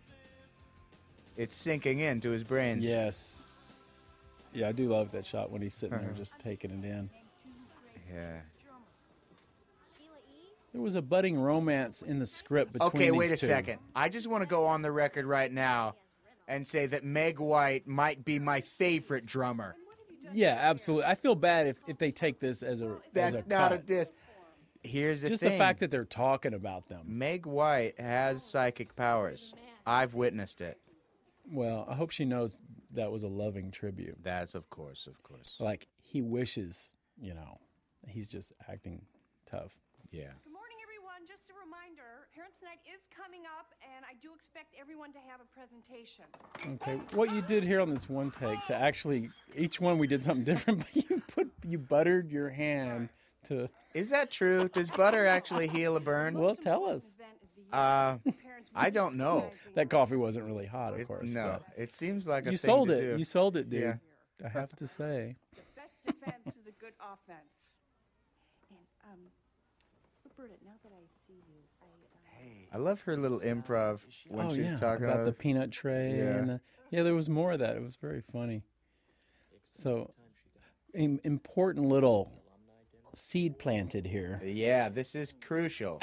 [SPEAKER 2] It's sinking into his brains.
[SPEAKER 3] yes, yeah, I do love that shot when he's sitting
[SPEAKER 2] Uh-huh.
[SPEAKER 3] there just taking it in.
[SPEAKER 2] Yeah.
[SPEAKER 6] E.
[SPEAKER 3] There was a budding romance in the script between.
[SPEAKER 2] Okay, wait a
[SPEAKER 3] these two.
[SPEAKER 2] second. I just want to go on the record right now and say that Meg White might be my favorite drummer.
[SPEAKER 3] Yeah, absolutely. I feel bad if, if they take this as a as
[SPEAKER 2] That's
[SPEAKER 3] a
[SPEAKER 2] not a
[SPEAKER 3] cut.
[SPEAKER 2] diss. Here's the
[SPEAKER 3] just
[SPEAKER 2] thing.
[SPEAKER 3] the fact that they're talking about them.
[SPEAKER 2] Meg White has psychic powers. I've witnessed it.
[SPEAKER 3] Well, I hope she knows that was a loving tribute.
[SPEAKER 2] That's of course, of course.
[SPEAKER 3] Like he wishes, you know, he's just acting tough.
[SPEAKER 2] Yeah.
[SPEAKER 8] Good morning, everyone. Just a reminder, Parents Night is coming up, and I do expect everyone to have a presentation.
[SPEAKER 3] Okay, what you did here on this one take to actually each one we did something different, but you put you buttered your hand to
[SPEAKER 2] Is that true? Does butter actually heal a burn?
[SPEAKER 3] well tell us
[SPEAKER 8] Event is the year
[SPEAKER 2] Uh,
[SPEAKER 8] parents
[SPEAKER 2] I don't know.
[SPEAKER 3] that coffee wasn't really hot, of
[SPEAKER 2] It-
[SPEAKER 3] course.
[SPEAKER 2] no, it seems like a
[SPEAKER 3] but you
[SPEAKER 2] thing
[SPEAKER 3] sold
[SPEAKER 2] to
[SPEAKER 3] it.
[SPEAKER 2] do.
[SPEAKER 3] You sold it, dude.
[SPEAKER 2] Yeah.
[SPEAKER 3] I have to say,
[SPEAKER 8] best defense is a good offense. And um, Roberta, now that I see you, I um,
[SPEAKER 2] I love her little improv when
[SPEAKER 3] oh
[SPEAKER 2] she's
[SPEAKER 3] yeah,
[SPEAKER 2] talking
[SPEAKER 3] about the
[SPEAKER 2] about
[SPEAKER 3] peanut tray
[SPEAKER 2] Yeah.
[SPEAKER 3] and the, yeah, there was more of that. It was very funny. So, im- important little seed planted here.
[SPEAKER 2] Yeah, this is crucial.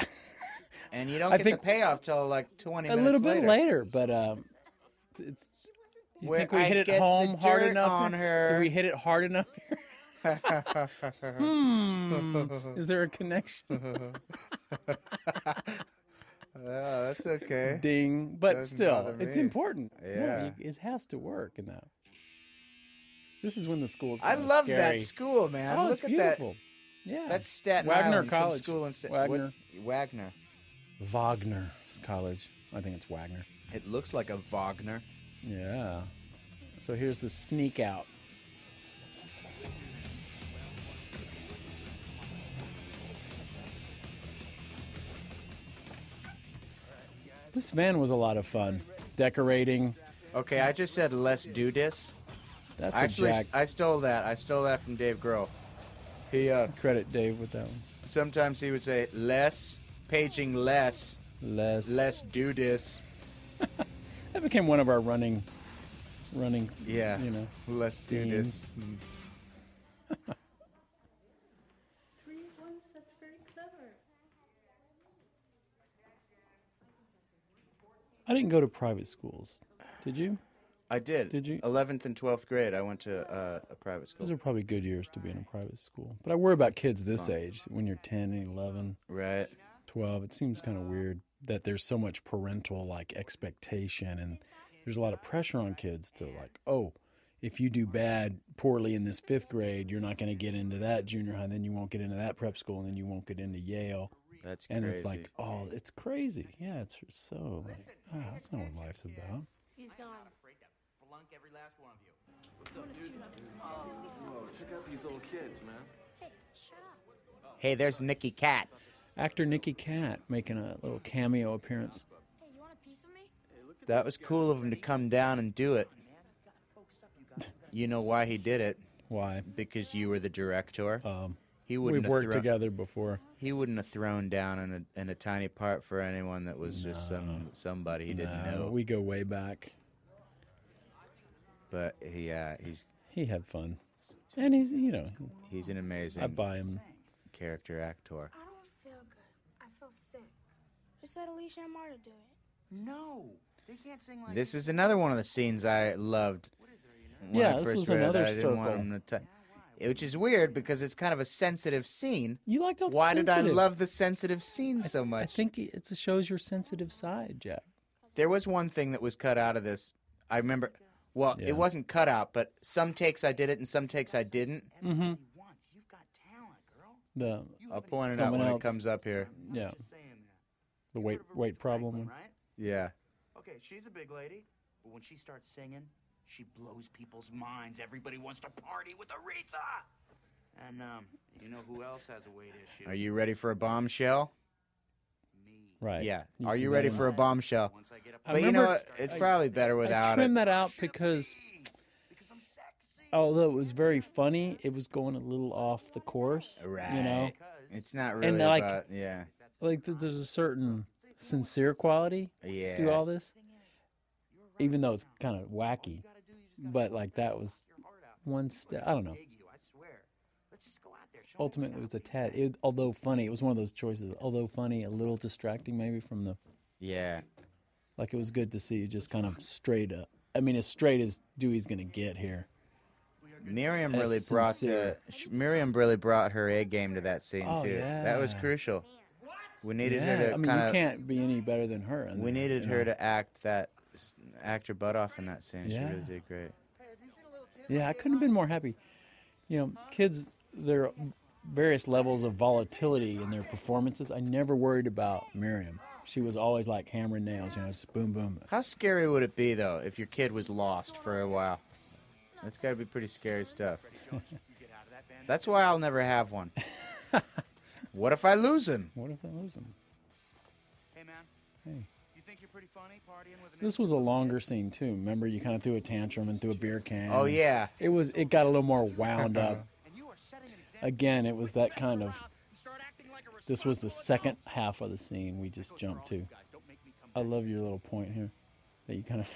[SPEAKER 2] and you don't
[SPEAKER 3] I
[SPEAKER 2] get
[SPEAKER 3] think-
[SPEAKER 2] the payoff till like 20
[SPEAKER 3] A
[SPEAKER 2] minutes
[SPEAKER 3] little bit later, but um, it's- it's. You
[SPEAKER 2] Where
[SPEAKER 3] think we
[SPEAKER 2] I
[SPEAKER 3] hit
[SPEAKER 2] get
[SPEAKER 3] it
[SPEAKER 2] the
[SPEAKER 3] home hard
[SPEAKER 2] dirt
[SPEAKER 3] enough?
[SPEAKER 2] on
[SPEAKER 3] here?
[SPEAKER 2] her.
[SPEAKER 3] Do we hit it hard enough here? hmm. Is there a connection?
[SPEAKER 2] Oh, that's okay.
[SPEAKER 3] Ding. But
[SPEAKER 2] Doesn't
[SPEAKER 3] still,
[SPEAKER 2] bother
[SPEAKER 3] it's
[SPEAKER 2] me.
[SPEAKER 3] important. No,
[SPEAKER 2] Yeah.
[SPEAKER 3] you- it has to work in that. This is when the school's.
[SPEAKER 2] I
[SPEAKER 3] kinda
[SPEAKER 2] love
[SPEAKER 3] scary.
[SPEAKER 2] that school, man.
[SPEAKER 3] Oh,
[SPEAKER 2] Look
[SPEAKER 3] it's
[SPEAKER 2] at
[SPEAKER 3] beautiful.
[SPEAKER 2] that.
[SPEAKER 3] Yeah.
[SPEAKER 2] That's Staten
[SPEAKER 3] Wagner
[SPEAKER 2] Island, some
[SPEAKER 3] College.
[SPEAKER 2] school in Sta-
[SPEAKER 3] Wagner.
[SPEAKER 2] What, Wagner.
[SPEAKER 3] Wagner's college. I think it's Wagner.
[SPEAKER 2] It looks like a Wagner.
[SPEAKER 3] Yeah. So here's the sneak out. This van was a lot of fun. Decorating.
[SPEAKER 2] Okay, I just said let's do this.
[SPEAKER 3] That's
[SPEAKER 2] Actually,
[SPEAKER 3] a
[SPEAKER 2] s-
[SPEAKER 3] jack.
[SPEAKER 2] I stole that. I stole that from Dave Grohl. He uh,
[SPEAKER 3] Credit Dave with that one.
[SPEAKER 2] sometimes he would say less paging less
[SPEAKER 3] Les.
[SPEAKER 2] less do this.
[SPEAKER 3] That became one of our running, running.
[SPEAKER 2] Yeah,
[SPEAKER 3] You know.
[SPEAKER 2] let's do
[SPEAKER 3] themes.
[SPEAKER 2] this.
[SPEAKER 7] Three at once, that's very clever.
[SPEAKER 3] I didn't go to private schools. Did you?
[SPEAKER 2] I did.
[SPEAKER 3] Did you?
[SPEAKER 2] Eleventh and twelfth grade, I went to uh, a private school.
[SPEAKER 3] Those are probably good years to be in a private school. But I worry about kids this age when you're 10 and 11.
[SPEAKER 2] Right.
[SPEAKER 3] 12. It seems kind of weird that there's so much parental like expectation and there's a lot of pressure on kids to like, oh, if you do bad poorly in this fifth grade, you're not going to get into that junior high, and then you won't get into that prep school, and then you won't get into Yale.
[SPEAKER 2] That's
[SPEAKER 3] And
[SPEAKER 2] crazy.
[SPEAKER 3] it's like, oh, it's crazy. Yeah, it's so like, oh, that's not what life's about.
[SPEAKER 9] He's gone.
[SPEAKER 4] Flunk every last one of you.
[SPEAKER 10] Check out these little kids, man.
[SPEAKER 6] Hey, shut up.
[SPEAKER 2] hey, there's Nicky Cat.
[SPEAKER 3] Actor Nikki Cat making a little cameo appearance.
[SPEAKER 6] Hey, you want a piece of me?
[SPEAKER 2] That was cool of him to come down and do it. You know why he did it?
[SPEAKER 3] Why?
[SPEAKER 2] Because you were the director.
[SPEAKER 3] Um,
[SPEAKER 2] He wouldn't
[SPEAKER 3] we've
[SPEAKER 2] have
[SPEAKER 3] worked
[SPEAKER 2] thrown-
[SPEAKER 3] together before.
[SPEAKER 2] He wouldn't have thrown down in a, in a tiny part for anyone that was just some somebody he didn't
[SPEAKER 3] No,
[SPEAKER 2] know.
[SPEAKER 3] Uh, We go way back.
[SPEAKER 2] but he uh, he's
[SPEAKER 3] He had fun, and he's you know
[SPEAKER 2] he's an amazing
[SPEAKER 3] I buy him.
[SPEAKER 2] character actor.
[SPEAKER 9] I don't feel good. I feel sick. Just let Alicia and Marta do it.
[SPEAKER 4] No, they can't sing like
[SPEAKER 2] This is another one of the scenes I loved when
[SPEAKER 3] Yeah,
[SPEAKER 2] I
[SPEAKER 3] this
[SPEAKER 2] first
[SPEAKER 3] was
[SPEAKER 2] read
[SPEAKER 3] another
[SPEAKER 2] that. I didn't want
[SPEAKER 3] circle.
[SPEAKER 2] him to. T- which is weird because it's kind of a sensitive scene.
[SPEAKER 3] You liked how
[SPEAKER 2] Why did I
[SPEAKER 3] sensitive-
[SPEAKER 2] love the sensitive scene so much?
[SPEAKER 3] I think it shows your sensitive side, Jack.
[SPEAKER 2] There was one thing that was cut out of this. I remember. Well,
[SPEAKER 3] Yeah.
[SPEAKER 2] it wasn't cut out, but some takes I did it and some takes I didn't.
[SPEAKER 4] everybody wants. You've got talent, girl.
[SPEAKER 3] The
[SPEAKER 2] I'll point it out
[SPEAKER 3] Someone
[SPEAKER 2] when
[SPEAKER 3] else.
[SPEAKER 2] it comes up here.
[SPEAKER 4] I'm not
[SPEAKER 3] Yeah.
[SPEAKER 4] just saying that.
[SPEAKER 3] the
[SPEAKER 4] Get
[SPEAKER 3] weight
[SPEAKER 4] rid of
[SPEAKER 3] weight
[SPEAKER 4] Aretha Franklin,
[SPEAKER 3] problem.
[SPEAKER 4] right?
[SPEAKER 2] Yeah.
[SPEAKER 4] Okay, she's a big lady, but when she starts singing, she blows people's minds. Everybody wants to party with Aretha. And um, you know who else has a weight issue?
[SPEAKER 2] Are you ready for a bombshell?
[SPEAKER 4] me?
[SPEAKER 3] Right.
[SPEAKER 2] Yeah.
[SPEAKER 3] You
[SPEAKER 2] Are
[SPEAKER 3] can
[SPEAKER 2] you
[SPEAKER 3] do
[SPEAKER 2] ready
[SPEAKER 3] that
[SPEAKER 2] for a bombshell?
[SPEAKER 4] Once I get up,
[SPEAKER 3] I
[SPEAKER 2] But you know
[SPEAKER 3] remember-
[SPEAKER 2] what? It's
[SPEAKER 3] I-
[SPEAKER 2] probably better
[SPEAKER 3] I
[SPEAKER 2] without it.
[SPEAKER 3] trimmed that out because
[SPEAKER 4] because I'm sexy.
[SPEAKER 3] although it was very funny, it was going a little off the course.
[SPEAKER 2] Right.
[SPEAKER 3] You know,
[SPEAKER 2] It's not really
[SPEAKER 3] like-
[SPEAKER 2] about. Yeah.
[SPEAKER 3] like th- there's a certain sincere quality
[SPEAKER 2] Yeah.
[SPEAKER 3] to all this, even though it's kind of wacky.
[SPEAKER 4] You gotta do, you just gotta
[SPEAKER 3] But like that was
[SPEAKER 4] your heart out.
[SPEAKER 3] one step. I don't know.
[SPEAKER 4] Dig you, I swear. Let's just go out there. Show 'em
[SPEAKER 3] Ultimately, it was a
[SPEAKER 4] what you're
[SPEAKER 3] tad. It, although funny, it was one of those choices. Although funny, a little distracting maybe from the
[SPEAKER 2] Yeah.
[SPEAKER 3] Like it was good to see you just kind of straight up. I mean, as straight as Dewey's gonna get here.
[SPEAKER 2] Miriam
[SPEAKER 3] As
[SPEAKER 2] really brought
[SPEAKER 3] sincere.
[SPEAKER 2] the sh- Miriam really brought her A game to that scene
[SPEAKER 3] Oh,
[SPEAKER 2] too. That was
[SPEAKER 3] yeah.
[SPEAKER 2] crucial. We needed
[SPEAKER 3] Yeah,
[SPEAKER 2] her to
[SPEAKER 3] I mean,
[SPEAKER 2] kind
[SPEAKER 3] you
[SPEAKER 2] of
[SPEAKER 3] can't be any better than her. in
[SPEAKER 2] We
[SPEAKER 3] that,
[SPEAKER 2] needed
[SPEAKER 3] you
[SPEAKER 2] her
[SPEAKER 3] know?
[SPEAKER 2] to act that s- act her butt off in that scene. She really
[SPEAKER 3] Yeah.
[SPEAKER 2] did great.
[SPEAKER 3] Yeah, I couldn't have been more happy. You know, kids, their various levels of volatility in their performances. I never worried about Miriam. She was always like hammer and nails. You know, just boom, boom.
[SPEAKER 2] How scary would it be though if your kid was lost for a while? That's got to be pretty scary stuff. That's why I'll never have one. what if I lose him?
[SPEAKER 3] What if I lose him?
[SPEAKER 4] saying. Hey man,
[SPEAKER 3] Hey.
[SPEAKER 4] you think you're pretty funny partying with an
[SPEAKER 3] This was a longer scene too. Remember, you kind of threw a tantrum and threw a beer can.
[SPEAKER 2] Oh yeah,
[SPEAKER 3] It was. It got a little more wound up.
[SPEAKER 4] and you are setting an example.
[SPEAKER 3] Again, it was that kind of
[SPEAKER 4] And start acting like a
[SPEAKER 3] This was the
[SPEAKER 4] responsible
[SPEAKER 3] second
[SPEAKER 4] adult.
[SPEAKER 3] half of the scene we just jumped
[SPEAKER 4] Those are
[SPEAKER 3] to.
[SPEAKER 4] all you guys. Don't make me come
[SPEAKER 3] I
[SPEAKER 4] back.
[SPEAKER 3] love your little point here that you kind of.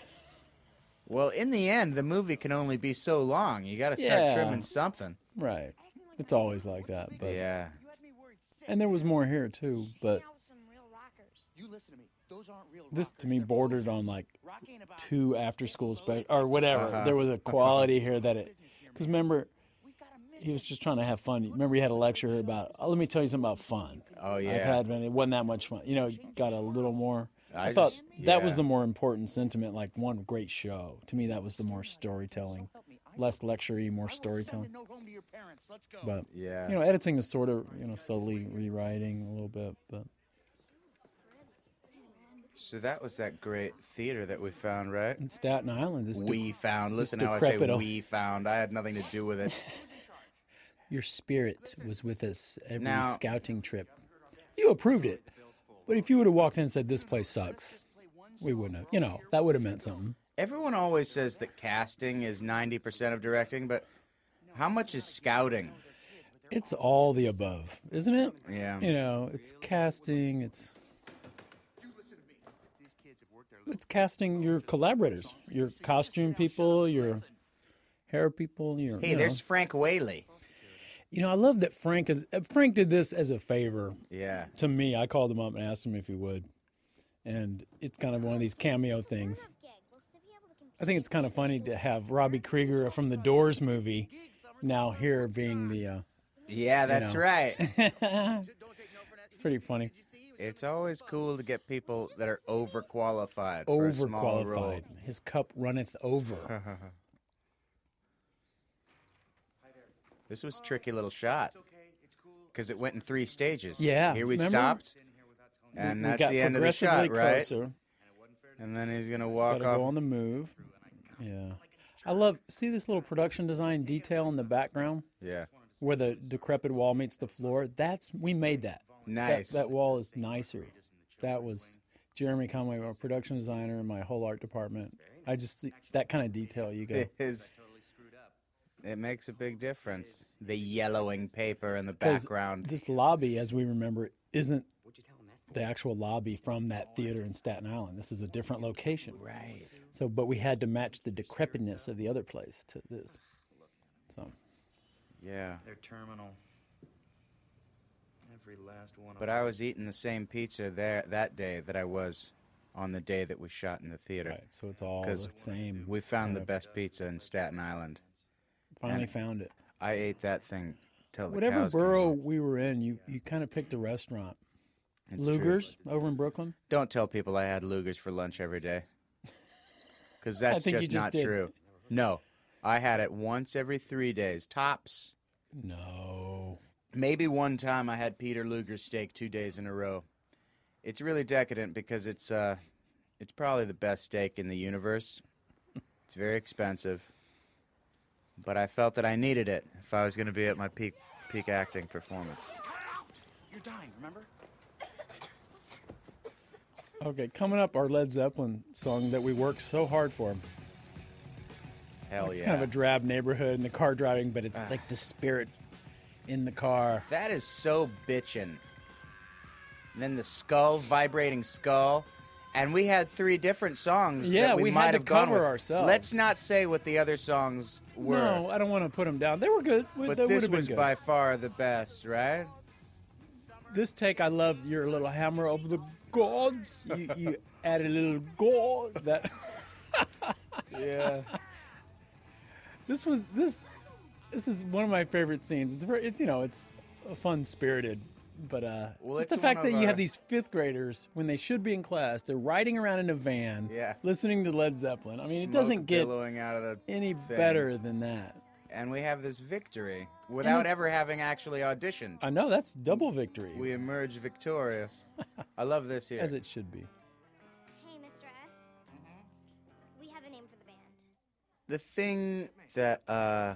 [SPEAKER 2] Well, in the end, the movie can only be so long. You got to start
[SPEAKER 3] Yeah.
[SPEAKER 2] trimming something.
[SPEAKER 3] Right. It's always like that. But
[SPEAKER 2] yeah.
[SPEAKER 4] You had me worried sick.
[SPEAKER 3] And there was more here too, but
[SPEAKER 9] Hang out with some real rockers.
[SPEAKER 4] You listen to me. Those aren't real
[SPEAKER 3] this
[SPEAKER 4] rockers,
[SPEAKER 3] to me
[SPEAKER 4] they're
[SPEAKER 3] bordered
[SPEAKER 4] posers.
[SPEAKER 3] on like
[SPEAKER 4] Rock ain't about
[SPEAKER 3] two after school special or whatever. There was a quality here that it. Because remember,
[SPEAKER 4] We've got a mission.
[SPEAKER 3] he was just trying to have fun. Remember, he had a lecture here about. Oh, let me tell you something about fun.
[SPEAKER 2] Oh
[SPEAKER 3] I've
[SPEAKER 2] yeah.
[SPEAKER 3] had one. It wasn't that much fun. You know, it got a little more.
[SPEAKER 2] I
[SPEAKER 3] I, thought
[SPEAKER 2] just-
[SPEAKER 3] that was
[SPEAKER 2] yeah.
[SPEAKER 3] the more important sentiment. Like one great show. To me, that was the more storytelling, less lecturey, more
[SPEAKER 4] I will send a
[SPEAKER 3] storytelling.
[SPEAKER 4] note home to your parents. Let's go.
[SPEAKER 3] But
[SPEAKER 2] Yeah.
[SPEAKER 3] you know, editing is sort of you know slowly rewriting a little bit, but
[SPEAKER 2] So that was that great theater that we found, right?
[SPEAKER 3] in Staten Island, this
[SPEAKER 2] We found. Listen how I say
[SPEAKER 3] decrepit old-
[SPEAKER 2] we found. I had nothing to do with it.
[SPEAKER 3] your spirit was with us every
[SPEAKER 2] Now-
[SPEAKER 3] scouting trip. You approved it, but if you would have walked in and said this place sucks, we wouldn't have. You know, that would have meant something.
[SPEAKER 2] Everyone always says that casting is 90% of directing, but how much is scouting?
[SPEAKER 3] It's all the above, isn't it?
[SPEAKER 2] Yeah.
[SPEAKER 3] You know, it's casting. It's
[SPEAKER 4] These kids have worked their
[SPEAKER 3] it's casting your collaborators, your costume people, your hair people. Your
[SPEAKER 2] Hey,
[SPEAKER 3] you know.
[SPEAKER 2] there's Frank Whaley.
[SPEAKER 3] You know, I love that Frank is uh, Frank did this as a favor
[SPEAKER 2] Yeah.
[SPEAKER 3] to me. I called him up and asked him if he would, and it's kind of one of these cameo things.
[SPEAKER 6] Up gig. We'll still be able to compete.
[SPEAKER 3] I think it's kind of funny to have Robbie Krieger from the Doors movie now here being the. Uh,
[SPEAKER 2] Yeah, that's
[SPEAKER 3] know.
[SPEAKER 2] right.
[SPEAKER 3] it's pretty funny.
[SPEAKER 2] It's always cool to get people that are overqualified. For a small role.
[SPEAKER 3] Overqualified. His cup runneth over.
[SPEAKER 2] This was a tricky little shot because it went in three stages.
[SPEAKER 3] Yeah,
[SPEAKER 2] Here we
[SPEAKER 3] remember?
[SPEAKER 2] stopped, and
[SPEAKER 3] We
[SPEAKER 2] that's
[SPEAKER 3] got
[SPEAKER 2] the end of the shot,
[SPEAKER 3] progressively
[SPEAKER 2] right?
[SPEAKER 3] closer.
[SPEAKER 2] And then he's gonna walk
[SPEAKER 3] Gotta go
[SPEAKER 2] off.
[SPEAKER 3] on the move. Yeah. I love see this little production design detail in the background
[SPEAKER 2] Yeah,
[SPEAKER 3] where the decrepit wall meets the floor. That's we made that. That-
[SPEAKER 2] nice.
[SPEAKER 3] That, wall is nicer. That was Jeremy Conway, our production designer, and my whole art department. I just see that kind of detail you go.
[SPEAKER 2] It is. It makes a big difference. The yellowing paper in the
[SPEAKER 3] 'Cause
[SPEAKER 2] background.
[SPEAKER 3] This lobby, as we remember it, isn't the actual lobby from that theater in Staten Island. This is a different location. Right. So, but we had to match the decrepitness of the other place to this. So,
[SPEAKER 2] Yeah,
[SPEAKER 11] They're terminal. Every last one of
[SPEAKER 2] but
[SPEAKER 11] them.
[SPEAKER 2] I was eating the same pizza there that day that I was on the day that we shot in the theater.
[SPEAKER 3] Right, so it's all
[SPEAKER 2] 'Cause
[SPEAKER 3] the same
[SPEAKER 2] We found the
[SPEAKER 3] kind of-
[SPEAKER 2] best pizza in Staten Island.
[SPEAKER 3] finally
[SPEAKER 2] And
[SPEAKER 3] found it.
[SPEAKER 2] I ate that thing till the
[SPEAKER 3] Whatever
[SPEAKER 2] cows came
[SPEAKER 3] borough we were in, you, you kind of picked a restaurant.
[SPEAKER 2] It's true.
[SPEAKER 3] Luger's over in Brooklyn.
[SPEAKER 2] Don't tell people I had Luger's for lunch every day. Because that's
[SPEAKER 3] think you
[SPEAKER 2] just,
[SPEAKER 3] just
[SPEAKER 2] not
[SPEAKER 3] did.
[SPEAKER 2] true. No, I had it once every three days, tops.
[SPEAKER 3] No.
[SPEAKER 2] Maybe one time I had Peter Luger's steak two days in a row. It's really decadent because it's uh, it's probably the best steak in the universe. It's very expensive, but I felt that I needed it if I was going to be at my peak peak acting performance.
[SPEAKER 4] You're dying, remember?
[SPEAKER 3] Okay, coming up, our Led Zeppelin song that we worked so hard for.
[SPEAKER 2] Hell
[SPEAKER 3] it's
[SPEAKER 2] yeah! Ah.
[SPEAKER 3] kind of a drab neighborhood and the car driving, but it's like the spirit in the car.
[SPEAKER 2] That is so bitchin'. And then the skull, vibrating skull. And we had three different songs
[SPEAKER 3] Yeah,
[SPEAKER 2] that we,
[SPEAKER 3] we had
[SPEAKER 2] might
[SPEAKER 3] to
[SPEAKER 2] have gone
[SPEAKER 3] cover
[SPEAKER 2] with.
[SPEAKER 3] ourselves.
[SPEAKER 2] Let's not say what the other songs were.
[SPEAKER 3] No, I don't want to put them down. They were good. We-
[SPEAKER 2] but
[SPEAKER 3] they would
[SPEAKER 2] this
[SPEAKER 3] have been
[SPEAKER 2] was
[SPEAKER 3] good.
[SPEAKER 2] by far the best, right?
[SPEAKER 3] This take, I loved your little hammer of the gods. You, you added a little god that.
[SPEAKER 2] yeah.
[SPEAKER 3] This was this. This is one of my favorite scenes. It's very, it's you know, it's fun spirited, but uh,
[SPEAKER 2] Well,
[SPEAKER 3] just
[SPEAKER 2] it's
[SPEAKER 3] the
[SPEAKER 2] one
[SPEAKER 3] fact that
[SPEAKER 2] of
[SPEAKER 3] you
[SPEAKER 2] our-
[SPEAKER 3] have these fifth graders when they should be in class, they're riding around in a van,
[SPEAKER 2] Yeah.
[SPEAKER 3] listening to Led Zeppelin. I mean,
[SPEAKER 2] Smoke
[SPEAKER 3] it doesn't get
[SPEAKER 2] billowing out of the
[SPEAKER 3] any
[SPEAKER 2] thing.
[SPEAKER 3] better than that.
[SPEAKER 2] And we have this victory without ever having actually auditioned.
[SPEAKER 3] I know that's double victory,
[SPEAKER 2] We emerge victorious. I love this here.
[SPEAKER 3] as it should be.
[SPEAKER 6] Hey, Mr. S. We have a name for the band.
[SPEAKER 2] The thing that uh,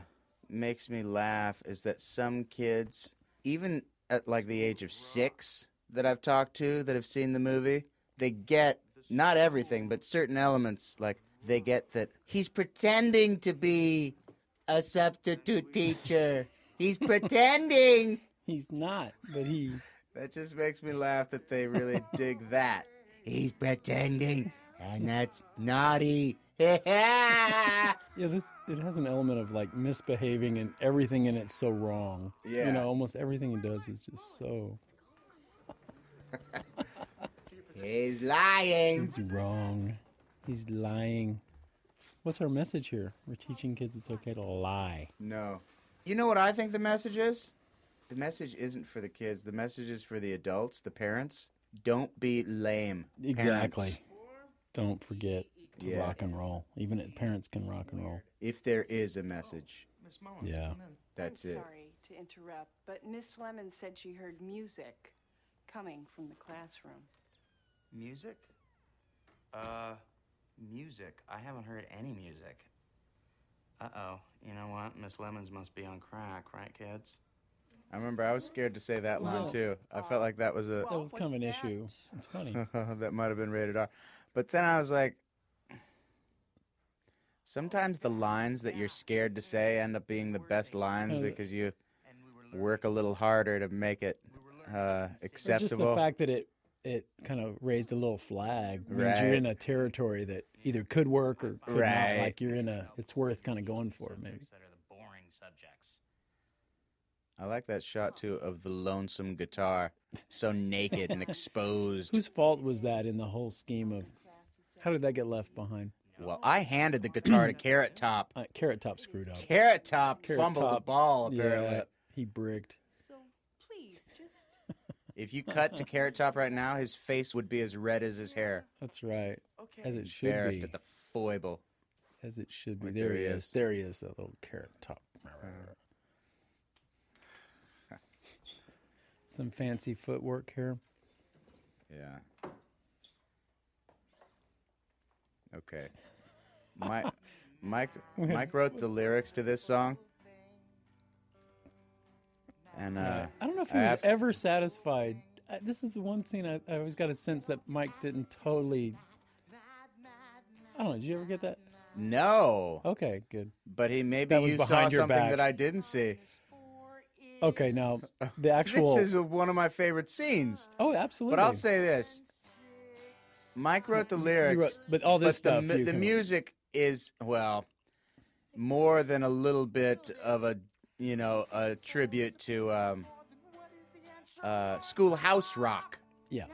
[SPEAKER 2] makes me laugh is that some kids, even at like the age of six, that I've talked to that have seen the movie, they get not everything, but certain elements. Like they get that he's pretending to be a substitute teacher. He's pretending.
[SPEAKER 3] He's not, but he.
[SPEAKER 2] That just makes me laugh that they really dig that. He's pretending, and that's naughty. yeah.
[SPEAKER 3] Yeah, this it has an element of like misbehaving and everything in it's so wrong.
[SPEAKER 2] Yeah.
[SPEAKER 3] you know, almost everything he does is just so
[SPEAKER 2] He's lying.
[SPEAKER 3] He's wrong. He's lying. What's our message here? We're teaching kids it's okay to lie.
[SPEAKER 2] No. You know what I think the message is? The message isn't for the kids. The message is for the adults, the parents. Don't be lame. parents.
[SPEAKER 3] Don't forget to
[SPEAKER 2] Yeah.
[SPEAKER 3] rock and roll. Even if parents can rock and roll.
[SPEAKER 2] If there is a message,
[SPEAKER 4] Miss Mullins,
[SPEAKER 3] Yeah.
[SPEAKER 4] come in.
[SPEAKER 2] that's
[SPEAKER 7] I'm
[SPEAKER 2] it.
[SPEAKER 7] Sorry to interrupt, but Miss Lemon said she heard music coming from the classroom.
[SPEAKER 11] Music? Uh, music. I haven't heard any music. Uh oh. You know what? Miss Lemons must be on crack, right, kids?
[SPEAKER 2] I remember I was scared to say that line
[SPEAKER 3] Well-
[SPEAKER 2] too. I felt like that was a
[SPEAKER 3] That was kind of an issue. It's funny.
[SPEAKER 2] that might have been rated R. But then I was like sometimes the lines that you're scared to say end up being the best lines
[SPEAKER 3] Uh,
[SPEAKER 2] because you work a little harder to make it uh,
[SPEAKER 3] But
[SPEAKER 2] acceptable.
[SPEAKER 3] just the fact that it it kind of raised a little flag means
[SPEAKER 2] Right.
[SPEAKER 3] you're in a territory that either could work or could
[SPEAKER 2] Right.
[SPEAKER 3] not. Like you're in a it's worth kind of going for it maybe.
[SPEAKER 11] That are the boring subjects.
[SPEAKER 2] I like that shot too of the lonesome guitar, so naked and exposed.
[SPEAKER 3] Whose fault was that in the whole scheme of how did that get left behind?
[SPEAKER 2] Well, I handed the guitar to Carrot Top.
[SPEAKER 3] Uh, Carrot Top screwed up.
[SPEAKER 2] Carrot Top
[SPEAKER 3] Carrot
[SPEAKER 2] fumbled the
[SPEAKER 3] Top,
[SPEAKER 2] ball apparently.
[SPEAKER 3] Yeah, he bricked.
[SPEAKER 7] So please just
[SPEAKER 2] If you cut to Carrot Top right now, his face would be as red as his hair.
[SPEAKER 3] That's right. As it should
[SPEAKER 2] Embarrassed
[SPEAKER 3] be.
[SPEAKER 2] at the foible.
[SPEAKER 3] As it should be.
[SPEAKER 2] Wait,
[SPEAKER 3] there, he is. There he is, that little carrot top. Some fancy footwork here.
[SPEAKER 2] Yeah. Okay. Mike, Mike,
[SPEAKER 3] We had-
[SPEAKER 2] Mike wrote the lyrics to this song. And uh,
[SPEAKER 3] I don't know if he was
[SPEAKER 2] have-
[SPEAKER 3] ever satisfied. I, this is the one scene I, I always got a sense that Mike didn't totally. I don't know. Did you ever get that?
[SPEAKER 2] No.
[SPEAKER 3] Okay, good.
[SPEAKER 2] But he maybe
[SPEAKER 3] That was
[SPEAKER 2] you saw
[SPEAKER 3] behind your
[SPEAKER 2] something
[SPEAKER 3] back.
[SPEAKER 2] that I didn't see.
[SPEAKER 3] Okay, now the actual.
[SPEAKER 2] This is one of my favorite scenes.
[SPEAKER 3] Oh, absolutely.
[SPEAKER 2] But I'll say this: Mike wrote the
[SPEAKER 3] You
[SPEAKER 2] lyrics,
[SPEAKER 3] wrote- but all this
[SPEAKER 2] the
[SPEAKER 3] stuff
[SPEAKER 2] mu-
[SPEAKER 3] you
[SPEAKER 2] the
[SPEAKER 3] can-
[SPEAKER 2] music is well, more than a little bit of a you know a tribute to um, uh, schoolhouse rock.
[SPEAKER 3] Yeah.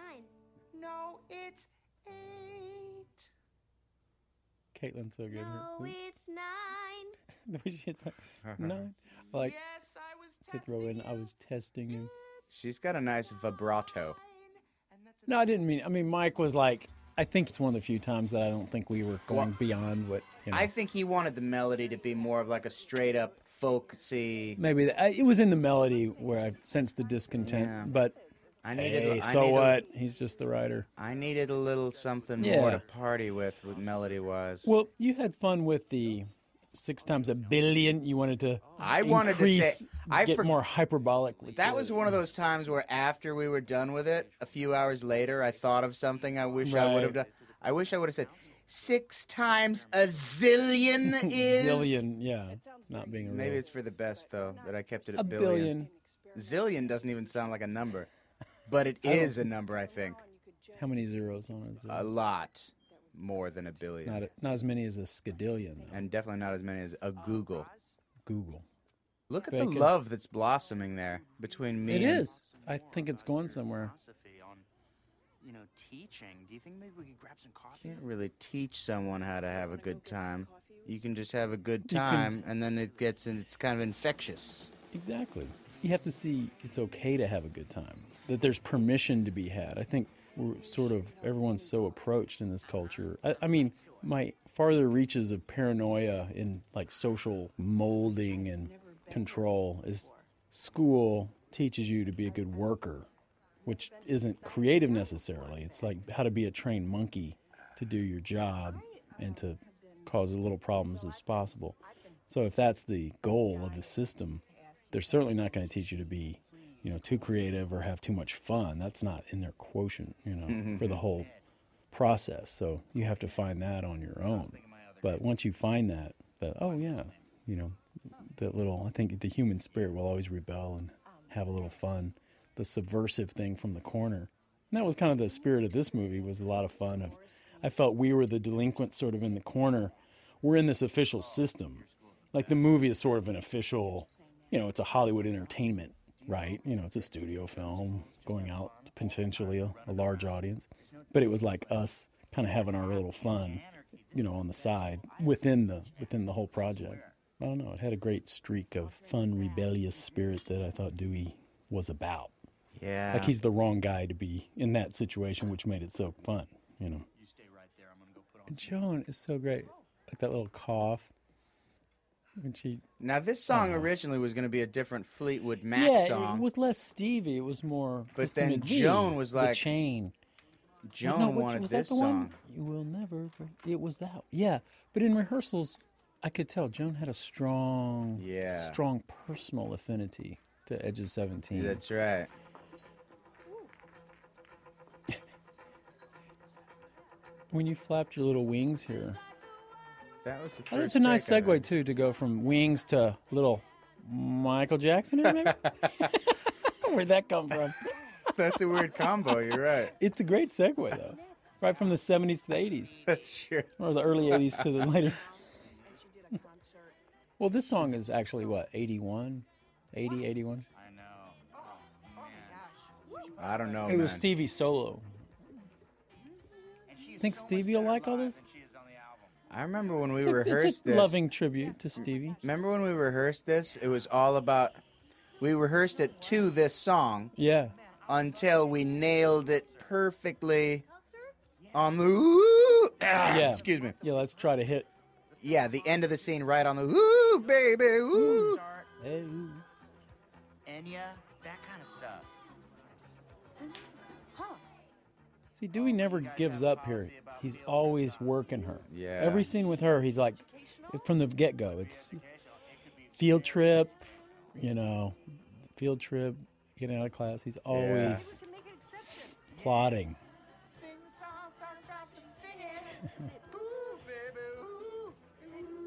[SPEAKER 4] No, it's eight.
[SPEAKER 3] Caitlin's so good. here.
[SPEAKER 4] No, it's nine.
[SPEAKER 3] The way she's like, nine. Like, to throw in, I was testing you.
[SPEAKER 2] She's got a nice vibrato.
[SPEAKER 3] No, I didn't mean. I mean, Mike was like, I think it's one of the few times that I don't think we were going
[SPEAKER 2] Well,
[SPEAKER 3] beyond what. You know,
[SPEAKER 2] I think he wanted the melody to be more of like a straight up folksy.
[SPEAKER 3] maybe that, I, it was in the melody where I sensed the discontent.
[SPEAKER 2] Yeah.
[SPEAKER 3] But
[SPEAKER 2] I needed-
[SPEAKER 3] Hey,
[SPEAKER 2] I
[SPEAKER 3] so
[SPEAKER 2] needed-
[SPEAKER 3] what? He's just the writer.
[SPEAKER 2] I needed a little something
[SPEAKER 3] Yeah.
[SPEAKER 2] more to party with, with melody wise.
[SPEAKER 3] Well, you had fun with the six times a billion. You wanted to.
[SPEAKER 2] I wanted to say-
[SPEAKER 3] increase,
[SPEAKER 2] I
[SPEAKER 3] get
[SPEAKER 2] for-
[SPEAKER 3] more hyperbolic with
[SPEAKER 2] That
[SPEAKER 3] the-
[SPEAKER 2] was one of those times where after we were done with it, a few hours later, I thought of something I wish I would have done.
[SPEAKER 3] Right.
[SPEAKER 2] I wish I would have said six times a zillion is
[SPEAKER 3] zillion. Yeah, not being a
[SPEAKER 2] Maybe
[SPEAKER 3] real-
[SPEAKER 2] it's for the best though that I kept it at
[SPEAKER 3] A
[SPEAKER 2] billion. Zillion doesn't even sound like a number, but it
[SPEAKER 3] I don't-
[SPEAKER 2] is a number. I think
[SPEAKER 3] How many zeros on it? Is
[SPEAKER 2] a
[SPEAKER 3] it?
[SPEAKER 2] lot more than a billion,
[SPEAKER 3] Not a, not as many as a skadillion. though.
[SPEAKER 2] and definitely not as many as a Google.
[SPEAKER 3] Google.
[SPEAKER 2] Look at
[SPEAKER 3] Bacon.
[SPEAKER 2] the love that's blossoming there between me.
[SPEAKER 3] It
[SPEAKER 2] and-
[SPEAKER 3] is. I think it's going somewhere.
[SPEAKER 11] Philosophy on, you know, teaching. Do you think maybe we could grab some coffee?
[SPEAKER 2] can't really teach someone how to have a good time. You can just have a good
[SPEAKER 3] You can-
[SPEAKER 2] time, and then it gets and it's kind of infectious.
[SPEAKER 3] Exactly. You have to see it's okay to have a good time, that there's permission to be had. I think we're sort of, everyone's so approached in this culture. I, I mean, my farther reaches of paranoia in like social molding and control is school teaches you to be a good worker, which isn't creative necessarily. It's like how to be a trained monkey to do your job and to cause as little problems as possible. So if that's the goal of the system, they're certainly not going to teach you to be, you know, too creative or have too much fun. That's not in their quotient, you know, for the whole process. So you have to find that on your own. But once you find that, that oh yeah, you know, that little I think the human spirit will always rebel and have a little fun. The subversive thing from the corner. And that was kind of the spirit of this movie was a lot of fun of I felt we were the delinquents sort of in the corner. We're in this official system. Like the movie is sort of an official, you know, it's a Hollywood entertainment, right? You know, it's a studio film going out to potentially a, a large audience. But it was like us kind of having our little fun, you know, on the side within the within the whole project. I don't know, it had a great streak of fun rebellious spirit that I thought Dewey was about.
[SPEAKER 2] Yeah.
[SPEAKER 3] Like he's the wrong guy to be in that situation, which made it so fun, you know. And Joan is so great. Like that little cough. And she
[SPEAKER 2] Now, this song originally was going to be a different Fleetwood Mac
[SPEAKER 3] Oh. yeah,
[SPEAKER 2] song.
[SPEAKER 3] It was less Stevie, it was more
[SPEAKER 2] But
[SPEAKER 3] Mr.
[SPEAKER 2] then
[SPEAKER 3] McGee,
[SPEAKER 2] Joan was
[SPEAKER 3] the
[SPEAKER 2] like-
[SPEAKER 3] chain.
[SPEAKER 2] Joan
[SPEAKER 3] No, which-
[SPEAKER 2] wanted
[SPEAKER 3] was that
[SPEAKER 2] this
[SPEAKER 3] the
[SPEAKER 2] song.
[SPEAKER 3] one? You will never break. It was that. Yeah, but in rehearsals, I could tell Joan had a strong,
[SPEAKER 2] Yeah.
[SPEAKER 3] strong personal affinity to Edge of Seventeen.
[SPEAKER 2] That's right.
[SPEAKER 3] When you flapped your little wings here,
[SPEAKER 2] That was the first.
[SPEAKER 3] oh, that's a nice
[SPEAKER 2] take, I
[SPEAKER 3] segue too to go from wings to little Michael Jackson. Here, maybe? Where'd that come from?
[SPEAKER 2] think. That's a weird combo. You're right.
[SPEAKER 3] It's a great segue though, right from the '70s to the '80s,
[SPEAKER 2] That's true.
[SPEAKER 3] or the early '80s to the later.
[SPEAKER 8] And she did a concert.
[SPEAKER 3] Well, this song is actually what, 81? 80, 81?
[SPEAKER 2] I don't know.
[SPEAKER 3] it was
[SPEAKER 2] man.
[SPEAKER 3] Stevie solo. Think Stevie will like all this?
[SPEAKER 2] I remember when we
[SPEAKER 3] it's, a, it's a
[SPEAKER 2] rehearsed this.
[SPEAKER 3] loving tribute to Stevie.
[SPEAKER 2] Remember when we rehearsed this? It was all about. We rehearsed it to this song.
[SPEAKER 3] Yeah.
[SPEAKER 2] until we nailed it perfectly on the ooh, ah,
[SPEAKER 3] Yeah.
[SPEAKER 2] excuse me.
[SPEAKER 3] Yeah, let's try to hit.
[SPEAKER 2] Yeah, the end of the scene right on the ooh, baby, ooh.
[SPEAKER 11] Enya, that kind of stuff.
[SPEAKER 3] See, Dewey never gives up here. He's always working her.
[SPEAKER 2] Yeah.
[SPEAKER 3] Every scene with her, he's like, from the get go, it's field trip, you know, field trip, getting out of class. He's always plotting.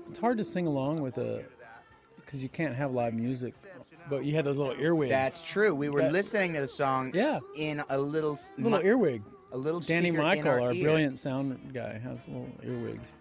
[SPEAKER 3] It's hard to sing along with a, because you can't have live music, but you had those little earwigs.
[SPEAKER 2] That's true. We were
[SPEAKER 3] That-
[SPEAKER 2] listening to the song
[SPEAKER 3] Yeah.
[SPEAKER 2] in a little
[SPEAKER 3] Little
[SPEAKER 2] mi-
[SPEAKER 3] earwig.
[SPEAKER 2] A little
[SPEAKER 3] Danny
[SPEAKER 2] speaker in
[SPEAKER 3] Michael,
[SPEAKER 2] our
[SPEAKER 3] our
[SPEAKER 2] ear.
[SPEAKER 3] brilliant sound guy, has little earwigs.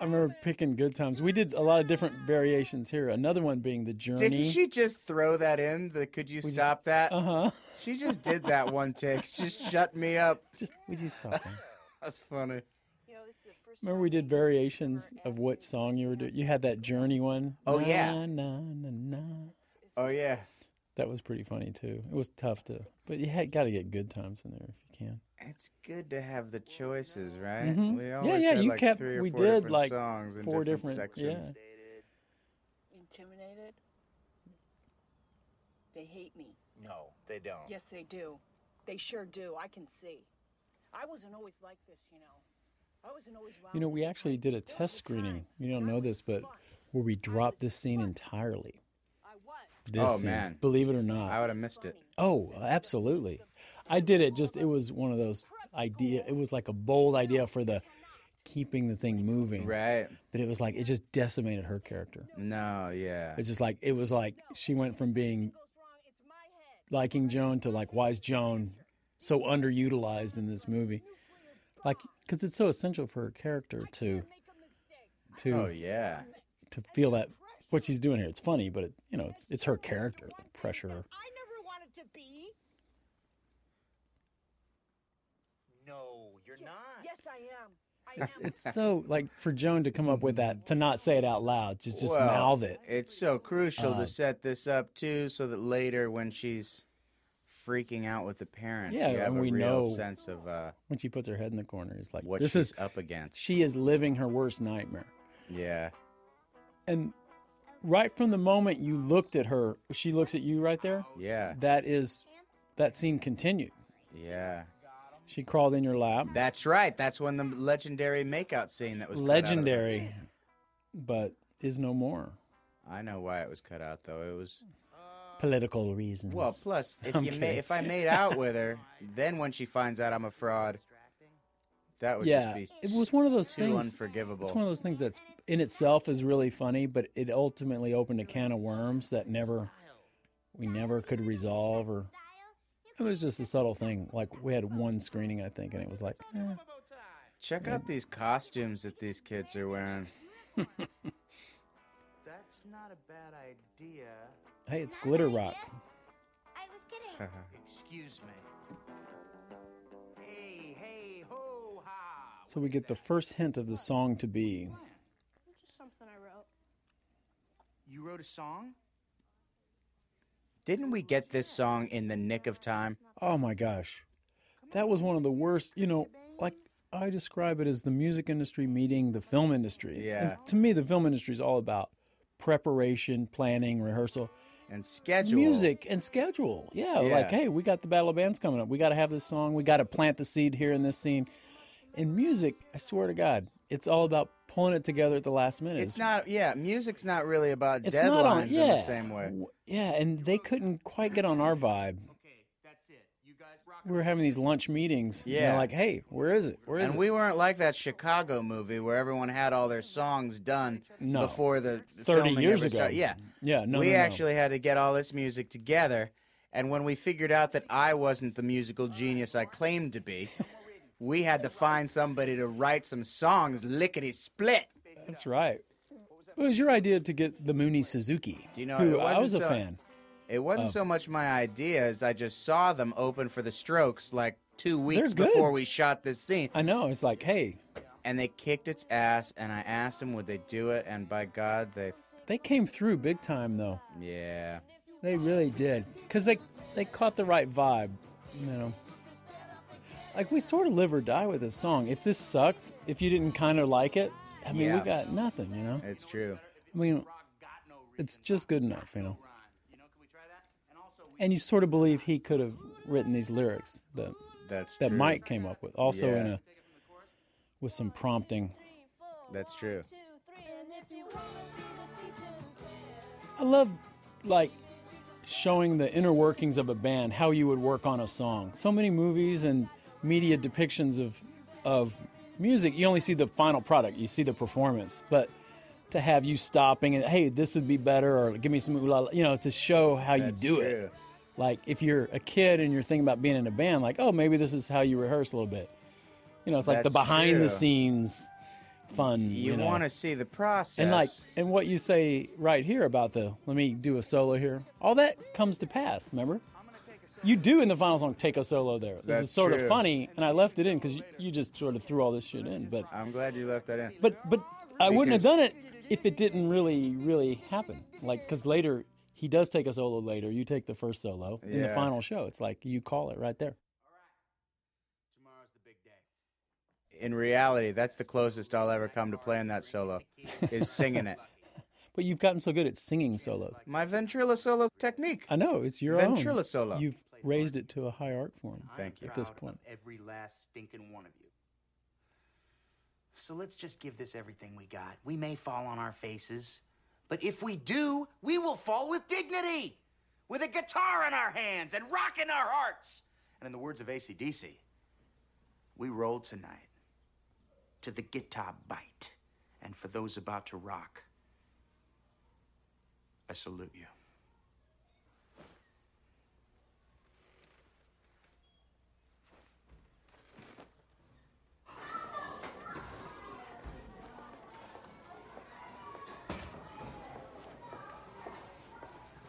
[SPEAKER 3] I remember picking good times. We did a lot of different variations here. Another one being the journey.
[SPEAKER 2] Didn't she just throw that in? The could you stop that?
[SPEAKER 3] Uh huh.
[SPEAKER 2] She just did that one take. She just shut me up.
[SPEAKER 3] Just would you stop? that?
[SPEAKER 2] That's funny.
[SPEAKER 3] Remember we did variations of what song you were doing. You had that journey one.
[SPEAKER 2] Oh,
[SPEAKER 3] Na,
[SPEAKER 2] yeah.
[SPEAKER 3] na, na, na.
[SPEAKER 2] Oh yeah.
[SPEAKER 3] That was pretty funny too. It was tough to, but you had got to get good times in there if you can.
[SPEAKER 2] It's good to have the choices, right?
[SPEAKER 3] Mhm.
[SPEAKER 2] We
[SPEAKER 3] Yeah,
[SPEAKER 2] always
[SPEAKER 3] yeah,
[SPEAKER 2] had
[SPEAKER 3] you
[SPEAKER 2] like
[SPEAKER 3] kept-
[SPEAKER 2] three or
[SPEAKER 3] we
[SPEAKER 2] four
[SPEAKER 3] did,
[SPEAKER 2] different
[SPEAKER 3] like,
[SPEAKER 2] songs in
[SPEAKER 3] four
[SPEAKER 2] different,
[SPEAKER 3] different- yeah.
[SPEAKER 2] sections.
[SPEAKER 7] Intimidated? They hate me.
[SPEAKER 11] No, they don't.
[SPEAKER 7] Yes, they do. They sure do. I can see. I wasn't always like this, you know. I wasn't always
[SPEAKER 3] You know, we actually did a test screening. You don't know this, but where we dropped this scene entirely. This
[SPEAKER 2] Oh,
[SPEAKER 3] scene,
[SPEAKER 2] man.
[SPEAKER 3] Believe it or not.
[SPEAKER 2] I would have missed it.
[SPEAKER 3] Oh, absolutely. I did it just it was one of those idea it was like a bold idea for the keeping the thing moving.
[SPEAKER 2] Right.
[SPEAKER 3] But it was like it just decimated her character.
[SPEAKER 2] No, yeah.
[SPEAKER 3] It's just like it was like she went from being liking Joan to like why is Joan so underutilized in this movie? Like cuz it's so essential for her character to to
[SPEAKER 2] Oh yeah.
[SPEAKER 3] to feel that what she's doing here. It's funny, but it, you know, it's it's her character, the pressure.
[SPEAKER 11] No, you're not.
[SPEAKER 7] Yes, I am.
[SPEAKER 3] It's, it's so like for Joan to come up with that to not say it out loud, just just
[SPEAKER 2] Well,
[SPEAKER 3] mouth it.
[SPEAKER 2] It's so crucial
[SPEAKER 3] Uh,
[SPEAKER 2] to set this up too, so that later when she's freaking out with the parents,
[SPEAKER 3] Yeah,
[SPEAKER 2] you have
[SPEAKER 3] and
[SPEAKER 2] a
[SPEAKER 3] we
[SPEAKER 2] real
[SPEAKER 3] know
[SPEAKER 2] sense of uh,
[SPEAKER 3] When she puts her head in the corner, it's like
[SPEAKER 2] what
[SPEAKER 3] this
[SPEAKER 2] she's
[SPEAKER 3] is
[SPEAKER 2] up against.
[SPEAKER 3] she is living her worst nightmare.
[SPEAKER 2] yeah.
[SPEAKER 3] And right from the moment you looked at her, she looks at you right there.
[SPEAKER 2] Yeah.
[SPEAKER 3] That is that scene continued.
[SPEAKER 2] Yeah.
[SPEAKER 3] She crawled in your lap.
[SPEAKER 2] That's right. That's when the legendary makeout scene that was cut out of the-
[SPEAKER 3] legendary, but is no more.
[SPEAKER 2] I know why it was cut out though. It was
[SPEAKER 3] Political reasons.
[SPEAKER 2] well. Plus, if
[SPEAKER 3] I'm
[SPEAKER 2] you ma-
[SPEAKER 3] kidding.
[SPEAKER 2] if I made out with her, then when she finds out I'm a fraud, that would
[SPEAKER 3] yeah,
[SPEAKER 2] just be
[SPEAKER 3] it was one of those
[SPEAKER 2] too
[SPEAKER 3] things.
[SPEAKER 2] unforgivable.
[SPEAKER 3] It's one of those things that's in itself is really funny, but it ultimately opened a can of worms that never we never could resolve or it was just a subtle thing. Like we had one screening I think and it was like eh.
[SPEAKER 2] Check out these costumes that these kids are wearing.
[SPEAKER 11] That's not a bad idea.
[SPEAKER 3] hey, it's glitter rock.
[SPEAKER 6] I was kidding.
[SPEAKER 11] Excuse me. Hey, hey, ho, ha.
[SPEAKER 3] So we get the first hint of the song to be.
[SPEAKER 9] Just something I wrote.
[SPEAKER 11] You wrote a song?
[SPEAKER 2] Didn't we get this song in the nick of time?
[SPEAKER 3] Oh my gosh. That was one of the worst, you know, like I describe it as the music industry meeting the film industry.
[SPEAKER 2] Yeah.
[SPEAKER 3] And to me the film industry is all about preparation, planning, rehearsal.
[SPEAKER 2] And schedule
[SPEAKER 3] music and schedule. Yeah,
[SPEAKER 2] Yeah.
[SPEAKER 3] like hey, we got the battle of bands coming up. We got to have this song. We got to plant the seed here in this scene. And music, I swear to God, it's all about pulling it together at the last minute.
[SPEAKER 2] It's not. Yeah, music's not really about
[SPEAKER 3] It's
[SPEAKER 2] deadlines
[SPEAKER 3] not on. Yeah,
[SPEAKER 2] in the same way.
[SPEAKER 3] W- Yeah, and they couldn't quite get on our vibe. We were having these lunch meetings. and they're
[SPEAKER 2] Yeah.
[SPEAKER 3] like, hey, where is it? Where is
[SPEAKER 2] And
[SPEAKER 3] it?
[SPEAKER 2] we weren't like that Chicago movie where everyone had all their songs done
[SPEAKER 3] No.
[SPEAKER 2] before the
[SPEAKER 3] Thirty
[SPEAKER 2] filming
[SPEAKER 3] years
[SPEAKER 2] ever
[SPEAKER 3] ago.
[SPEAKER 2] started. Yeah,
[SPEAKER 3] Yeah. No.
[SPEAKER 2] we
[SPEAKER 3] no, no.
[SPEAKER 2] actually had to get all this music together. And when we figured out that I wasn't the musical genius I claimed to be, we had to find somebody to write some songs lickety split.
[SPEAKER 3] That's right. It was your idea to get the Mooney Suzuki,
[SPEAKER 2] Do you know
[SPEAKER 3] who
[SPEAKER 2] it wasn't
[SPEAKER 3] I was a
[SPEAKER 2] so-
[SPEAKER 3] fan.
[SPEAKER 2] It wasn't so much my idea as I just saw them open for the Strokes like two weeks
[SPEAKER 3] good.
[SPEAKER 2] before we shot this scene.
[SPEAKER 3] I know. It's like, hey.
[SPEAKER 2] And they kicked its ass, and I asked them would they do it, and by God, they.
[SPEAKER 3] They came through big time though.
[SPEAKER 2] Yeah.
[SPEAKER 3] They really did, cause they they caught the right vibe, you know. Like we sort of live or die with this song. If this sucked, if you didn't kind of like it, I mean,
[SPEAKER 2] Yeah.
[SPEAKER 3] we got nothing, you know.
[SPEAKER 2] It's true.
[SPEAKER 3] I mean, it's just good enough, you know. And you sort of believe he could have written these lyrics that
[SPEAKER 2] That's
[SPEAKER 3] that
[SPEAKER 2] true.
[SPEAKER 3] Mike came up with, also in
[SPEAKER 2] Yeah.
[SPEAKER 3] a with some prompting.
[SPEAKER 2] That's true.
[SPEAKER 3] I love like showing the inner workings of a band, how you would work on a song. So many movies and media depictions of of music, you only see the final product, you see the performance. But to have you stopping and hey, this would be better, or give me some ooh la la, you know, to show how
[SPEAKER 2] That's
[SPEAKER 3] you do it. Like if you're a kid and you're thinking about being in a band, like oh maybe this is how you rehearse a little bit. You know, it's like the
[SPEAKER 2] That's
[SPEAKER 3] behind
[SPEAKER 2] true.
[SPEAKER 3] the scenes fun.
[SPEAKER 2] You,
[SPEAKER 3] You, know?
[SPEAKER 2] want to see the process.
[SPEAKER 3] And like, and what you say right here about the let me do a solo here, all that comes to pass. Remember, you do in the final song take a solo there. This
[SPEAKER 2] That's
[SPEAKER 3] is sort
[SPEAKER 2] true.
[SPEAKER 3] of funny, and I left it in because you, you just sort of threw all this shit in. But
[SPEAKER 2] I'm glad you left that in.
[SPEAKER 3] but but I wouldn't
[SPEAKER 2] Because-
[SPEAKER 3] have done it if it didn't really really happen. Like because later he does take a solo later. You take the first solo in the
[SPEAKER 2] Yeah.
[SPEAKER 3] final show. It's like you call it right there.
[SPEAKER 2] In reality, that's the closest I'll ever come to playing that solo, is singing it.
[SPEAKER 3] But you've gotten so good at singing solos.
[SPEAKER 2] My ventrilo solo technique.
[SPEAKER 3] I know it's your own.
[SPEAKER 2] Ventrilo solo.
[SPEAKER 3] You've raised it to a high art form.
[SPEAKER 2] Thank you.
[SPEAKER 3] At this point.
[SPEAKER 4] Every last stinking one of you. So let's just give this everything we got. We may fall on our faces, but if we do, we will fall with dignity, with a guitar in our hands and rock in our hearts. And in the words of ACDC, we roll tonight to the guitar bite. And for those about to rock, I salute you.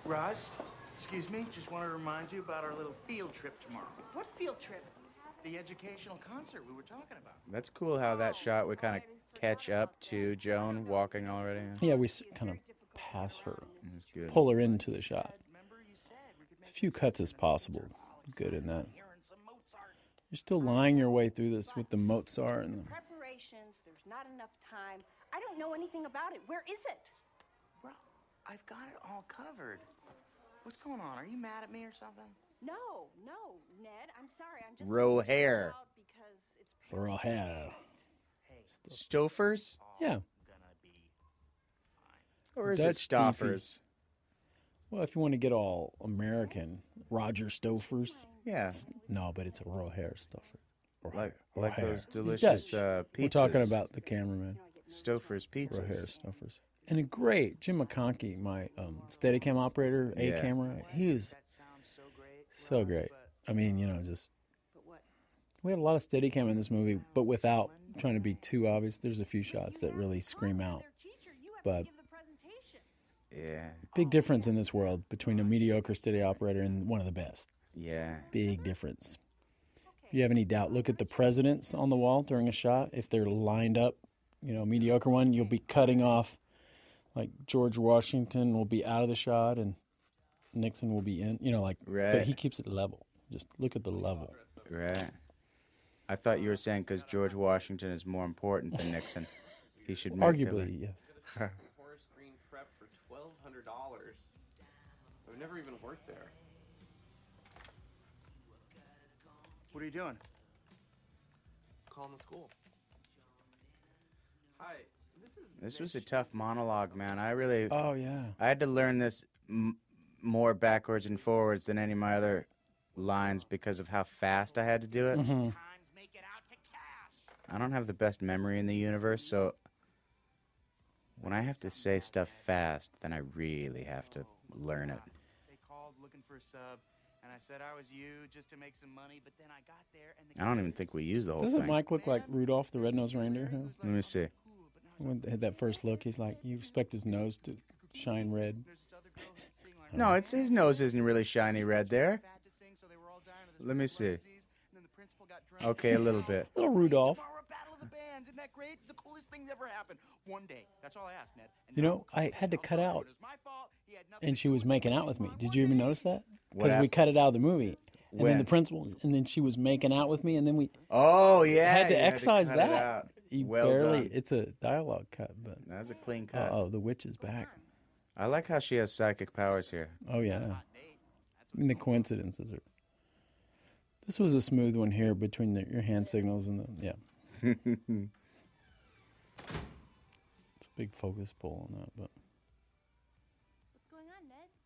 [SPEAKER 4] Roz, excuse me, just wanted to remind you about our little field trip tomorrow.
[SPEAKER 9] What field trip?
[SPEAKER 4] The educational concert we were talking about.
[SPEAKER 2] That's cool how that shot would kind of catch up to Joan walking already.
[SPEAKER 3] Yeah, we s- kind of pass her,
[SPEAKER 2] That's good.
[SPEAKER 3] pull her into the shot. As few cuts as possible. Good in that. You're still lying your way through this with the Mozart and the,
[SPEAKER 9] Preparations, there's not enough time. I don't know anything about it. Where is it?
[SPEAKER 4] Bro, I've got it all covered. What's going on? Are you mad at me or something?
[SPEAKER 9] No, no, Ned, I'm sorry. I'm just.
[SPEAKER 2] Roe hair.
[SPEAKER 3] Laurel Hair.
[SPEAKER 2] Stofers?
[SPEAKER 3] Yeah.
[SPEAKER 2] Or is
[SPEAKER 3] Dutch
[SPEAKER 2] it Stoffers?
[SPEAKER 3] Well, if you want to get all American, Roger Stoffers.
[SPEAKER 2] Yeah.
[SPEAKER 3] No, but it's Laurel Hair Stoffer.
[SPEAKER 2] Like, like
[SPEAKER 3] O'Hare.
[SPEAKER 2] those
[SPEAKER 3] He's
[SPEAKER 2] delicious
[SPEAKER 3] Dutch.
[SPEAKER 2] uh, pizzas.
[SPEAKER 3] We're talking about the cameraman.
[SPEAKER 2] Stouffer's pizzas.
[SPEAKER 3] O'Hare Stuffers. And a great Jim McConkey, my um, Steadicam operator, A
[SPEAKER 2] Yeah.
[SPEAKER 3] camera. He was so great. I mean, you know, just we had a lot of Steadicam in this movie, but without trying to be too obvious. There's a few shots that really scream out, but
[SPEAKER 2] Yeah.
[SPEAKER 3] big difference in this world between a mediocre steady operator and one of the best.
[SPEAKER 2] Yeah.
[SPEAKER 3] Big difference. If you have any doubt, look at the presidents on the wall during a shot. If they're lined up, you know, mediocre one, you'll be cutting off. Like George Washington will be out of the shot and Nixon will be in. You know, like,
[SPEAKER 2] Right.
[SPEAKER 3] but he keeps it level. Just look at the level.
[SPEAKER 2] Right. I thought you were saying because George Washington is more important than Nixon. He should make the-
[SPEAKER 3] Arguably, yes.
[SPEAKER 10] Horror screen prep for twelve hundred dollars. I've never even worked there.
[SPEAKER 4] What are you doing?
[SPEAKER 10] Calling the school. Hi, this is
[SPEAKER 2] This was a tough monologue, man. I really.
[SPEAKER 3] Oh, yeah.
[SPEAKER 2] I had to learn this m- more backwards and forwards than any of my other lines because of how fast I had to do it.
[SPEAKER 3] Mhm.
[SPEAKER 2] I don't have the best memory in the universe, so when I have to say stuff fast, then I really have to learn it.
[SPEAKER 4] They called looking for a sub, and I said I was you just to make some money, but then I got there and the
[SPEAKER 2] I don't even think we use the whole
[SPEAKER 3] Doesn't
[SPEAKER 2] thing.
[SPEAKER 3] Mike look like Rudolph the Red-Nosed Reindeer? Huh?
[SPEAKER 2] Let me see.
[SPEAKER 3] When they had that first look, he's like, you expect his nose to shine red.
[SPEAKER 2] No, it's his nose isn't really shiny red there. Let me see. Okay, a little bit.
[SPEAKER 3] Little Rudolph.
[SPEAKER 4] One day. That's all I asked, Ned.
[SPEAKER 3] You know, I had to cut out, and she was making out with me. Did you even notice that? Because we
[SPEAKER 2] happened?
[SPEAKER 3] cut it out of the movie, and
[SPEAKER 2] When?
[SPEAKER 3] then the principal, and then she was making out with me, and then we.
[SPEAKER 2] Oh yeah,
[SPEAKER 3] had
[SPEAKER 2] you
[SPEAKER 3] to excise
[SPEAKER 2] cut it
[SPEAKER 3] that.
[SPEAKER 2] out.
[SPEAKER 3] You
[SPEAKER 2] Well
[SPEAKER 3] barely.
[SPEAKER 2] done.
[SPEAKER 3] It's a dialogue cut, but
[SPEAKER 2] That's a clean cut.
[SPEAKER 3] oh, the witch is back.
[SPEAKER 2] I like how she has psychic powers here.
[SPEAKER 3] Oh yeah. I mean, the coincidences are. This was a smooth one here between the, your hand signals and the yeah. it's a big focus pull on that, but.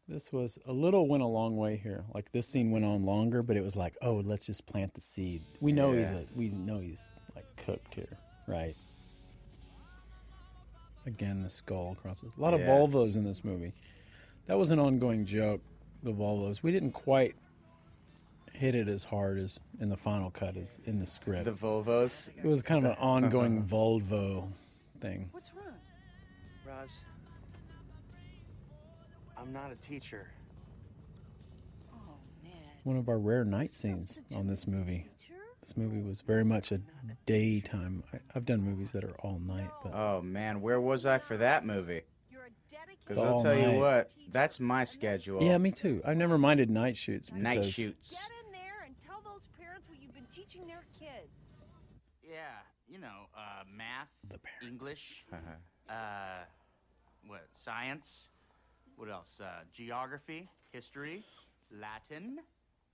[SPEAKER 3] This was a little went a long way here. Like this scene went on longer, but it was like, oh, let's just plant the seed. We know he's
[SPEAKER 12] Yeah.
[SPEAKER 3] a, we know he's like cooked here, right? Again, the skull crosses. A lot of
[SPEAKER 12] Yeah.
[SPEAKER 3] Volvos in this movie. That was an ongoing joke. The Volvos. We didn't quite hit it as hard as in the final cut as in the script.
[SPEAKER 2] The Volvos.
[SPEAKER 3] It was kind of an ongoing Volvo thing.
[SPEAKER 7] What's wrong?
[SPEAKER 11] Roz, I'm not a teacher.
[SPEAKER 3] One of our rare night scenes on this movie. This movie was very much a daytime. I, I've done movies that are all night, but
[SPEAKER 2] Oh man, where was I for that movie? Because I'll
[SPEAKER 3] All
[SPEAKER 2] tell
[SPEAKER 3] night.
[SPEAKER 2] you what, that's my schedule.
[SPEAKER 3] yeah, me too. I've never minded night shoots.
[SPEAKER 2] Night
[SPEAKER 3] because-
[SPEAKER 2] shoots.
[SPEAKER 4] Yeah, you know, uh, math, English,
[SPEAKER 3] Uh-huh.
[SPEAKER 4] uh, what, science, what else? Uh, geography, history, Latin,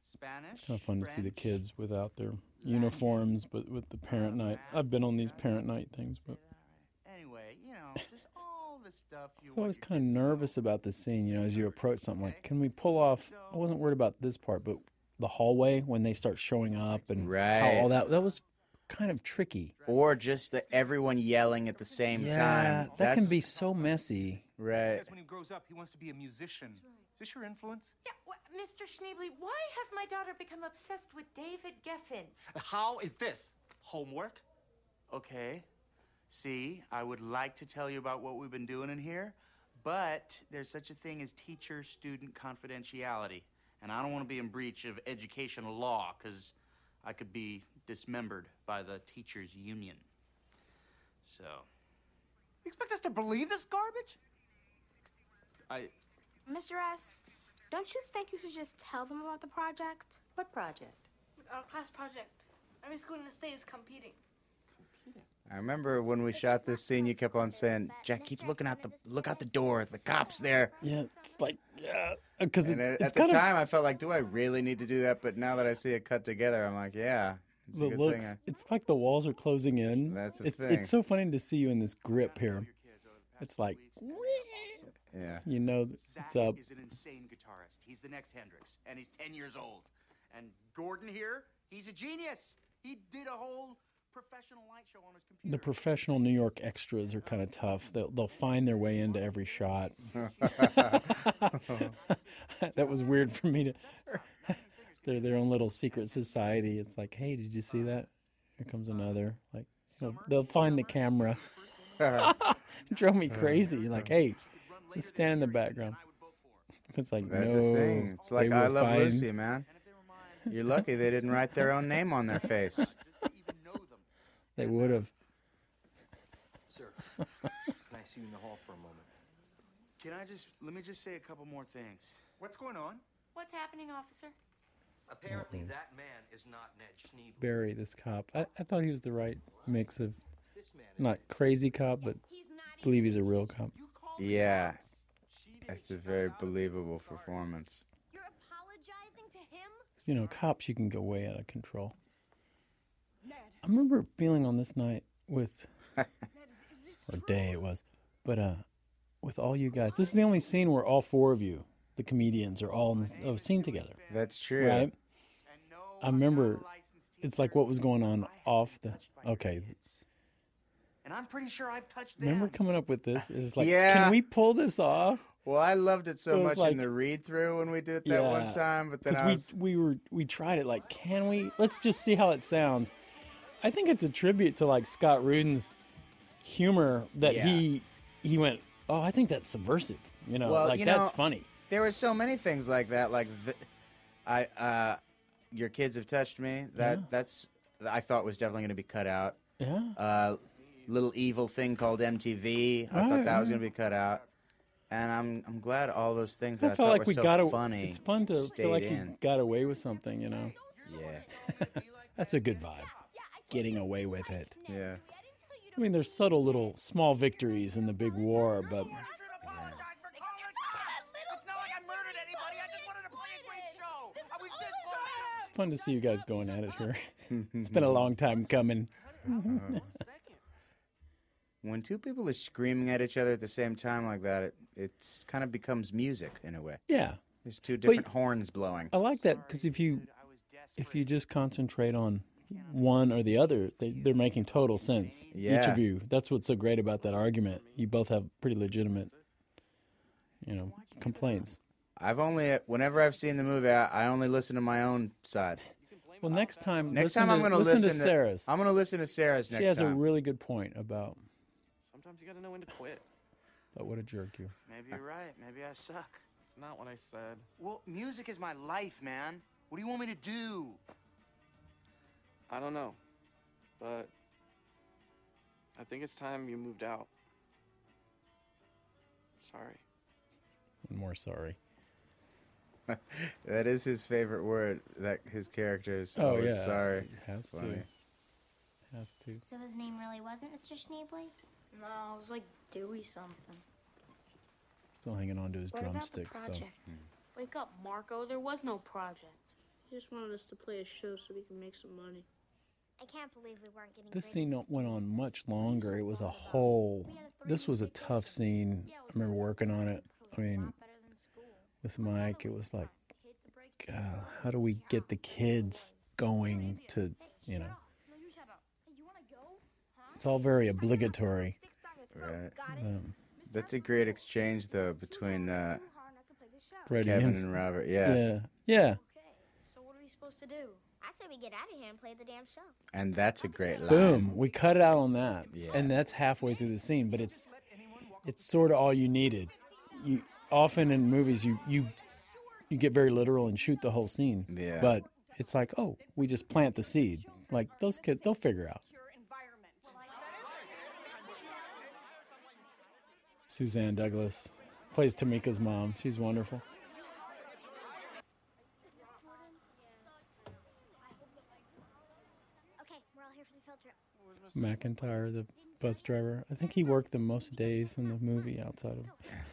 [SPEAKER 4] Spanish.
[SPEAKER 3] It's kind of fun to see the kids without their uniforms, but with the parent night. I've been on these parent night things, but
[SPEAKER 4] Anyway, you know, just all the stuff
[SPEAKER 3] I
[SPEAKER 4] you
[SPEAKER 3] was always kind of nervous about this scene. You know, as you approach something, like, can we pull off? I wasn't worried about this part, but the hallway when they start showing up and how all
[SPEAKER 2] Right.
[SPEAKER 3] that that was kind of tricky.
[SPEAKER 2] Or just the, everyone yelling at the same time.
[SPEAKER 3] that
[SPEAKER 2] That's
[SPEAKER 3] can be so messy.
[SPEAKER 2] right.
[SPEAKER 13] Says when he grows up, he wants to be a musician. Is this your influence?
[SPEAKER 14] Yeah, wha- Mr. Schneebly, why has my daughter become obsessed with David Geffen?
[SPEAKER 4] How is this? Homework?
[SPEAKER 11] Okay. See, I would like to tell you about what we've been doing in here, but there's such a thing as teacher student confidentiality. And I don't want to be in breach of educational law because I could be dismembered by the teachers' union. So,
[SPEAKER 13] You expect us to believe this garbage?
[SPEAKER 11] I.
[SPEAKER 9] Mr. S, don't you think you should just tell them about the project? What project?
[SPEAKER 14] Our class project. Every school in the state is competing.
[SPEAKER 2] I remember when we shot this scene, you kept on saying, "Jack, keep looking out the look out the door. The cops there."
[SPEAKER 3] Yeah, it's like yeah, because
[SPEAKER 2] uh, at
[SPEAKER 3] it's
[SPEAKER 2] the
[SPEAKER 3] kind of-
[SPEAKER 2] time I felt like, "Do I really need to do that?" But now that I see it cut together, I'm like, "Yeah, it's
[SPEAKER 3] the
[SPEAKER 2] a good
[SPEAKER 3] looks.
[SPEAKER 2] thing."
[SPEAKER 3] It's like the walls are closing in. That's
[SPEAKER 2] the
[SPEAKER 3] it's,
[SPEAKER 2] thing.
[SPEAKER 3] It's so funny to see you in this grip here. It's like
[SPEAKER 2] I, yeah.
[SPEAKER 3] you know it's up.
[SPEAKER 11] is an insane guitarist. He's the next Hendrix, and he's 10 years old. And Gordon here, he's a genius. He did a whole professional light show on his computer.
[SPEAKER 3] The professional New York extras are kind of tough. They'll they'll find their way into every shot. that was weird for me to. They're their own little secret society. It's like, hey, did you see that? Here comes another. Like they'll, they'll find the camera. Drove me crazy. Like, hey, just stand in the background. It's like
[SPEAKER 2] That's
[SPEAKER 3] no.
[SPEAKER 2] the thing. It's
[SPEAKER 3] they
[SPEAKER 2] like I
[SPEAKER 3] will
[SPEAKER 2] love
[SPEAKER 3] find-
[SPEAKER 2] Lucy, man. You're lucky they didn't write their own name on their face.
[SPEAKER 3] They would have.
[SPEAKER 11] Sir,
[SPEAKER 13] Can I see you in the hall for a moment?
[SPEAKER 11] Can I just let me just say a couple more things?
[SPEAKER 13] What's going on?
[SPEAKER 14] What's happening, officer?
[SPEAKER 10] Apparently,
[SPEAKER 2] Mm-hmm.
[SPEAKER 10] that man is not Ned Schneebel.
[SPEAKER 3] Barry, this cop. I, I thought he was the right mix of
[SPEAKER 10] This man is
[SPEAKER 3] not crazy cop, but believe he's a real cop.
[SPEAKER 2] Yeah, it's a very believable performance.
[SPEAKER 3] 'Cause, you know, cops, you can go way out of control. I remember feeling on this night with, or day it was, but uh, with all you guys. This is the only scene where all four of you, the comedians, are all in the a scene together.
[SPEAKER 2] That's true.
[SPEAKER 3] Right? I remember it's like what was going on off the. Okay.
[SPEAKER 11] And I'm pretty sure I've touched them.
[SPEAKER 3] Remember coming up with this? It's like,
[SPEAKER 2] Yeah.
[SPEAKER 3] can we pull this off?
[SPEAKER 2] Well, I loved it so
[SPEAKER 3] It was
[SPEAKER 2] much
[SPEAKER 3] like-
[SPEAKER 2] in the read through when we did it that one time, but then
[SPEAKER 3] 'cause
[SPEAKER 2] I
[SPEAKER 3] we
[SPEAKER 2] was,
[SPEAKER 3] we were we tried it like, can we? Let's just see how it sounds. I think it's a tribute to like Scott Rudin's humor that
[SPEAKER 2] Yeah.
[SPEAKER 3] he he went, oh, I think that's subversive. You know,
[SPEAKER 2] well,
[SPEAKER 3] like
[SPEAKER 2] you
[SPEAKER 3] that's
[SPEAKER 2] know,
[SPEAKER 3] funny.
[SPEAKER 2] There were so many things like that. Like, th- I, uh, your kids have touched me. That
[SPEAKER 3] Yeah.
[SPEAKER 2] that's I thought was definitely going to be cut out.
[SPEAKER 3] Yeah.
[SPEAKER 2] Uh, little evil thing called MTV. I
[SPEAKER 3] Right,
[SPEAKER 2] thought that was
[SPEAKER 3] right.
[SPEAKER 2] going to be cut out. And I'm I'm glad all those things
[SPEAKER 3] I
[SPEAKER 2] that I,
[SPEAKER 3] felt
[SPEAKER 2] thought were
[SPEAKER 3] like we
[SPEAKER 2] so
[SPEAKER 3] got a,
[SPEAKER 2] funny.
[SPEAKER 3] It's fun to
[SPEAKER 2] stayed
[SPEAKER 3] feel like
[SPEAKER 2] in.
[SPEAKER 3] you got away with something, you know.
[SPEAKER 2] Yeah.
[SPEAKER 3] That's a good vibe. Getting away with it.
[SPEAKER 2] Yeah.
[SPEAKER 3] I mean, there's subtle little small victories in the big war,
[SPEAKER 11] It's not
[SPEAKER 3] but
[SPEAKER 11] like I murdered anybody. I just wanted to play a great show. I was this
[SPEAKER 3] it's fun to see you guys going at it here. it's been a long time coming.
[SPEAKER 2] When two people are screaming at each other at the same time like that, it it's kind of becomes music in a way.
[SPEAKER 3] Yeah.
[SPEAKER 2] There's two
[SPEAKER 3] But-
[SPEAKER 2] different horns blowing.
[SPEAKER 3] I like that because if you if you just concentrate on one or the other, they, they're making total sense. Each
[SPEAKER 2] Yeah.
[SPEAKER 3] of you. That's what's so great about that argument. You both have pretty legitimate, you know, complaints.
[SPEAKER 2] I've only whenever I've seen the movie, I, I only listen to my own side.
[SPEAKER 3] Well, next time,
[SPEAKER 2] Next
[SPEAKER 3] listen
[SPEAKER 2] time
[SPEAKER 3] to,
[SPEAKER 2] I'm going to
[SPEAKER 3] listen, to Sarah's.
[SPEAKER 2] I'm going to listen to Sarah's next
[SPEAKER 3] she has
[SPEAKER 2] time.
[SPEAKER 3] a really good point about
[SPEAKER 10] Sometimes you gotta know when to quit.
[SPEAKER 3] about what a jerk you.
[SPEAKER 11] Maybe you're right. Maybe I suck.
[SPEAKER 10] It's not what I said.
[SPEAKER 11] Well, music is my life, man. What do you want me to do?
[SPEAKER 10] I don't know, but I think it's time you moved out. Sorry.
[SPEAKER 3] And more sorry.
[SPEAKER 2] that is his favorite word. That his character is
[SPEAKER 3] Oh,
[SPEAKER 2] always
[SPEAKER 3] yeah.
[SPEAKER 2] sorry.
[SPEAKER 3] It has
[SPEAKER 2] It's
[SPEAKER 3] to.
[SPEAKER 2] funny.
[SPEAKER 3] Has to.
[SPEAKER 6] So his name really wasn't Mr. Schneebly?
[SPEAKER 9] No, it was like Dewey something.
[SPEAKER 3] Still hanging on to his
[SPEAKER 9] What about the
[SPEAKER 3] drumsticks though. Hmm.
[SPEAKER 9] project? Wake up, Marco. There was no project. He just wanted us to play a show so we can make some money.
[SPEAKER 6] I can't believe we weren't getting
[SPEAKER 3] This scene don't- went on much longer. It was a whole. This was a tough scene. I remember working on it. I mean, with Mike, it was like, God, how do we get the kids going to, you know? It's all very obligatory.
[SPEAKER 2] Right.
[SPEAKER 3] Um,
[SPEAKER 2] That's a great exchange though between uh,
[SPEAKER 3] Fred and
[SPEAKER 2] Kevin
[SPEAKER 3] him.
[SPEAKER 2] and Robert. Yeah.
[SPEAKER 3] Yeah. Yeah.
[SPEAKER 6] So what are we supposed to do? I say we get out of here and play the damn show.
[SPEAKER 2] and that's a great line.
[SPEAKER 3] Boom. We cut it out on that. And that's halfway through the scene, but it's it's sort of all you needed. You often in movies you you you get very literal and shoot the whole scene.
[SPEAKER 2] Yeah.
[SPEAKER 3] But it's like, oh, we just plant the seed. Like those kids they'll figure out. Suzanne Douglas plays Tamika's mom. She's wonderful.
[SPEAKER 6] Okay, we're all here for the field trip.
[SPEAKER 3] McIntyre, the bus driver. I think he worked the most days in the movie outside of.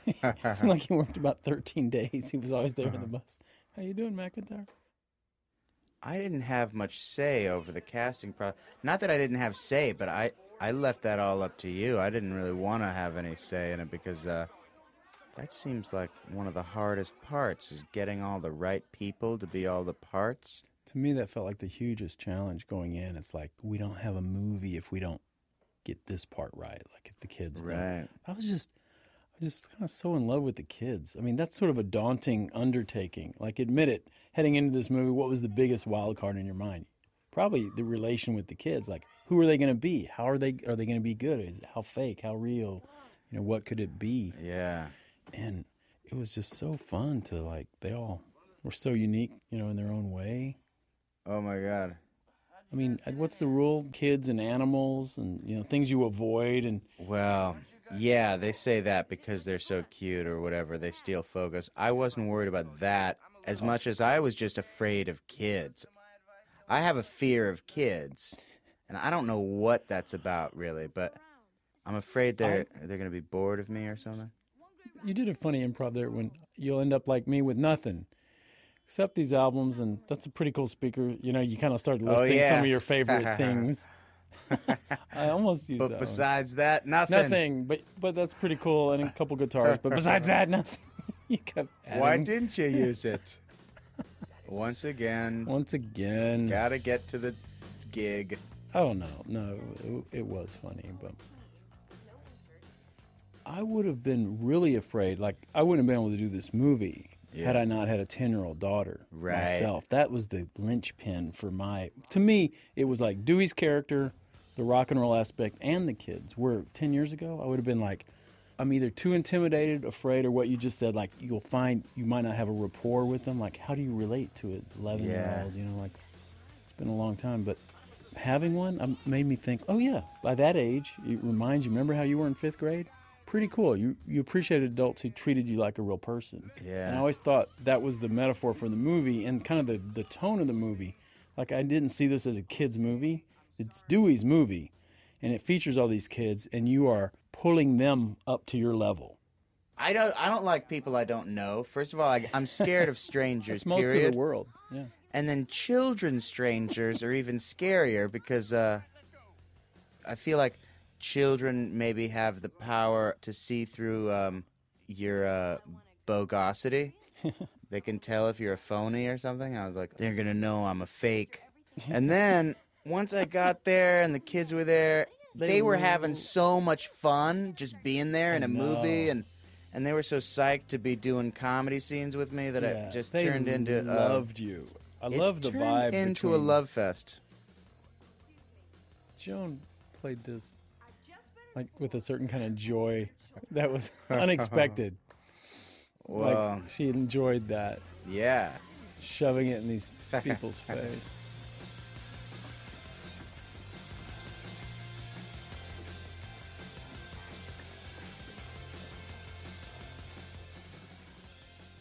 [SPEAKER 3] it's like he worked about 13 days. He was always there in the bus. How you doing, McIntyre?
[SPEAKER 2] I didn't have much say over the casting process. Not that I didn't have say, but I I left that all up to you. I didn't really want to have any say in it because uh, that seems like one of the hardest parts is getting all the right people to be all the parts.
[SPEAKER 3] To me, that felt like the hugest challenge going in. It's like we don't have a movie if we don't get this part right. Like if the kids
[SPEAKER 2] Right.
[SPEAKER 3] don't. I was just, I was just kind of so in love with the kids. I mean, that's sort of a daunting undertaking. Like, admit it. Heading into this movie, what was the biggest wild card in your mind? Probably the relation with the kids. Like, who are they going to be? How are they? Are they going to be good? Is how fake? How real? You know, what could it be?
[SPEAKER 2] Yeah.
[SPEAKER 3] And it was just so fun to like. They all were so unique, you know, in their own way.
[SPEAKER 2] Oh my god.
[SPEAKER 3] I mean, uh, what's the rule? Kids and animals, and you know things you avoid, and
[SPEAKER 2] Well, yeah, they say that because they're so cute or whatever. They steal focus. I wasn't worried about that as much as I was just afraid of kids. I have a fear of kids, and I don't know what that's about really, but I'm afraid they're they're gonna be bored of me or something.
[SPEAKER 3] you did a funny improv there when you'll end up like me with nothing except these albums, and that's a pretty cool speaker. You know, you kind of start
[SPEAKER 2] Oh,
[SPEAKER 3] listing some
[SPEAKER 2] yeah.
[SPEAKER 3] of your favorite things. I almost used
[SPEAKER 2] But
[SPEAKER 3] that one.
[SPEAKER 2] besides that, nothing.
[SPEAKER 3] Nothing, but but that's pretty cool, and a couple guitars. But besides that, nothing. you kept.
[SPEAKER 2] Why
[SPEAKER 3] adding.
[SPEAKER 2] didn't you use it? Once again.
[SPEAKER 3] Once again.
[SPEAKER 2] Gotta get to the gig.
[SPEAKER 3] I don't know. Oh, No, it, it was funny, but I would have been really afraid. Like I wouldn't have been able to do this movie had
[SPEAKER 2] Yeah.
[SPEAKER 3] I not had a ten-year-old daughter
[SPEAKER 2] Right.
[SPEAKER 3] myself. That was the linchpin for my. To me, it was like Dewey's character, the rock and roll aspect, and the kids. Where ten years ago, I would have been like, I'm either too intimidated, afraid, or what you just said. Like you'll find you might not have a rapport with them. Like how do you relate to an 11 year
[SPEAKER 2] Yeah.
[SPEAKER 3] old? You know, like it's been a long time, but having one um, made me think. Oh yeah, by that age, it reminds you. Remember how you were in fifth grade? Pretty cool. You you appreciated adults who treated you like a real person.
[SPEAKER 2] Yeah.
[SPEAKER 3] And I always thought that was the metaphor for the movie and kind of the, the tone of the movie. Like I didn't see this as a kid's movie. It's Dewey's movie. And it features all these kids and you are pulling them up to your level.
[SPEAKER 2] I don't. I don't like people I don't know. First of all, I, I'm scared of strangers.
[SPEAKER 3] That's most
[SPEAKER 2] period.
[SPEAKER 3] of the world. Yeah.
[SPEAKER 2] And then children strangers are even scarier because uh, I feel like children maybe have the power to see through um, your uh, bogosity. they can tell if you're a phony or something. I was like, they're gonna know I'm a fake. And then once I got there and the kids were there,
[SPEAKER 3] They
[SPEAKER 2] they, were
[SPEAKER 3] were-
[SPEAKER 2] having so much fun just being there in
[SPEAKER 3] I
[SPEAKER 2] a movie
[SPEAKER 3] know.
[SPEAKER 2] and and they were so psyched to be doing comedy scenes with me that
[SPEAKER 3] Yeah,
[SPEAKER 2] it just
[SPEAKER 3] they
[SPEAKER 2] turned into uh,
[SPEAKER 3] loved you. I
[SPEAKER 2] it
[SPEAKER 3] love the
[SPEAKER 2] turned
[SPEAKER 3] vibe
[SPEAKER 2] into a
[SPEAKER 3] between-
[SPEAKER 2] love fest.
[SPEAKER 3] Joan played this like with a certain kind of joy that was unexpected.
[SPEAKER 2] Wow.
[SPEAKER 3] Like she enjoyed that.
[SPEAKER 2] Yeah.
[SPEAKER 3] Shoving it in these people's face.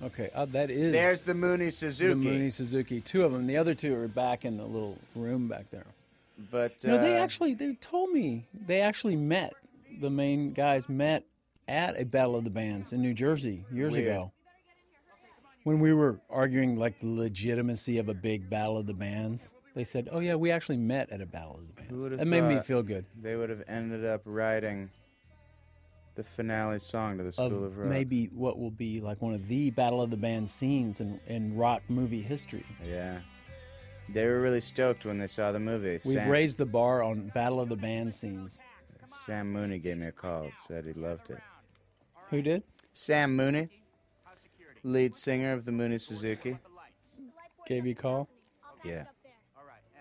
[SPEAKER 3] Okay, uh, that is.
[SPEAKER 2] There's the Mooney Suzuki.
[SPEAKER 3] The Mooney Suzuki. Two of them. The other two are back in the little room back there.
[SPEAKER 2] But
[SPEAKER 3] No, they
[SPEAKER 2] uh,
[SPEAKER 3] actually they told me they actually met. The main guys met at a Battle of the Bands in New Jersey years
[SPEAKER 2] Weird.
[SPEAKER 3] ago. When we were arguing like the legitimacy of a big Battle of the Bands, they said, "Oh yeah, we actually met at a Battle of the Bands."
[SPEAKER 2] Who would've
[SPEAKER 3] That made me
[SPEAKER 2] thought
[SPEAKER 3] feel good.
[SPEAKER 2] They would have ended up writing the finale song to the School of, Rock.
[SPEAKER 3] maybe what will be like one of the Battle of the Bands scenes in, in rock movie history.
[SPEAKER 2] Yeah. They were really stoked when they saw the movie.
[SPEAKER 3] We've
[SPEAKER 2] Sam,
[SPEAKER 3] raised the bar on Battle of the Band scenes.
[SPEAKER 2] Sam Mooney gave me a call. Said he loved it.
[SPEAKER 3] Who did?
[SPEAKER 2] Sam Mooney, lead singer of the Mooney Suzuki.
[SPEAKER 3] Gave you a call?
[SPEAKER 2] Yeah.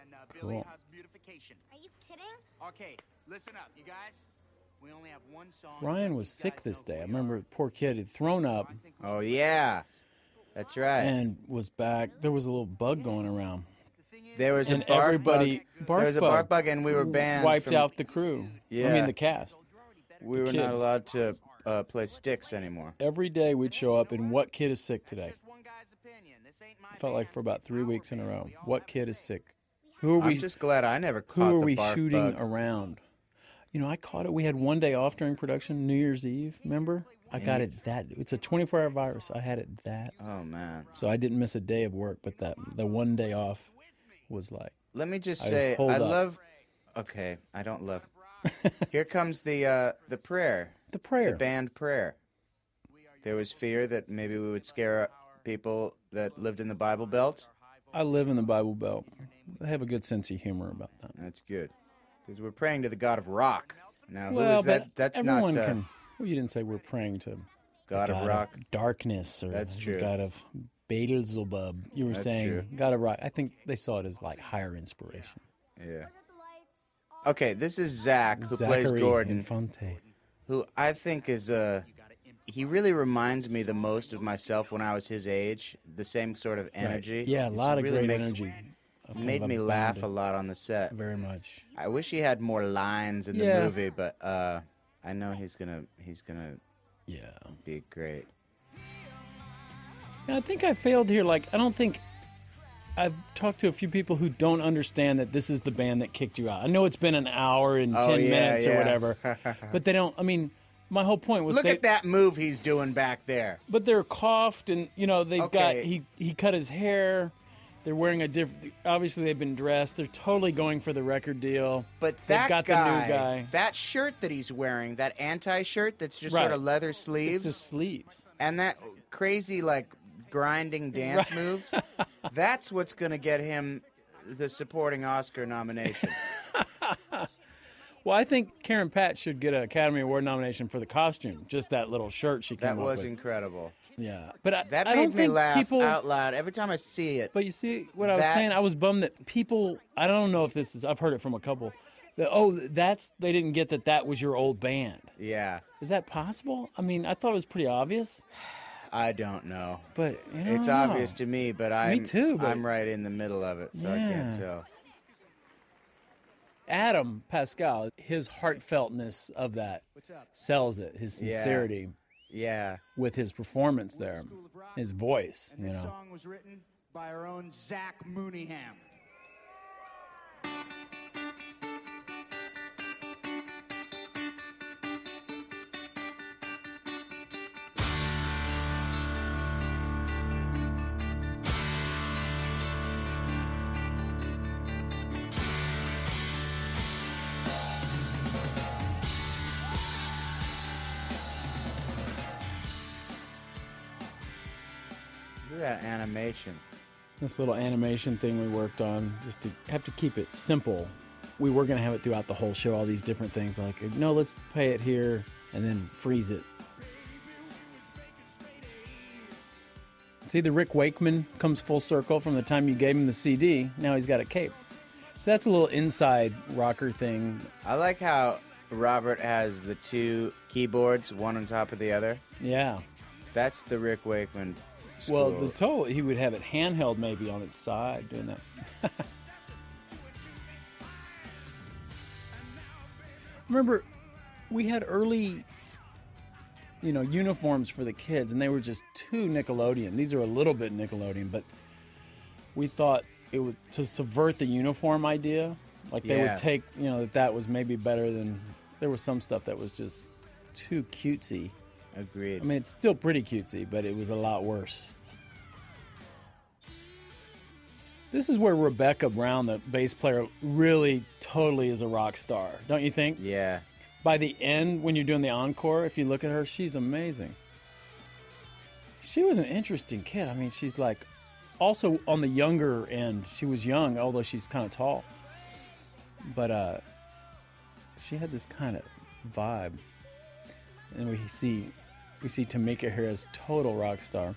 [SPEAKER 4] And uh, Billy
[SPEAKER 3] Cool.
[SPEAKER 4] Hobbs beautification.
[SPEAKER 6] Are you kidding?
[SPEAKER 4] Okay, listen up, you guys. We only have one song.
[SPEAKER 3] Ryan was sick this day. I remember the poor kid had thrown up
[SPEAKER 2] Oh yeah, that's right.
[SPEAKER 3] and was back. There was a little bug going around.
[SPEAKER 2] there was a
[SPEAKER 3] and
[SPEAKER 2] barf bug-
[SPEAKER 3] everybody barf
[SPEAKER 2] there was a
[SPEAKER 3] bug
[SPEAKER 2] barf bug, and we were banned.
[SPEAKER 3] Wiped
[SPEAKER 2] from-
[SPEAKER 3] out the crew. I
[SPEAKER 2] Yeah.
[SPEAKER 3] mean the cast.
[SPEAKER 2] We
[SPEAKER 3] the
[SPEAKER 2] were not
[SPEAKER 3] kids.
[SPEAKER 2] allowed to uh, play sticks anymore.
[SPEAKER 3] Every day we'd show up and what kid is sick today? It felt like for about three weeks in a row. What kid is sick? Who are
[SPEAKER 2] I'm
[SPEAKER 3] we?
[SPEAKER 2] just glad I never
[SPEAKER 3] who
[SPEAKER 2] caught
[SPEAKER 3] are
[SPEAKER 2] the
[SPEAKER 3] we
[SPEAKER 2] barf
[SPEAKER 3] shooting
[SPEAKER 2] bug.
[SPEAKER 3] around? You know, I caught it. We had one day off during production, New Year's Eve. Remember? I got
[SPEAKER 2] Yeah.
[SPEAKER 3] it that. It's a 24-hour virus. I had it that.
[SPEAKER 2] Oh man.
[SPEAKER 3] So I didn't miss a day of work, but that the one day off was like
[SPEAKER 2] Let me just
[SPEAKER 3] I was
[SPEAKER 2] say, I
[SPEAKER 3] holed up.
[SPEAKER 2] love. Okay, I don't love. Here comes the uh, the prayer.
[SPEAKER 3] the prayer.
[SPEAKER 2] The band prayer. There was fear that maybe we would scare people that lived in the Bible Belt.
[SPEAKER 3] I live in the Bible Belt. I have a good sense of humor about that.
[SPEAKER 2] That's good, because we're praying to the God of Rock. Now, who
[SPEAKER 3] well,
[SPEAKER 2] is
[SPEAKER 3] but
[SPEAKER 2] that? That's
[SPEAKER 3] everyone
[SPEAKER 2] not uh,
[SPEAKER 3] can. Well, you didn't say we're praying to the
[SPEAKER 2] God of Rock.
[SPEAKER 3] darkness or
[SPEAKER 2] That's
[SPEAKER 3] the
[SPEAKER 2] true.
[SPEAKER 3] God of Beelzebub. You were
[SPEAKER 2] That's
[SPEAKER 3] saying
[SPEAKER 2] true.
[SPEAKER 3] God of Rock. I think they saw it as like higher inspiration.
[SPEAKER 2] Yeah. Okay, this is Zach who plays
[SPEAKER 3] Zachary
[SPEAKER 2] Gordon,
[SPEAKER 3] Infante.
[SPEAKER 2] who I think is uh He really reminds me the most of myself when I was his age. The same sort of
[SPEAKER 3] Right.
[SPEAKER 2] energy.
[SPEAKER 3] Yeah, a
[SPEAKER 2] He's
[SPEAKER 3] lot of
[SPEAKER 2] really
[SPEAKER 3] great
[SPEAKER 2] makes-
[SPEAKER 3] energy. I've kind
[SPEAKER 2] Made
[SPEAKER 3] of
[SPEAKER 2] me laugh a
[SPEAKER 3] abounded
[SPEAKER 2] lot on the set.
[SPEAKER 3] Very much.
[SPEAKER 2] I wish he had more lines in
[SPEAKER 3] Yeah.
[SPEAKER 2] the movie, but uh, I know he's gonna he's gonna
[SPEAKER 3] Yeah.
[SPEAKER 2] be great.
[SPEAKER 3] Yeah, I think I failed here. Like, I don't think I've talked to a few people who don't understand that this is the band that kicked you out. I know it's been an hour and
[SPEAKER 2] Oh,
[SPEAKER 3] 10
[SPEAKER 2] yeah,
[SPEAKER 3] minutes or
[SPEAKER 2] yeah.
[SPEAKER 3] whatever, but they don't. I mean, my whole point was
[SPEAKER 2] Look
[SPEAKER 3] they,
[SPEAKER 2] at that move he's doing back there.
[SPEAKER 3] But they're coughed, and you know they've got
[SPEAKER 2] Okay.
[SPEAKER 3] he he cut his hair. They're wearing a different. Obviously, they've been dressed. They're totally going for the record deal.
[SPEAKER 2] But
[SPEAKER 3] They've
[SPEAKER 2] that
[SPEAKER 3] got
[SPEAKER 2] guy,
[SPEAKER 3] the new guy.
[SPEAKER 2] that shirt that he's wearing, that anti-shirt that's just
[SPEAKER 3] Right.
[SPEAKER 2] sort of leather
[SPEAKER 3] It's
[SPEAKER 2] sleeves,
[SPEAKER 3] just sleeves.
[SPEAKER 2] and that crazy like grinding dance
[SPEAKER 3] Right.
[SPEAKER 2] move, that's what's gonna get him the supporting Oscar nomination.
[SPEAKER 3] Well, I think Karen Pat should get an Academy Award nomination for the costume. Just that little shirt she came
[SPEAKER 2] that
[SPEAKER 3] up
[SPEAKER 2] was
[SPEAKER 3] with.
[SPEAKER 2] incredible.
[SPEAKER 3] Yeah, but I,
[SPEAKER 2] That
[SPEAKER 3] I
[SPEAKER 2] made
[SPEAKER 3] don't
[SPEAKER 2] me
[SPEAKER 3] think
[SPEAKER 2] laugh
[SPEAKER 3] people.
[SPEAKER 2] out loud every time I see it.
[SPEAKER 3] But you see what I was
[SPEAKER 2] That-
[SPEAKER 3] saying? I was bummed that people. I don't know if this is. I've heard it from a couple. That, oh, that's they didn't get that. That was your old band.
[SPEAKER 2] Yeah.
[SPEAKER 3] Is that possible? I mean, I thought it was pretty obvious.
[SPEAKER 2] I don't know.
[SPEAKER 3] But you know,
[SPEAKER 2] it's
[SPEAKER 3] I don't
[SPEAKER 2] obvious
[SPEAKER 3] know.
[SPEAKER 2] to me, but I'm
[SPEAKER 3] too, but-
[SPEAKER 2] I'm right in the middle of it, so I can't
[SPEAKER 3] Yeah.
[SPEAKER 2] tell.
[SPEAKER 3] Adam Pascal, his heartfeltness of that sells it. His
[SPEAKER 2] Yeah.
[SPEAKER 3] sincerity.
[SPEAKER 2] Yeah.
[SPEAKER 3] With his performance there, his voice. You
[SPEAKER 4] This
[SPEAKER 3] know.
[SPEAKER 4] song was written by our own Zach Mooneyham.
[SPEAKER 2] Look at that animation.
[SPEAKER 3] This little animation thing we worked on, just to have to keep it simple. We were going to have it throughout the whole show, all these different things like, no, let's pay it here and then freeze it. See, the Rick Wakeman comes full circle from the time you gave him the CD, now he's got a cape. So that's a little inside rocker thing.
[SPEAKER 2] I like how Robert has the two keyboards, one on top of the other.
[SPEAKER 3] Yeah.
[SPEAKER 2] That's the Rick Wakeman.
[SPEAKER 3] Well,
[SPEAKER 2] school.
[SPEAKER 3] the toe, he would have it handheld maybe on its side doing that. Remember, we had early, you know, uniforms for the kids, and they were just too Nickelodeon. These are a little bit Nickelodeon, but we thought it would to subvert the uniform idea. Like they
[SPEAKER 2] Yeah.
[SPEAKER 3] would take, you know, that that was maybe better than there was some stuff that was just too cutesy.
[SPEAKER 2] Agreed.
[SPEAKER 3] I mean, it's still pretty cutesy, but it was a lot worse. This is where Rebecca Brown, the bass player, really totally is a rock star, don't you think?
[SPEAKER 2] Yeah.
[SPEAKER 3] By the end, when you're doing the encore, if you look at her, she's amazing. She was an interesting kid. I mean, she's like also on the younger end. She was young, although she's kind of tall. But uh, she had this kind of vibe. And we see we see Tamika here as total rock star.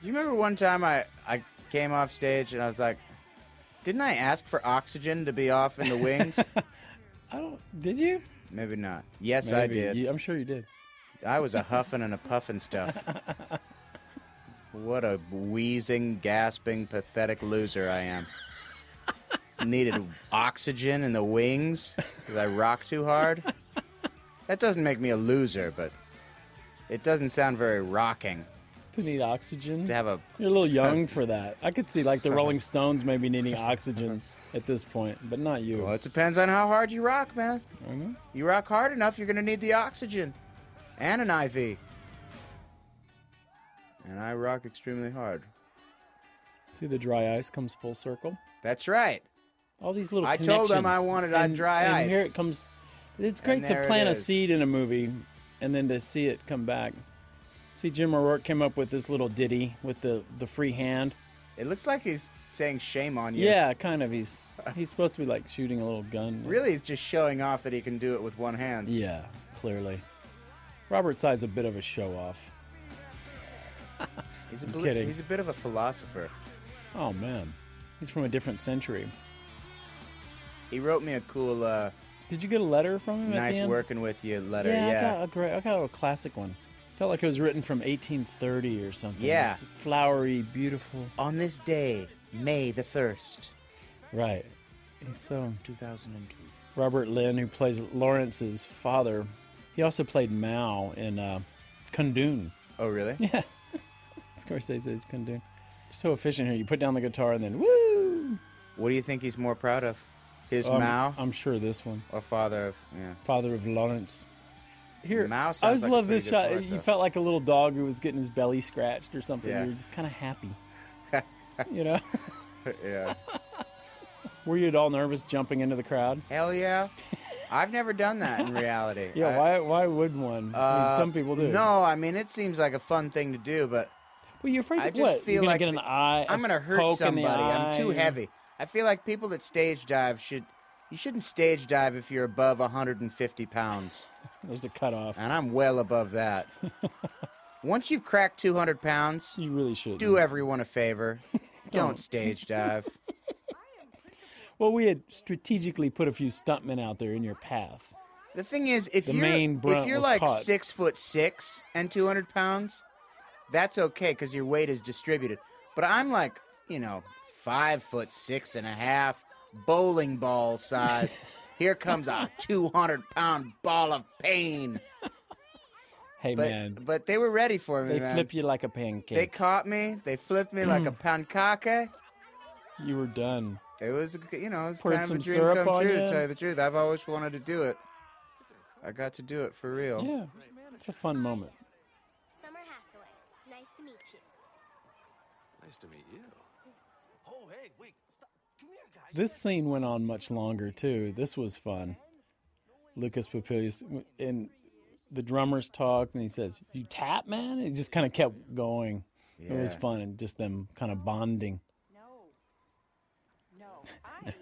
[SPEAKER 2] Do you remember one time I, I came off stage and I was like, didn't I ask for oxygen to be off in the wings?
[SPEAKER 3] I don't. Did you?
[SPEAKER 2] Maybe not. Yes, I
[SPEAKER 3] Maybe.
[SPEAKER 2] did.
[SPEAKER 3] You- I'm sure you did.
[SPEAKER 2] I was a huffing and a puffing stuff. what a wheezing, gasping, pathetic loser I am. Needed oxygen in the wings because I rock too hard. That doesn't make me a loser, but it doesn't sound very rocking.
[SPEAKER 3] To need oxygen?
[SPEAKER 2] To have a.
[SPEAKER 3] You're a little young for that. I could see like the Rolling Stones maybe needing oxygen at this point, but not you.
[SPEAKER 2] Well, it depends on how hard you rock, man.
[SPEAKER 3] Mhm.
[SPEAKER 2] You rock hard enough, you're going to need the oxygen and an IV. And I rock extremely hard.
[SPEAKER 3] See the dry ice comes full circle.
[SPEAKER 2] That's right.
[SPEAKER 3] All these little.
[SPEAKER 2] I told them I
[SPEAKER 3] connections.
[SPEAKER 2] wanted on
[SPEAKER 3] And-
[SPEAKER 2] dry
[SPEAKER 3] and Here
[SPEAKER 2] ice.
[SPEAKER 3] it comes. It's great
[SPEAKER 2] And there
[SPEAKER 3] to
[SPEAKER 2] it
[SPEAKER 3] plant a
[SPEAKER 2] is.
[SPEAKER 3] seed in a movie, and then to see it come back. See Jim O'Rourke came up with this little ditty with the the free hand.
[SPEAKER 2] It looks like he's saying shame on you.
[SPEAKER 3] Yeah, kind of. He's he's supposed to be like shooting a little gun.
[SPEAKER 2] Really, he's just showing off that he can do it with one hand.
[SPEAKER 3] Yeah, clearly. Robert Side's a bit of a show off.
[SPEAKER 2] He's a,
[SPEAKER 3] I'm
[SPEAKER 2] bel-
[SPEAKER 3] kidding.
[SPEAKER 2] he's a bit of a philosopher.
[SPEAKER 3] Oh man, he's from a different century.
[SPEAKER 2] He wrote me a cool, uh,
[SPEAKER 3] Did you get a letter from him? at the
[SPEAKER 2] nice
[SPEAKER 3] end?
[SPEAKER 2] working with you letter.
[SPEAKER 3] Yeah,
[SPEAKER 2] Yeah.
[SPEAKER 3] I got a great. I got a classic one. Felt like it was written from 1830 or something.
[SPEAKER 2] Yeah.
[SPEAKER 3] It's flowery, beautiful.
[SPEAKER 2] On this day, May the 1st.
[SPEAKER 3] Right. He's so
[SPEAKER 2] 2002.
[SPEAKER 3] Robert Lynn, who plays Lawrence's father, he also played Mao in uh, Kundun.
[SPEAKER 2] Oh, really?
[SPEAKER 3] Yeah. Scorsese's Kundun. So efficient here. You put down the guitar and then woo.
[SPEAKER 2] What do you think he's more proud of? His
[SPEAKER 3] Um,
[SPEAKER 2] Mao
[SPEAKER 3] I'm sure this one.
[SPEAKER 2] or father of? Yeah.
[SPEAKER 3] Father of Lawrence. Here,
[SPEAKER 2] Mao
[SPEAKER 3] I
[SPEAKER 2] sounds
[SPEAKER 3] always
[SPEAKER 2] like a
[SPEAKER 3] love
[SPEAKER 2] pretty
[SPEAKER 3] this
[SPEAKER 2] good
[SPEAKER 3] shot.
[SPEAKER 2] part,
[SPEAKER 3] you
[SPEAKER 2] though.
[SPEAKER 3] felt like a little dog who was getting his belly scratched or something.
[SPEAKER 2] Yeah.
[SPEAKER 3] You were just kind of happy. you know?
[SPEAKER 2] yeah.
[SPEAKER 3] Were you at all nervous jumping into the crowd?
[SPEAKER 2] Hell yeah. I've never done that in reality.
[SPEAKER 3] Yeah,
[SPEAKER 2] I-
[SPEAKER 3] why, why would one? I mean,
[SPEAKER 2] uh,
[SPEAKER 3] some people do.
[SPEAKER 2] No, I mean, it seems like a fun thing to do, but
[SPEAKER 3] Well, you're afraid
[SPEAKER 2] I
[SPEAKER 3] of
[SPEAKER 2] just
[SPEAKER 3] what? You're
[SPEAKER 2] feel
[SPEAKER 3] gonna
[SPEAKER 2] like
[SPEAKER 3] get an
[SPEAKER 2] the-
[SPEAKER 3] eye.
[SPEAKER 2] I'm
[SPEAKER 3] going
[SPEAKER 2] gonna
[SPEAKER 3] to
[SPEAKER 2] hurt somebody. I'm too
[SPEAKER 3] eye.
[SPEAKER 2] heavy. I feel like people that stage dive should you shouldn't stage dive if you're above 150 pounds,
[SPEAKER 3] There's a cutoff.
[SPEAKER 2] and I'm well above that. Once you've cracked 200 pounds,
[SPEAKER 3] You really should.
[SPEAKER 2] do everyone a favor. Don't
[SPEAKER 3] Don't.
[SPEAKER 2] stage dive.
[SPEAKER 3] Well, we had strategically put a few stuntmen out there in your path.
[SPEAKER 2] The thing is, if
[SPEAKER 3] The
[SPEAKER 2] you're
[SPEAKER 3] main
[SPEAKER 2] if
[SPEAKER 3] brunt
[SPEAKER 2] you're
[SPEAKER 3] was
[SPEAKER 2] like
[SPEAKER 3] caught.
[SPEAKER 2] six foot six and two hundred pounds, that's okay because your weight is distributed. But I'm like, you know, five foot six and a half, bowling ball size. Here comes a two hundred pound ball of pain.
[SPEAKER 3] Hey
[SPEAKER 2] but,
[SPEAKER 3] man,
[SPEAKER 2] but they were ready for me.
[SPEAKER 3] they
[SPEAKER 2] man.
[SPEAKER 3] flip you like a
[SPEAKER 2] They
[SPEAKER 3] pancake.
[SPEAKER 2] caught me. They flipped me like a pancake.
[SPEAKER 3] you were done.
[SPEAKER 2] It was, you know, it was
[SPEAKER 3] Poured
[SPEAKER 2] kind of a
[SPEAKER 3] some
[SPEAKER 2] dream
[SPEAKER 3] syrup
[SPEAKER 2] come
[SPEAKER 3] on
[SPEAKER 2] true. To
[SPEAKER 3] ya?
[SPEAKER 2] tell you the truth, I've always wanted to do it. I got to do it for real.
[SPEAKER 3] Yeah, it's a fun moment.
[SPEAKER 6] Summer Hathaway. Nice to meet you.
[SPEAKER 13] Nice to meet you.
[SPEAKER 11] Oh, hey, wait. Stop. Come here, guys.
[SPEAKER 3] This scene went on much longer too. This was fun. Lucas Papilius and the drummers talked, and he says, "You tap, man." It just kind of kept going. It was
[SPEAKER 2] Yeah.
[SPEAKER 3] fun, and just them kind of bonding.
[SPEAKER 7] No, I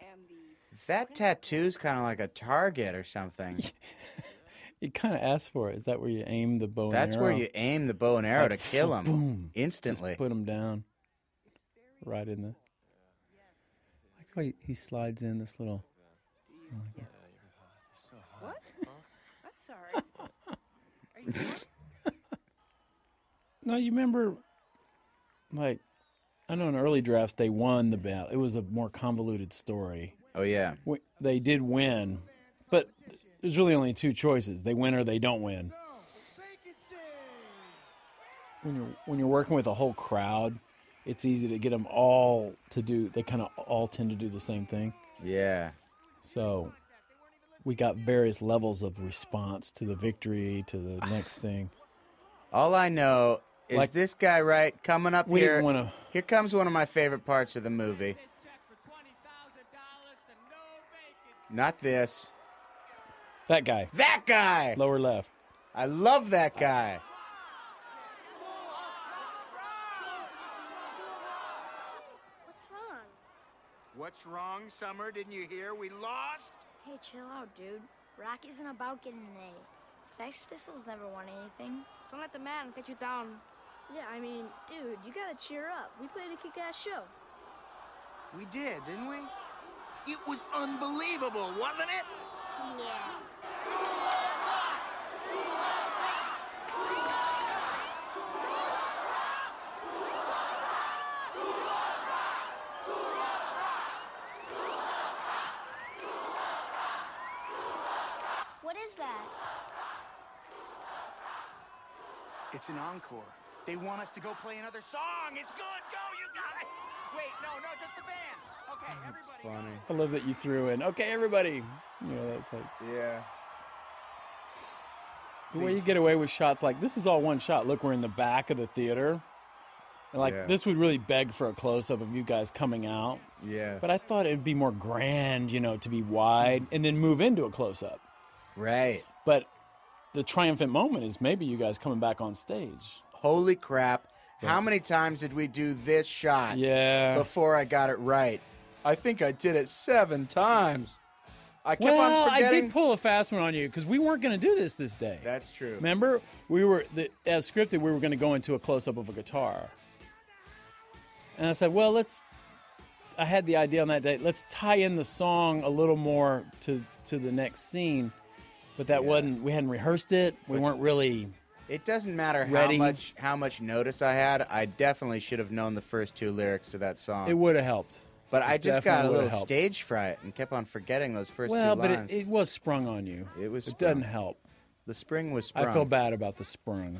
[SPEAKER 7] am the
[SPEAKER 2] That tattoo's kind of like a target or something.
[SPEAKER 3] You kind of asked for it. Is that where you aim the bow?
[SPEAKER 2] That's
[SPEAKER 3] and
[SPEAKER 2] where
[SPEAKER 3] arrow?
[SPEAKER 2] you aim the bow and arrow to
[SPEAKER 3] Like,
[SPEAKER 2] kill him
[SPEAKER 3] boom.
[SPEAKER 2] instantly.
[SPEAKER 3] Just put him down. Right in the. I like the way he slides in this little. oh, I like it.
[SPEAKER 7] what? I'm sorry. Are you what?
[SPEAKER 3] No, you remember, like, I know in early drafts they won the battle. It was a more convoluted story.
[SPEAKER 2] Oh yeah,
[SPEAKER 3] Wi- They did win, but there's really only two choices: they win or they don't win. When you're when you're working with a whole crowd, it's easy to get them all to do. They kind of all tend to do the same thing.
[SPEAKER 2] yeah.
[SPEAKER 3] So we got various levels of response to the victory, to the next thing.
[SPEAKER 2] All I know is
[SPEAKER 3] Like-
[SPEAKER 2] this guy right coming up
[SPEAKER 3] We
[SPEAKER 2] here.
[SPEAKER 3] didn't wanna-
[SPEAKER 2] Here comes one of my favorite parts of the movie. Not this.
[SPEAKER 3] That guy.
[SPEAKER 2] That guy.
[SPEAKER 3] Lower left.
[SPEAKER 2] I love that guy.
[SPEAKER 6] What's wrong?
[SPEAKER 11] What's wrong, Summer? Didn't you hear? We lost.
[SPEAKER 6] Hey, chill out, dude. Rock isn't about getting an A. Sex Pistols never won anything.
[SPEAKER 9] Don't let the man get you down. Yeah, I mean, dude, you gotta cheer up. We played a kick-ass show.
[SPEAKER 11] We did, didn't we? It was unbelievable, wasn't it?
[SPEAKER 6] Yeah. What is that?
[SPEAKER 11] It's an encore. They want us to go play another song. It's good. Go, you guys. Wait, no, no, just the band. Okay, everybody.
[SPEAKER 2] Funny.
[SPEAKER 3] I love that you threw in. Okay, everybody. You know, that's like
[SPEAKER 2] Yeah.
[SPEAKER 3] the way you get away with shots like this is all one shot. Look, we're in the back of the theater. And like
[SPEAKER 2] Yeah.
[SPEAKER 3] this would really beg for a close up of you guys coming out.
[SPEAKER 2] Yeah.
[SPEAKER 3] But I thought it'd be more grand, you know, to be wide and then move into a close up.
[SPEAKER 2] Right.
[SPEAKER 3] But the triumphant moment is maybe you guys coming back on stage.
[SPEAKER 2] Holy crap. How many times did we do this shot
[SPEAKER 3] Yeah.
[SPEAKER 2] before I got it right? I think I did it seven times. I kept
[SPEAKER 3] well,
[SPEAKER 2] on
[SPEAKER 3] I
[SPEAKER 2] forgetting.
[SPEAKER 3] did pull a fast one on you because we weren't going to do this this day.
[SPEAKER 2] That's true.
[SPEAKER 3] Remember, we were the, as scripted. We were going to go into a close up of a guitar, and I said, "Well, let's." I had the idea on that day. Let's tie in the song a little more to to the next scene, but that wasn't. We hadn't rehearsed it. We weren't really.
[SPEAKER 2] It doesn't matter how
[SPEAKER 3] Ready.
[SPEAKER 2] much how much notice I had. I definitely should have known the first two lyrics to that song.
[SPEAKER 3] It would have helped.
[SPEAKER 2] but I
[SPEAKER 3] it
[SPEAKER 2] just got
[SPEAKER 3] definitely
[SPEAKER 2] a
[SPEAKER 3] would've
[SPEAKER 2] little
[SPEAKER 3] helped.
[SPEAKER 2] stage fright and kept on forgetting those first
[SPEAKER 3] well,
[SPEAKER 2] two
[SPEAKER 3] but
[SPEAKER 2] lines.
[SPEAKER 3] it, it was sprung on you.
[SPEAKER 2] It was
[SPEAKER 3] It
[SPEAKER 2] sprung.
[SPEAKER 3] doesn't help.
[SPEAKER 2] the spring was sprung.
[SPEAKER 3] I feel bad about the sprung,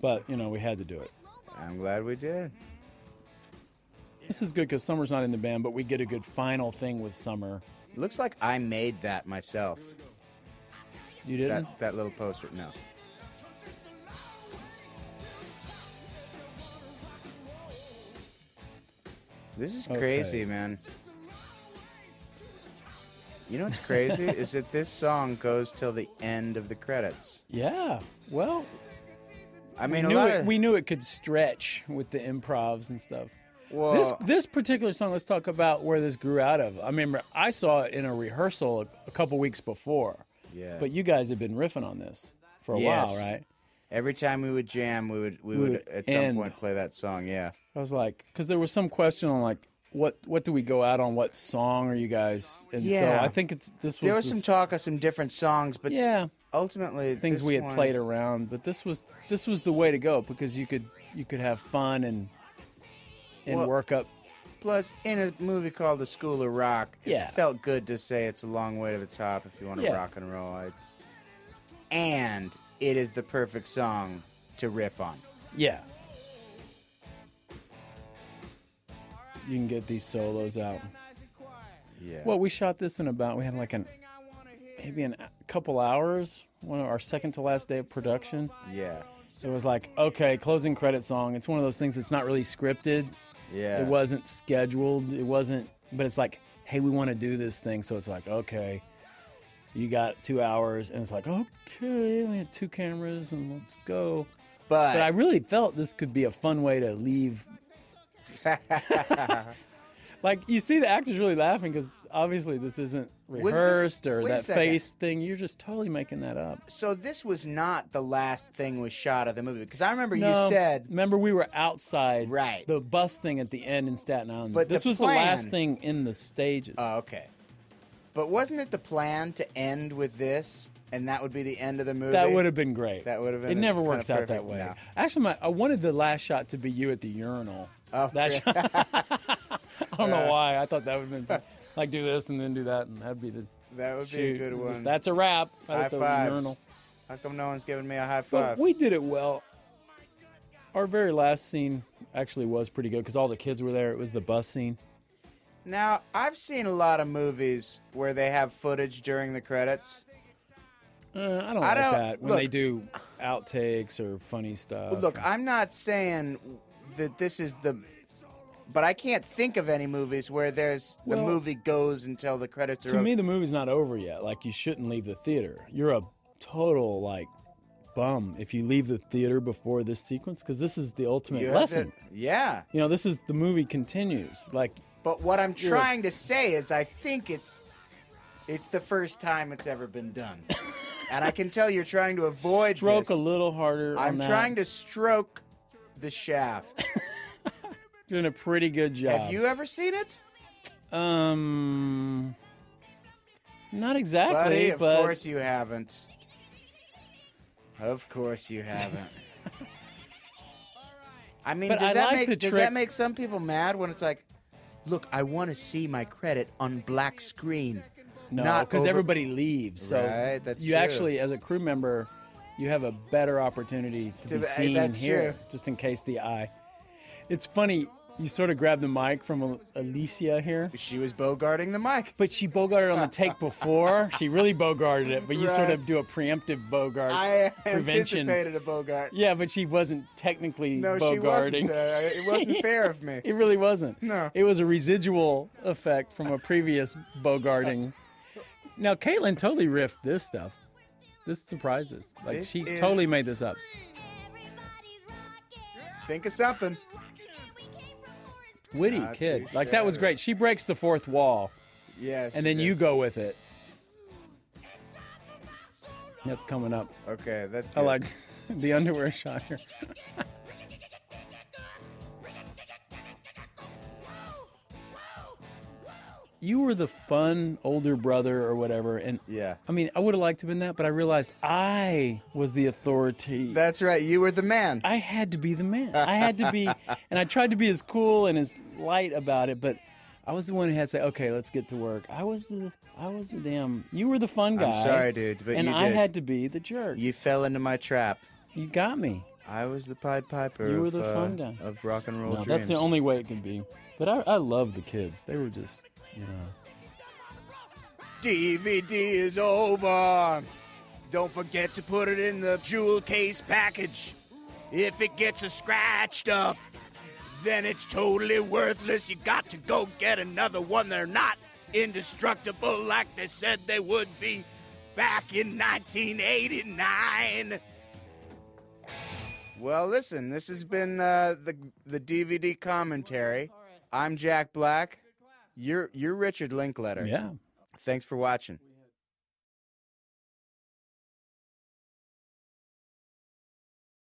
[SPEAKER 3] but you know we had to do it.
[SPEAKER 2] I'm glad we did.
[SPEAKER 3] This is good because Summer's not in the band, but we get a good final thing with Summer.
[SPEAKER 2] Looks like I made that myself.
[SPEAKER 3] You didn't?
[SPEAKER 2] That that little poster. No. This is crazy, man. You know what's crazy is that this song goes till the end of the credits.
[SPEAKER 3] Yeah. Well,
[SPEAKER 2] I mean, a
[SPEAKER 3] we knew
[SPEAKER 2] lot
[SPEAKER 3] it,
[SPEAKER 2] of
[SPEAKER 3] we knew it could stretch with the improvs and stuff.
[SPEAKER 2] well,
[SPEAKER 3] this this particular song, let's talk about where this grew out of. I remember I saw it in a rehearsal a, a couple weeks before,
[SPEAKER 2] yeah.
[SPEAKER 3] but you guys have been riffing on this for a
[SPEAKER 2] Yes.
[SPEAKER 3] while, right?
[SPEAKER 2] Every time we would jam, we would we
[SPEAKER 3] We
[SPEAKER 2] would
[SPEAKER 3] would
[SPEAKER 2] at some
[SPEAKER 3] end.
[SPEAKER 2] point play that song. Yeah,
[SPEAKER 3] I was like, because there was some question on like, what what do we go out on? What song are you guys? And so I think it's this was
[SPEAKER 2] There was
[SPEAKER 3] the
[SPEAKER 2] some talk of some different songs, but
[SPEAKER 3] Yeah.
[SPEAKER 2] ultimately
[SPEAKER 3] things
[SPEAKER 2] this
[SPEAKER 3] we had
[SPEAKER 2] one-
[SPEAKER 3] played around, but this was this was the way to go because you could you could have fun and and
[SPEAKER 2] Well-
[SPEAKER 3] work up.
[SPEAKER 2] Plus, in a movie called The School of Rock,
[SPEAKER 3] Yeah.
[SPEAKER 2] it felt good to say it's a long way to the top if you want to
[SPEAKER 3] Yeah.
[SPEAKER 2] rock and roll. I- and it is the perfect song to riff on.
[SPEAKER 3] Yeah. You can get these solos out.
[SPEAKER 2] Yeah.
[SPEAKER 3] Well, we shot this in about we had like an maybe an a couple hours. One of our second to last day of production.
[SPEAKER 2] Yeah.
[SPEAKER 3] It was like okay, closing credit song. It's one of those things that's not really scripted.
[SPEAKER 2] Yeah.
[SPEAKER 3] It wasn't scheduled. It wasn't, but it's like, hey, we want to do this thing. So it's like, okay, you got two hours, and it's like, okay, we had two cameras, and let's go.
[SPEAKER 2] But,
[SPEAKER 3] I really felt this could be a fun way to leave. like you see, the actors really laughing because obviously this isn't
[SPEAKER 2] Was this-
[SPEAKER 3] rehearsed or
[SPEAKER 2] wait a
[SPEAKER 3] that
[SPEAKER 2] second.
[SPEAKER 3] face thing. You're just totally making that up.
[SPEAKER 2] So this was not the last thing was shot of the movie because I remember
[SPEAKER 3] No.
[SPEAKER 2] you said
[SPEAKER 3] Remember, we were outside.
[SPEAKER 2] Right.
[SPEAKER 3] The bus thing at the end in Staten Island.
[SPEAKER 2] But
[SPEAKER 3] this
[SPEAKER 2] the
[SPEAKER 3] was the last
[SPEAKER 2] plan-
[SPEAKER 3] thing in the stages.
[SPEAKER 2] Oh, okay. But wasn't it the plan to end with this, and that would be the end of the movie?
[SPEAKER 3] That would have been great.
[SPEAKER 2] That would have been.
[SPEAKER 3] It never
[SPEAKER 2] kinda
[SPEAKER 3] works out that
[SPEAKER 2] perfect.
[SPEAKER 3] way.
[SPEAKER 2] No.
[SPEAKER 3] Actually, my, I wanted the last shot to be you at the urinal.
[SPEAKER 2] Oh,
[SPEAKER 3] that
[SPEAKER 2] really? Uh.
[SPEAKER 3] shot, I don't know
[SPEAKER 2] Yeah.
[SPEAKER 3] why. I thought that would have been like do this and then do that, and that'd be the
[SPEAKER 2] That would be a
[SPEAKER 3] shoot.
[SPEAKER 2] good
[SPEAKER 3] It was
[SPEAKER 2] one.
[SPEAKER 3] just, that's a wrap. right
[SPEAKER 2] High
[SPEAKER 3] at the
[SPEAKER 2] fives.
[SPEAKER 3] urinal.
[SPEAKER 2] How come no one's giving me a high five?
[SPEAKER 3] But we did it well. Our very last scene actually was pretty good because all the kids were there. It was the bus scene.
[SPEAKER 2] Now I've seen a lot of movies where they have footage during the credits.
[SPEAKER 3] Uh, I
[SPEAKER 2] I
[SPEAKER 3] don't like
[SPEAKER 2] don't-
[SPEAKER 3] that when they
[SPEAKER 2] look.
[SPEAKER 3] do outtakes or funny stuff.
[SPEAKER 2] Well, Look, I'm not saying that this is the, but I can't think of any movies where there's the
[SPEAKER 3] Well,
[SPEAKER 2] movie goes until the credits are.
[SPEAKER 3] to
[SPEAKER 2] over.
[SPEAKER 3] me the movie's not over yet like you shouldn't leave the theater you're a total like bum if you leave the theater before this sequence because this is the ultimate
[SPEAKER 2] You have
[SPEAKER 3] lesson
[SPEAKER 2] to- yeah.
[SPEAKER 3] you know this is the movie continues like
[SPEAKER 2] But what I'm
[SPEAKER 3] You're-
[SPEAKER 2] trying to say is, I think it's, it's the first time it's ever been done, and I can tell you're trying to avoid.
[SPEAKER 3] stroke
[SPEAKER 2] this.
[SPEAKER 3] a little harder on
[SPEAKER 2] I'm
[SPEAKER 3] that.
[SPEAKER 2] trying to stroke the shaft.
[SPEAKER 3] doing a pretty good job
[SPEAKER 2] Have you ever seen it,
[SPEAKER 3] um not exactly
[SPEAKER 2] buddy? Of
[SPEAKER 3] but
[SPEAKER 2] course you haven't. Of course you haven't. I mean,
[SPEAKER 3] But
[SPEAKER 2] does
[SPEAKER 3] I
[SPEAKER 2] that
[SPEAKER 3] like
[SPEAKER 2] make
[SPEAKER 3] the
[SPEAKER 2] does
[SPEAKER 3] trick-
[SPEAKER 2] that make some people mad when it's like, look, I want to see my credit on black screen,
[SPEAKER 3] no
[SPEAKER 2] not
[SPEAKER 3] because
[SPEAKER 2] over-
[SPEAKER 3] everybody leaves so
[SPEAKER 2] Right, that's
[SPEAKER 3] you
[SPEAKER 2] true.
[SPEAKER 3] actually as a crew member you have a better opportunity to,
[SPEAKER 2] To
[SPEAKER 3] be
[SPEAKER 2] be-
[SPEAKER 3] seen
[SPEAKER 2] that's
[SPEAKER 3] here
[SPEAKER 2] true.
[SPEAKER 3] just in case the eye it's funny you sort of grabbed the mic from Al- Alicia here.
[SPEAKER 2] She was bogarting the mic,
[SPEAKER 3] but she bogarted on the take before. She really bogarted it, but you sort
[SPEAKER 2] Right.
[SPEAKER 3] of do a preemptive bogart
[SPEAKER 2] I
[SPEAKER 3] prevention.
[SPEAKER 2] anticipated a bogart.
[SPEAKER 3] Yeah, but she wasn't technically
[SPEAKER 2] No,
[SPEAKER 3] bogarting.
[SPEAKER 2] she wasn't. Uh, it wasn't fair of me.
[SPEAKER 3] It really wasn't.
[SPEAKER 2] No.
[SPEAKER 3] It was a residual effect from a previous bogarting. Now, Caitlin totally riffed this stuff. This surprises. Like,
[SPEAKER 2] This
[SPEAKER 3] she
[SPEAKER 2] is-
[SPEAKER 3] totally made this up.
[SPEAKER 2] Think of something.
[SPEAKER 3] Witty
[SPEAKER 2] Not
[SPEAKER 3] kid.
[SPEAKER 2] too
[SPEAKER 3] Like, that was
[SPEAKER 2] shabby.
[SPEAKER 3] great. She breaks the fourth wall,
[SPEAKER 2] Yeah. she
[SPEAKER 3] and then
[SPEAKER 2] did.
[SPEAKER 3] you go with it. That's coming up.
[SPEAKER 2] Okay, that's.
[SPEAKER 3] I
[SPEAKER 2] good.
[SPEAKER 3] like the underwear shot here. you were the fun older brother or whatever, and
[SPEAKER 2] yeah.
[SPEAKER 3] I mean, I would have liked to have been that, but I realized I was the authority.
[SPEAKER 2] That's right. You were the man.
[SPEAKER 3] I had to be the man. I had to be, and I tried to be as cool and as light about it, but I was the one who had to say, "Okay, let's get to work." I was the, I was the damn. You were the fun guy.
[SPEAKER 2] I'm sorry, dude, but
[SPEAKER 3] and
[SPEAKER 2] you
[SPEAKER 3] I
[SPEAKER 2] did.
[SPEAKER 3] had to be the jerk.
[SPEAKER 2] You fell into my trap.
[SPEAKER 3] You got me.
[SPEAKER 2] I was the Pied Piper.
[SPEAKER 3] You were
[SPEAKER 2] of,
[SPEAKER 3] the
[SPEAKER 2] uh,
[SPEAKER 3] fun guy.
[SPEAKER 2] of rock and roll.
[SPEAKER 3] No, that's the
[SPEAKER 2] dreams.
[SPEAKER 3] only way it can be. But I, I love the kids. They were just, you know.
[SPEAKER 2] DVD is over. Don't forget to put it in the jewel case package. If it gets scratched up, then it's totally worthless. You got to go get another one. They're not indestructible like they said they would be back in 1989. Well, listen, this has been uh, the the DVD commentary. I'm Jack Black. You're you're Richard Linkletter.
[SPEAKER 3] Yeah.
[SPEAKER 2] Thanks for watching.